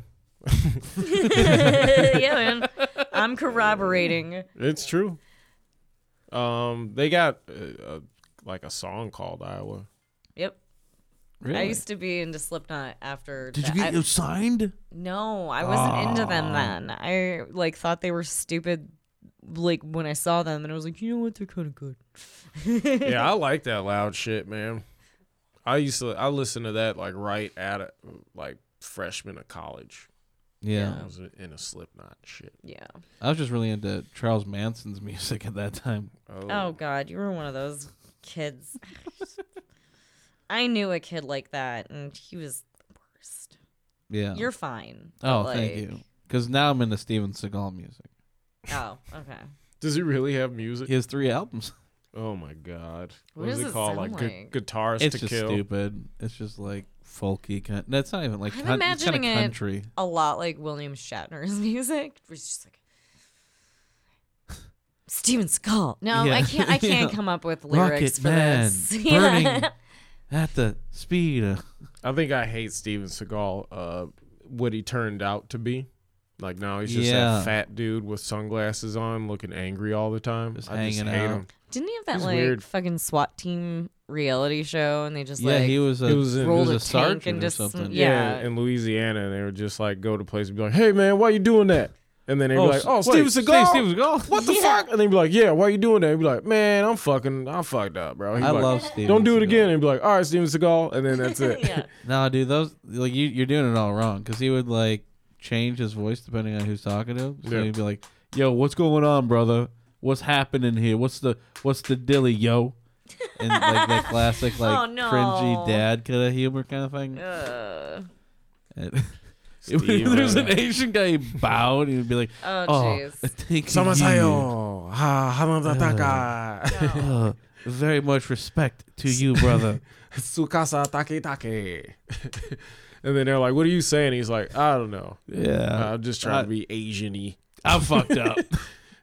[SPEAKER 3] yeah, man. I'm corroborating.
[SPEAKER 6] It's true. Um, they got uh, uh, like a song called Iowa.
[SPEAKER 3] Yep.
[SPEAKER 4] Really?
[SPEAKER 3] I used to be into Slipknot after.
[SPEAKER 4] Did you
[SPEAKER 3] that.
[SPEAKER 4] get
[SPEAKER 3] I-
[SPEAKER 4] you signed?
[SPEAKER 3] No, I wasn't into
[SPEAKER 4] Ah.
[SPEAKER 3] them then. I like thought they were stupid. Like when I saw them, and I was like, you know what, they're kind of good.
[SPEAKER 6] yeah, I like that loud shit, man. I used to I listened to that like right at a, like freshman of college.
[SPEAKER 4] Yeah.
[SPEAKER 6] I was in a Slipknot shit.
[SPEAKER 3] Yeah.
[SPEAKER 4] I was just really into Charles Manson's music at that time.
[SPEAKER 3] Oh God, you were one of those kids. I knew a kid like that, and he was the worst.
[SPEAKER 4] Yeah.
[SPEAKER 3] You're fine. but,
[SPEAKER 4] oh, thank
[SPEAKER 3] like-
[SPEAKER 4] you. Because now I'm into Steven Seagal music.
[SPEAKER 3] Oh, okay.
[SPEAKER 6] Does he really have music?
[SPEAKER 4] He has three albums.
[SPEAKER 6] Oh my god.
[SPEAKER 3] What does it sound like?
[SPEAKER 6] gu- guitars
[SPEAKER 4] it's
[SPEAKER 6] to
[SPEAKER 4] just
[SPEAKER 6] kill.
[SPEAKER 4] stupid. It's just like folky. Kind that's not even like
[SPEAKER 3] I'm
[SPEAKER 4] coun- it's kinda
[SPEAKER 3] imagining it-
[SPEAKER 4] country.
[SPEAKER 3] A lot like William Shatner's music. It was just like Steven Skull. No, I
[SPEAKER 4] Yeah.
[SPEAKER 3] can't. I can't
[SPEAKER 4] Yeah.
[SPEAKER 3] come up with
[SPEAKER 4] Rocket
[SPEAKER 3] lyrics for
[SPEAKER 4] Man
[SPEAKER 3] this.
[SPEAKER 4] burning
[SPEAKER 3] Yeah.
[SPEAKER 4] at the speed of.
[SPEAKER 6] I think I hate Steven Seagal. Uh, what he turned out to be. Like now he's just
[SPEAKER 4] Yeah.
[SPEAKER 6] that fat dude with sunglasses on, looking angry all the time.
[SPEAKER 4] Just
[SPEAKER 6] I just
[SPEAKER 4] hanging
[SPEAKER 6] hate
[SPEAKER 4] out.
[SPEAKER 6] him.
[SPEAKER 3] Didn't he have that
[SPEAKER 6] He's
[SPEAKER 3] like
[SPEAKER 6] weird.
[SPEAKER 3] fucking SWAT team reality show, and they just
[SPEAKER 4] yeah,
[SPEAKER 3] like
[SPEAKER 4] he was a
[SPEAKER 6] he was in-
[SPEAKER 4] he
[SPEAKER 3] rolled
[SPEAKER 4] was
[SPEAKER 3] a
[SPEAKER 4] a,
[SPEAKER 3] tank and
[SPEAKER 4] sergeant or
[SPEAKER 3] just-
[SPEAKER 4] something.
[SPEAKER 3] yeah.
[SPEAKER 6] in Louisiana, and they would just like go to places and be like, "Hey man, why you doing that?" And then they'd be like,
[SPEAKER 4] s-
[SPEAKER 6] "Oh,
[SPEAKER 4] wait,
[SPEAKER 6] Steven
[SPEAKER 4] Steve-
[SPEAKER 6] Seagal,
[SPEAKER 4] Steven Seagal.
[SPEAKER 6] what the fuck?" And they'd be like, "Yeah, why you doing that?" He'd be like, "Man, I'm fucking, I'm fucked up, bro." He'd
[SPEAKER 4] I
[SPEAKER 6] be like,
[SPEAKER 4] love Steven.
[SPEAKER 6] Don't do it
[SPEAKER 4] Seagal.
[SPEAKER 6] again. And he'd be like, "All right, Steven Seagal," and then that's it.
[SPEAKER 3] yeah.
[SPEAKER 4] No, dude, those like you you're doing it all wrong because he would like change his voice depending on who's talking to him. So
[SPEAKER 6] Yeah.
[SPEAKER 4] he'd be like, "Yo, what's going on, brother? What's happening here? What's the what's the dilly, yo?" and like the classic like
[SPEAKER 3] Oh, no.
[SPEAKER 4] cringy dad kind of humor kind of thing.
[SPEAKER 3] Uh,
[SPEAKER 4] And- it was- there's an Asian guy who bowed. He would be like,
[SPEAKER 3] oh,
[SPEAKER 4] "Oh,
[SPEAKER 3] jeez.
[SPEAKER 4] thank you.
[SPEAKER 5] Samasayo. Ha, hamadataka.
[SPEAKER 4] Uh, very much respect to you, brother."
[SPEAKER 5] Tsukasa take take. And then they're like, what are you saying? He's like, I don't know.
[SPEAKER 4] yeah,
[SPEAKER 5] I'm just trying to be Asian y.
[SPEAKER 4] I'm fucked up.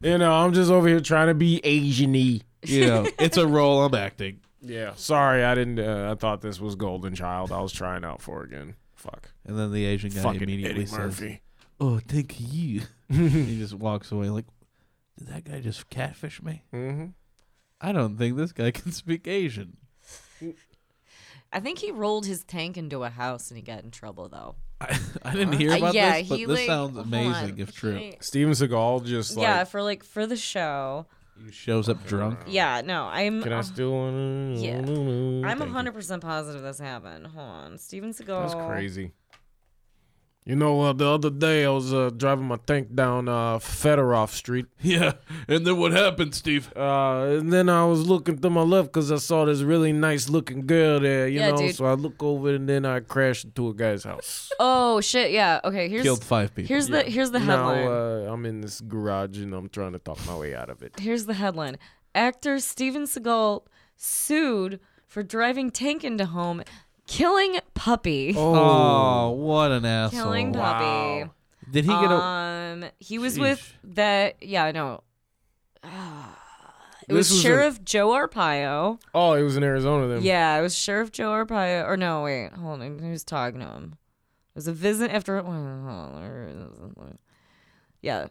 [SPEAKER 5] You know, I'm just over here trying to be Asian y.
[SPEAKER 4] you know, it's a role I'm acting.
[SPEAKER 5] Yeah. Sorry, I didn't. Uh, I thought this was Golden Child. I was trying out for again. Fuck.
[SPEAKER 4] And then the Asian guy
[SPEAKER 5] Fucking
[SPEAKER 4] immediately
[SPEAKER 5] Eddie
[SPEAKER 4] says,
[SPEAKER 5] Murphy.
[SPEAKER 4] "Oh, thank you." he just walks away. Like, did that guy just catfish me?
[SPEAKER 5] Mm-hmm.
[SPEAKER 4] I don't think this guy can speak Asian.
[SPEAKER 3] I think he rolled his tank into a house and he got in trouble though.
[SPEAKER 4] I, I didn't hear
[SPEAKER 3] Uh,
[SPEAKER 4] about
[SPEAKER 3] yeah,
[SPEAKER 4] this, but
[SPEAKER 3] he
[SPEAKER 4] this
[SPEAKER 3] like,
[SPEAKER 4] sounds
[SPEAKER 3] hold
[SPEAKER 4] amazing
[SPEAKER 3] on.
[SPEAKER 4] if true.
[SPEAKER 3] He-
[SPEAKER 5] Steven Seagal just like,
[SPEAKER 3] yeah, for like for the show.
[SPEAKER 4] He shows up drunk.
[SPEAKER 3] Yeah, no, I'm.
[SPEAKER 5] can I Mm-hmm. still? want
[SPEAKER 3] Yeah. I'm
[SPEAKER 5] Thank you.
[SPEAKER 3] 100 percent positive this happened. Hold on, Steven Seagal.
[SPEAKER 5] That's crazy. You know, uh, the other day I was uh, driving my tank down uh, Fedorov Street,
[SPEAKER 4] Yeah, and then what happened, Steve?
[SPEAKER 5] uh, and then I was looking to my left because I saw this really nice looking girl there. You
[SPEAKER 3] Yeah,
[SPEAKER 5] know,
[SPEAKER 3] dude.
[SPEAKER 5] so I look over and then I crashed into a guy's house.
[SPEAKER 3] Oh shit! Yeah. Okay. Here's
[SPEAKER 4] Killed five people.
[SPEAKER 3] here's the here's the
[SPEAKER 5] now
[SPEAKER 3] headline.
[SPEAKER 5] uh, I'm in this garage and I'm trying to talk my way out of it.
[SPEAKER 3] here's the headline: Actor Steven Seagal sued for driving tank into home, killing puppy.
[SPEAKER 4] oh, what an asshole!
[SPEAKER 3] killing puppy.
[SPEAKER 4] Did he get a?
[SPEAKER 3] um, he was with that. Yeah, I know. it
[SPEAKER 5] This
[SPEAKER 3] was,
[SPEAKER 5] was a-
[SPEAKER 3] Sheriff Joe Arpaio.
[SPEAKER 5] Oh, it was in Arizona then.
[SPEAKER 3] Yeah, it was Sheriff Joe Arpaio. Or no, wait, hold on. Who's talking to him? It was a visit after. hold on. Yeah.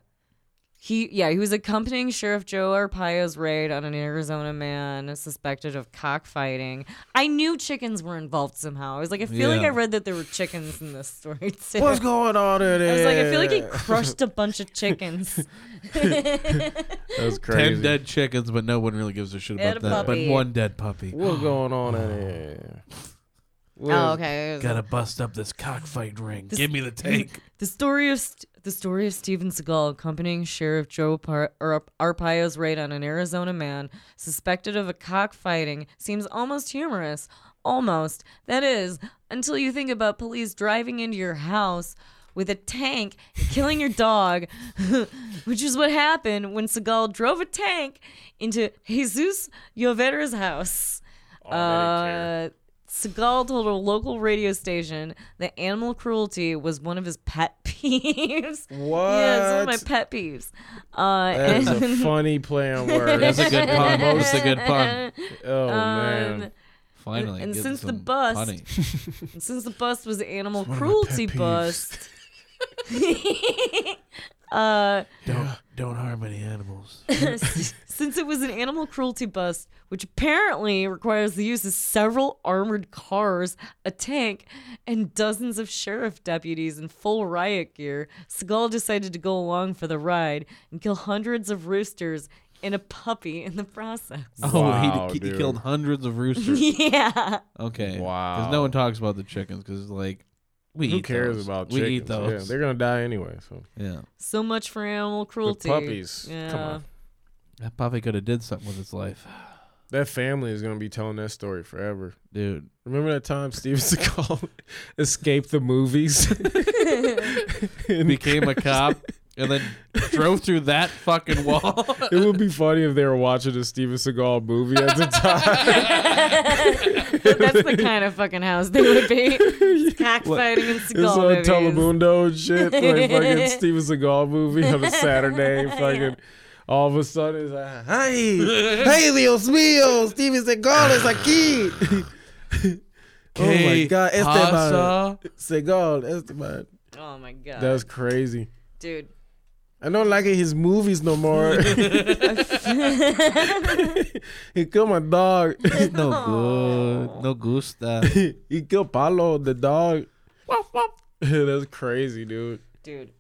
[SPEAKER 3] He yeah he was accompanying Sheriff Joe Arpaio's raid on an Arizona man suspected of cockfighting. I knew chickens were involved somehow. I was like, I feel like
[SPEAKER 4] Yeah.
[SPEAKER 3] I read that there were chickens in this story too.
[SPEAKER 5] What's going on in
[SPEAKER 3] I
[SPEAKER 5] there?
[SPEAKER 3] was like, I feel like he crushed a bunch of chickens.
[SPEAKER 5] That was
[SPEAKER 4] Ten
[SPEAKER 5] crazy.
[SPEAKER 4] dead chickens, but no one really gives a shit
[SPEAKER 3] And
[SPEAKER 4] about
[SPEAKER 3] a
[SPEAKER 4] that.
[SPEAKER 3] puppy.
[SPEAKER 4] But one dead puppy.
[SPEAKER 5] What's going on in there?
[SPEAKER 3] oh, okay.
[SPEAKER 4] Gotta bust up this cockfight ring. Give me the tank.
[SPEAKER 3] The story of St- the story of Steven Seagal accompanying Sheriff Joe Par- Ar- Arpaio's raid on an Arizona man suspected of a cockfighting seems almost humorous. Almost, that is, until you think about police driving into your house with a tank, and killing your dog, which is what happened when Seagal drove a tank into Jesus Yovedra's house. Uh, Seagal told a local radio station that animal cruelty was one of his pet peeves. Yeah, it's one of my
[SPEAKER 5] What?
[SPEAKER 3] pet peeves. Uh,
[SPEAKER 5] That's
[SPEAKER 3] and-
[SPEAKER 5] a funny play on words.
[SPEAKER 4] That's a good pun. That's a good pun.
[SPEAKER 5] oh
[SPEAKER 3] Um,
[SPEAKER 5] man.
[SPEAKER 4] Finally,
[SPEAKER 3] and
[SPEAKER 4] get
[SPEAKER 3] since the
[SPEAKER 4] some
[SPEAKER 3] bust-
[SPEAKER 4] punny.
[SPEAKER 3] and since the bust was animal cruelty bust, uh,
[SPEAKER 4] don't don't harm any animals.
[SPEAKER 3] since it was an animal cruelty bust, which apparently requires the use of several armored cars, a tank, and dozens of sheriff deputies in full riot gear, Seagal decided to go along for the ride and kill hundreds of roosters and a puppy in the process.
[SPEAKER 4] Oh,
[SPEAKER 5] Wow,
[SPEAKER 4] he, he
[SPEAKER 5] dude.
[SPEAKER 4] killed hundreds of roosters.
[SPEAKER 3] yeah.
[SPEAKER 4] Okay. Because
[SPEAKER 5] Wow.
[SPEAKER 4] no one talks about the chickens because like we
[SPEAKER 5] Um, Who
[SPEAKER 4] eat
[SPEAKER 5] cares
[SPEAKER 4] those.
[SPEAKER 5] about
[SPEAKER 4] we
[SPEAKER 5] chickens?
[SPEAKER 4] eat those.
[SPEAKER 5] Yeah, they're gonna die anyway. So
[SPEAKER 4] Yeah.
[SPEAKER 3] So much for animal
[SPEAKER 5] But
[SPEAKER 3] cruelty.
[SPEAKER 5] puppies. Come
[SPEAKER 3] Yeah.
[SPEAKER 5] on.
[SPEAKER 4] That puppy could have did something with his life,
[SPEAKER 5] That family is gonna be telling that story forever.
[SPEAKER 4] dude.
[SPEAKER 5] Remember that time Steven Seagal escaped the movies? And
[SPEAKER 4] Became a cop and then drove through that fucking wall.
[SPEAKER 5] it would be funny if they were watching a Steven Seagal movie at the time.
[SPEAKER 3] That's the kind of fucking house they would be. Cockfighting and
[SPEAKER 5] It's
[SPEAKER 3] Seagal
[SPEAKER 5] on
[SPEAKER 3] movies.
[SPEAKER 5] Telemundo and shit, like fucking Steven Seagal movie on a Saturday. Fucking all of a sudden, it's like, hey, hey, Dios mío, Steven Seagal is aquí. oh my
[SPEAKER 4] Que
[SPEAKER 5] God, Esteban
[SPEAKER 4] pasa?
[SPEAKER 5] Seagal, Esteban.
[SPEAKER 3] Oh my god.
[SPEAKER 5] That was crazy.
[SPEAKER 3] Dude.
[SPEAKER 5] I don't like his movies no more. he killed my dog.
[SPEAKER 4] No good. No gusta.
[SPEAKER 5] he killed Paolo, the dog. That's crazy, dude.
[SPEAKER 3] Dude.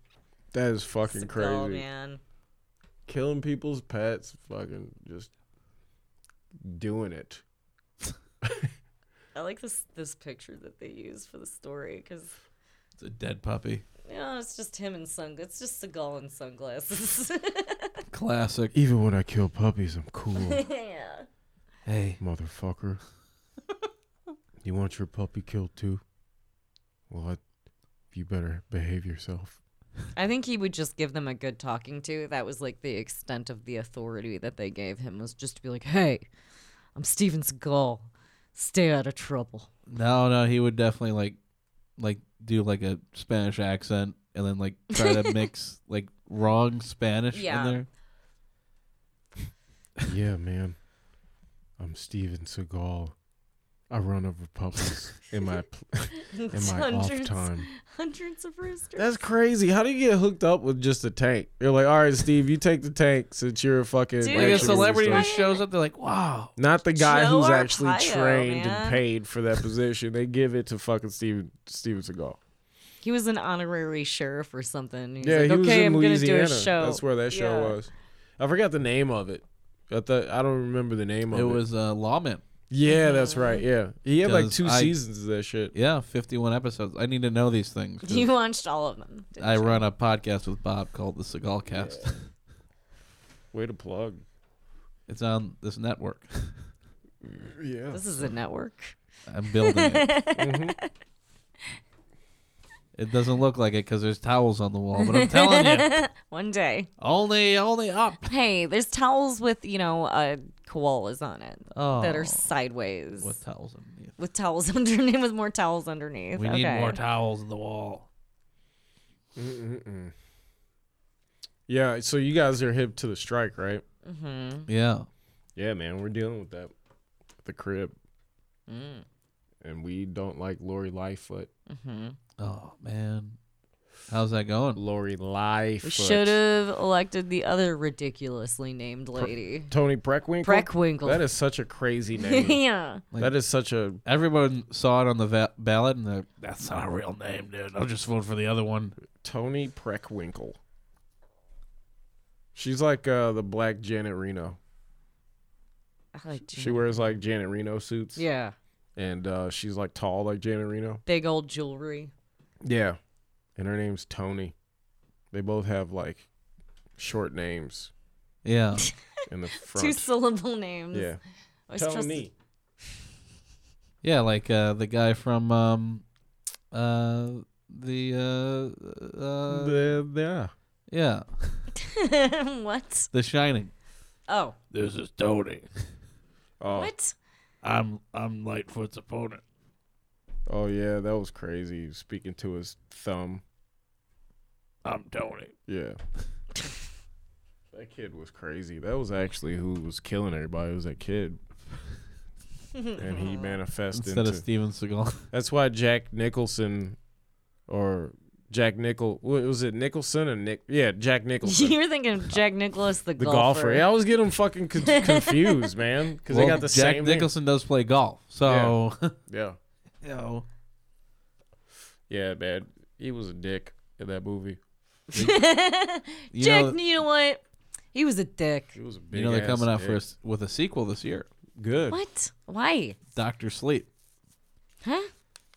[SPEAKER 5] That is fucking
[SPEAKER 3] Seagal,
[SPEAKER 5] crazy.
[SPEAKER 3] man.
[SPEAKER 5] killing people's pets, fucking just doing it.
[SPEAKER 3] I like this this picture that they use for the story because
[SPEAKER 4] It's a dead puppy.
[SPEAKER 3] you know it's just him in sun. It's just Seagal in sunglasses.
[SPEAKER 4] Classic.
[SPEAKER 5] Even when I kill puppies, I'm cool.
[SPEAKER 3] yeah.
[SPEAKER 4] Hey,
[SPEAKER 5] Motherfucker. you want your puppy killed too? Well, I, you better behave yourself.
[SPEAKER 3] I think he would just give them a good talking to. That was like the extent of the authority that they gave him was just to be like, "Hey, I'm Steven Seagal. Stay out of trouble."
[SPEAKER 4] no, no, he would definitely like, like do like a Spanish accent and then like try to mix like wrong Spanish
[SPEAKER 3] Yeah.
[SPEAKER 4] in there.
[SPEAKER 5] yeah, man. I'm Steven Seagal. I run over puppies in my pl- in my off
[SPEAKER 3] hundreds,
[SPEAKER 5] time.
[SPEAKER 3] hundreds of roosters.
[SPEAKER 5] That's crazy. How do you get hooked up with just a tank? You're like, all right, Steve, you take the tank since you're a fucking
[SPEAKER 3] Dude,
[SPEAKER 4] Like
[SPEAKER 5] action
[SPEAKER 4] a
[SPEAKER 3] Actually,
[SPEAKER 4] celebrity
[SPEAKER 5] movie
[SPEAKER 3] Ryan-
[SPEAKER 4] just shows up, they're like, "Wow,
[SPEAKER 5] star. Not the guy
[SPEAKER 3] Joe
[SPEAKER 5] who's actually
[SPEAKER 3] Arpaio,
[SPEAKER 5] trained
[SPEAKER 3] man.
[SPEAKER 5] and paid for that position. They give it to fucking Steven Steven Seagal.
[SPEAKER 3] He was an honorary sheriff or something. He's
[SPEAKER 5] yeah,
[SPEAKER 3] like,
[SPEAKER 5] he was
[SPEAKER 3] okay,
[SPEAKER 5] in
[SPEAKER 3] I'm
[SPEAKER 5] Louisiana.
[SPEAKER 3] gonna do a show.
[SPEAKER 5] That's where that show
[SPEAKER 3] Yeah.
[SPEAKER 5] was. I forgot the name of it. I thought I don't remember the name of
[SPEAKER 4] it
[SPEAKER 5] it.
[SPEAKER 4] was a lawman."
[SPEAKER 5] yeah, that's right. Yeah, he had like
[SPEAKER 4] Because
[SPEAKER 5] two
[SPEAKER 4] I-
[SPEAKER 5] seasons of that shit.
[SPEAKER 4] Yeah, fifty-one episodes. I need to know these things. 'cause
[SPEAKER 3] You watched all of them. didn't
[SPEAKER 4] I
[SPEAKER 3] you?
[SPEAKER 4] run a podcast with Bob called the Seagal Cast.
[SPEAKER 5] Way to plug.
[SPEAKER 4] It's on this network.
[SPEAKER 5] Yeah.
[SPEAKER 3] This is a network.
[SPEAKER 4] I'm building it.
[SPEAKER 5] Mm-hmm.
[SPEAKER 4] It doesn't look like it because there's towels on the wall, but I'm telling you,
[SPEAKER 3] One day.
[SPEAKER 4] only only up.
[SPEAKER 3] Hey, there's towels with you know uh, koalas on it
[SPEAKER 4] Oh,
[SPEAKER 3] that are sideways
[SPEAKER 4] with towels underneath.
[SPEAKER 3] with towels underneath, with more towels underneath.
[SPEAKER 4] We
[SPEAKER 3] okay.
[SPEAKER 4] need more towels in the wall.
[SPEAKER 5] Yeah. So you guys are hip to the strike, right?
[SPEAKER 3] Mm-hmm.
[SPEAKER 4] Yeah,
[SPEAKER 5] Yeah, man, we're dealing with that. at The crib.
[SPEAKER 3] Mm.
[SPEAKER 5] And we don't like Lori Lightfoot.
[SPEAKER 4] Oh man, how's that going?
[SPEAKER 5] Lori Lightfoot.
[SPEAKER 3] We should have elected the other ridiculously named lady.
[SPEAKER 5] Tony Preckwinkle.
[SPEAKER 3] Preckwinkle.
[SPEAKER 5] That is such a crazy name.
[SPEAKER 3] yeah.
[SPEAKER 5] that is such a
[SPEAKER 4] Everyone saw it on the va- ballot, and they're, that's not a real name, dude. I'll just vote for the other one.
[SPEAKER 5] Tony Preckwinkle. She's like uh, the black Janet Reno.
[SPEAKER 3] I like
[SPEAKER 5] She wears like Janet Reno suits.
[SPEAKER 3] Oh, Mm-hmm. yeah.
[SPEAKER 5] And uh, she's like tall like Janet Reno.
[SPEAKER 3] Big old jewelry.
[SPEAKER 5] Yeah. And her name's Tony. They both have like short names
[SPEAKER 4] Yeah,
[SPEAKER 5] in the
[SPEAKER 3] Two
[SPEAKER 5] front.
[SPEAKER 3] syllable names.
[SPEAKER 5] yeah.
[SPEAKER 3] Always trust-
[SPEAKER 4] yeah, like uh, the guy from um, uh, the uh, uh,
[SPEAKER 5] The, yeah.
[SPEAKER 4] yeah,
[SPEAKER 3] what?
[SPEAKER 4] The Shining.
[SPEAKER 3] Oh.
[SPEAKER 4] This is Tony.
[SPEAKER 5] Oh,
[SPEAKER 3] What?
[SPEAKER 4] I'm I'm Lightfoot's opponent.
[SPEAKER 5] oh yeah, that was crazy. Speaking to his thumb.
[SPEAKER 4] I'm Tony.
[SPEAKER 5] Yeah. that kid was crazy. That was actually who was killing everybody. It was that kid. and he manifested
[SPEAKER 4] Instead
[SPEAKER 5] into,
[SPEAKER 4] of Steven Seagal.
[SPEAKER 5] That's why Jack Nicholson or Jack Nichol what was it Nicholson or Nick Yeah, Jack Nicholson.
[SPEAKER 3] You're thinking of Jack Nicholas the,
[SPEAKER 5] the golfer.
[SPEAKER 3] golfer.
[SPEAKER 5] Yeah, I always get them fucking con- confused, man, because
[SPEAKER 4] Well,
[SPEAKER 5] they got the
[SPEAKER 4] Jack
[SPEAKER 5] same name.
[SPEAKER 4] Nicholson does play golf, so
[SPEAKER 5] Yeah,
[SPEAKER 4] you know,
[SPEAKER 5] yeah, man, he was a dick in that movie.
[SPEAKER 4] you
[SPEAKER 3] Jack,
[SPEAKER 4] know,
[SPEAKER 3] you know what? He was a dick.
[SPEAKER 5] He was a big.
[SPEAKER 4] you know they're
[SPEAKER 5] ass
[SPEAKER 4] coming out
[SPEAKER 5] dick.
[SPEAKER 4] for a s with a sequel this year,
[SPEAKER 5] good.
[SPEAKER 3] What? Why?
[SPEAKER 4] Doctor Sleep.
[SPEAKER 3] Huh?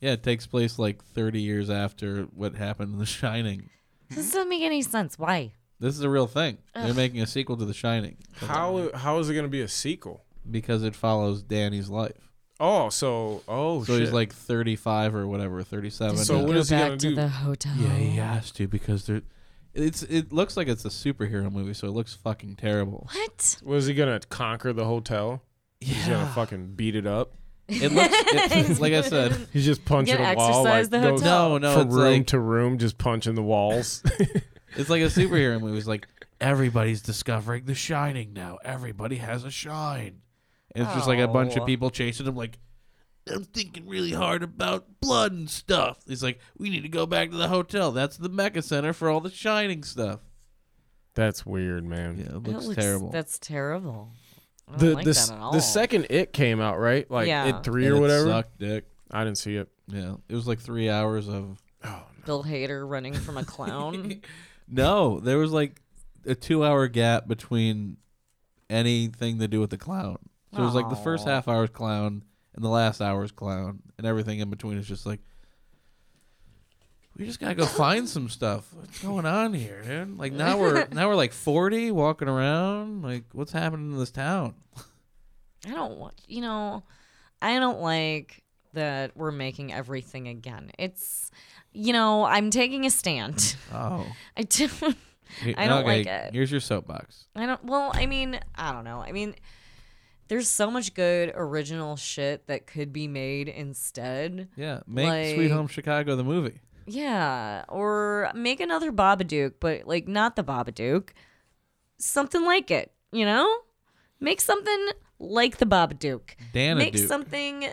[SPEAKER 4] Yeah, it takes place like 30 years after what happened in The Shining.
[SPEAKER 5] Hmm?
[SPEAKER 3] This doesn't make any sense. Why?
[SPEAKER 4] This is a real thing. They're making a sequel to The Shining
[SPEAKER 5] How how is it gonna be a sequel?
[SPEAKER 4] because it follows Danny's life.
[SPEAKER 5] Oh, so oh,
[SPEAKER 4] So
[SPEAKER 5] shit.
[SPEAKER 4] he's like 35 or whatever, 37.
[SPEAKER 5] So
[SPEAKER 4] now.
[SPEAKER 5] what
[SPEAKER 3] Go
[SPEAKER 5] is he
[SPEAKER 3] back
[SPEAKER 5] gonna
[SPEAKER 3] to
[SPEAKER 5] do?
[SPEAKER 3] the hotel.
[SPEAKER 4] Yeah, he has to because they're. It's it looks like it's a superhero movie, so it looks fucking terrible.
[SPEAKER 3] What?
[SPEAKER 5] was he gonna conquer the hotel? He's gonna fucking beat it up.
[SPEAKER 4] It looks it, like I said.
[SPEAKER 5] He's just punching
[SPEAKER 3] Gonna
[SPEAKER 5] a wall.
[SPEAKER 3] exercise
[SPEAKER 5] Like,
[SPEAKER 3] the
[SPEAKER 5] goes
[SPEAKER 3] hotel.
[SPEAKER 4] No, no,
[SPEAKER 5] from
[SPEAKER 4] it's
[SPEAKER 5] room
[SPEAKER 4] like-
[SPEAKER 5] to room, just punching the walls.
[SPEAKER 4] It's like a superhero movie. It's like everybody's discovering the shining now. Everybody has a shine. And it's just like a bunch
[SPEAKER 3] Oh.
[SPEAKER 4] of people chasing him like I'm thinking really hard about blood and stuff. He's like, we need to go back to the hotel. That's the mecha center for all the shining stuff.
[SPEAKER 5] That's weird, man.
[SPEAKER 4] Yeah, it
[SPEAKER 3] That
[SPEAKER 4] looks, terrible.
[SPEAKER 3] That's terrible. I don't
[SPEAKER 5] The
[SPEAKER 3] like
[SPEAKER 5] the,
[SPEAKER 3] that
[SPEAKER 5] s-
[SPEAKER 3] at all.
[SPEAKER 5] the second it came out right like
[SPEAKER 3] Yeah.
[SPEAKER 5] it three
[SPEAKER 4] And
[SPEAKER 5] or
[SPEAKER 4] it
[SPEAKER 5] whatever.
[SPEAKER 4] sucked dick.
[SPEAKER 5] I didn't see it.
[SPEAKER 4] Yeah, it was like three hours of.
[SPEAKER 3] Bill Hader running from a clown.
[SPEAKER 4] No, there was like a two-hour gap between anything to do with the clown. So it was like the first
[SPEAKER 3] Aw.
[SPEAKER 4] half hour's clown and the last hour's clown, and everything in between is just like. We just gotta go find some stuff. What's going on here, dude? Like now we're now we're like forty walking around. Like what's happening in this town?
[SPEAKER 3] I don't want, you know, I don't like that we're making everything again. It's, you know, I'm taking a stand.
[SPEAKER 4] Oh.
[SPEAKER 3] I don't, I don't like it.
[SPEAKER 4] Here's your soapbox.
[SPEAKER 3] I don't, well, I mean, I don't know. I mean, there's so much good original shit that could be made instead.
[SPEAKER 4] Yeah, make Sweet
[SPEAKER 3] Like-
[SPEAKER 4] Home Chicago the movie.
[SPEAKER 3] Yeah, or make another Babadook, but like not the Babadook, something like it. You know, make something like the Babadook.
[SPEAKER 4] Dana
[SPEAKER 3] make
[SPEAKER 4] Duke.
[SPEAKER 3] something.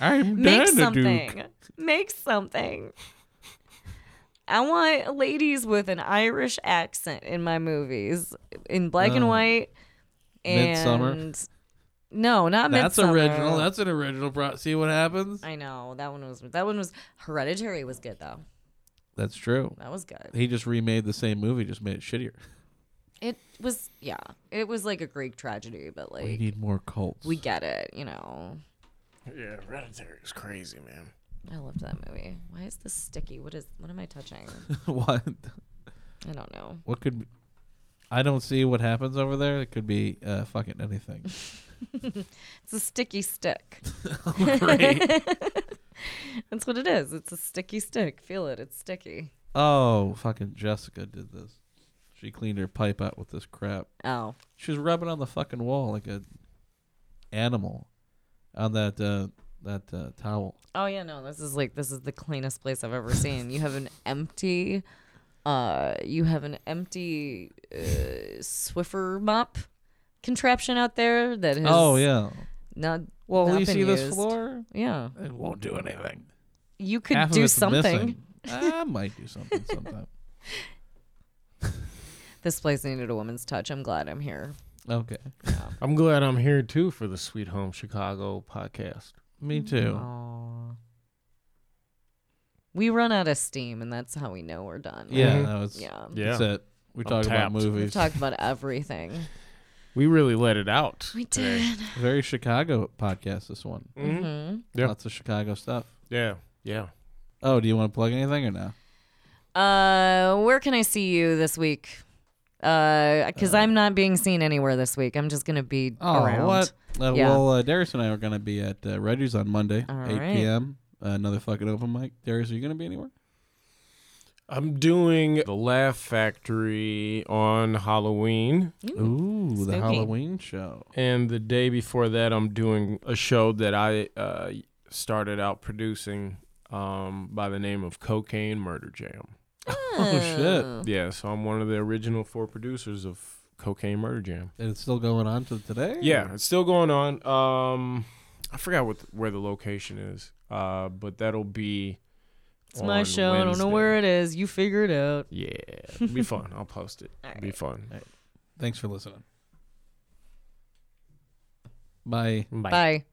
[SPEAKER 4] I'm
[SPEAKER 3] Make
[SPEAKER 4] Dana
[SPEAKER 3] something.
[SPEAKER 4] Duke.
[SPEAKER 3] Make something. I want ladies with an Irish accent in my movies, in black and
[SPEAKER 4] Oh.
[SPEAKER 3] white. And
[SPEAKER 4] Midsummer?
[SPEAKER 3] No, not
[SPEAKER 4] That's
[SPEAKER 3] Midsummer.
[SPEAKER 4] original. That's an original. Pro- See what happens?
[SPEAKER 3] I know that one was that one was Hereditary was good though.
[SPEAKER 4] That's true.
[SPEAKER 3] That was good.
[SPEAKER 4] He just remade the same movie, just made it shittier.
[SPEAKER 3] It was yeah. It was like a Greek tragedy, but
[SPEAKER 4] We
[SPEAKER 3] like
[SPEAKER 4] need more cults.
[SPEAKER 3] we get it, you know.
[SPEAKER 6] Yeah, Hereditary is crazy, man.
[SPEAKER 3] I loved that movie. Why is this sticky? What is what am I touching?
[SPEAKER 4] what?
[SPEAKER 3] I don't know.
[SPEAKER 4] What could? Be? I don't see what happens over there. It could be uh, fucking anything.
[SPEAKER 3] It's a sticky stick.
[SPEAKER 4] Great.
[SPEAKER 3] That's what it is. It's a sticky stick. Feel it. It's sticky.
[SPEAKER 4] Oh, fucking Jessica did this. She cleaned her pipe out with this crap.
[SPEAKER 3] Oh.
[SPEAKER 4] She was rubbing on the fucking wall like a animal on that uh, that uh, towel.
[SPEAKER 3] Oh yeah, no. This is like this is the cleanest place I've ever seen. You have an empty uh you have an empty uh, Swiffer mop contraption out there that has
[SPEAKER 4] oh yeah.
[SPEAKER 3] not
[SPEAKER 4] Well,
[SPEAKER 3] not
[SPEAKER 4] you
[SPEAKER 3] been
[SPEAKER 4] see this
[SPEAKER 3] used.
[SPEAKER 4] floor?
[SPEAKER 3] Yeah.
[SPEAKER 4] It won't do anything.
[SPEAKER 3] You could
[SPEAKER 4] Half of
[SPEAKER 3] do
[SPEAKER 4] it's
[SPEAKER 3] something.
[SPEAKER 4] missing. I might do something sometime.
[SPEAKER 3] This place needed a woman's touch. I'm glad I'm here.
[SPEAKER 4] Okay.
[SPEAKER 5] I'm glad I'm here too for the Sweet Home Chicago podcast.
[SPEAKER 4] Me
[SPEAKER 3] Mm,
[SPEAKER 4] too.
[SPEAKER 3] Aw. We run out of steam, and that's how we know we're done. right?
[SPEAKER 4] Yeah, that was
[SPEAKER 3] Yeah.
[SPEAKER 4] That's it. We
[SPEAKER 5] I'm
[SPEAKER 4] talk about
[SPEAKER 5] tapped.
[SPEAKER 3] We've
[SPEAKER 4] movies.
[SPEAKER 3] talked about everything.
[SPEAKER 5] We really let it out.
[SPEAKER 3] We did.
[SPEAKER 4] Very Chicago podcast this one.
[SPEAKER 6] Mm-hmm.
[SPEAKER 3] hmm
[SPEAKER 5] Yeah.
[SPEAKER 4] Lots of Chicago stuff.
[SPEAKER 5] Mm-hmm. Yeah, yeah.
[SPEAKER 4] Oh, do you want to plug anything or no?
[SPEAKER 3] Uh, where can I see you this week? Uh, because I'm not being seen anywhere this week. I'm just gonna be
[SPEAKER 4] Oh,
[SPEAKER 3] around.
[SPEAKER 4] what? Uh,
[SPEAKER 3] Yeah.
[SPEAKER 4] Well, uh, Darius and I are going to be at uh, Reggie's on Monday,
[SPEAKER 3] All
[SPEAKER 4] 8
[SPEAKER 3] right.
[SPEAKER 4] p.m. Uh, another fucking open mic. Darius, are you going to be anywhere?
[SPEAKER 6] I'm doing the Laugh Factory on Halloween,
[SPEAKER 4] Ooh, the
[SPEAKER 3] spooky.
[SPEAKER 4] Halloween show.
[SPEAKER 6] and the day before that, I'm doing a show that I uh, started out producing um, by the name of Cocaine Murder Jam.
[SPEAKER 4] Oh, shit.
[SPEAKER 3] Oh.
[SPEAKER 6] Yeah, so I'm one of the original four producers of Cocaine Murder Jam.
[SPEAKER 4] And it's still going on to today?
[SPEAKER 3] Mm.
[SPEAKER 6] Yeah, it's still going on. Um, I forgot what where the location is, uh, but that'll be.
[SPEAKER 3] It's my
[SPEAKER 6] on
[SPEAKER 3] show. I don't know
[SPEAKER 6] Wednesday.
[SPEAKER 3] where it is. You figure it out.
[SPEAKER 6] Yeah, it'll be fun. I'll post it.
[SPEAKER 3] All
[SPEAKER 6] It'll be fun.
[SPEAKER 4] Thanks for listening. Bye.
[SPEAKER 3] Bye.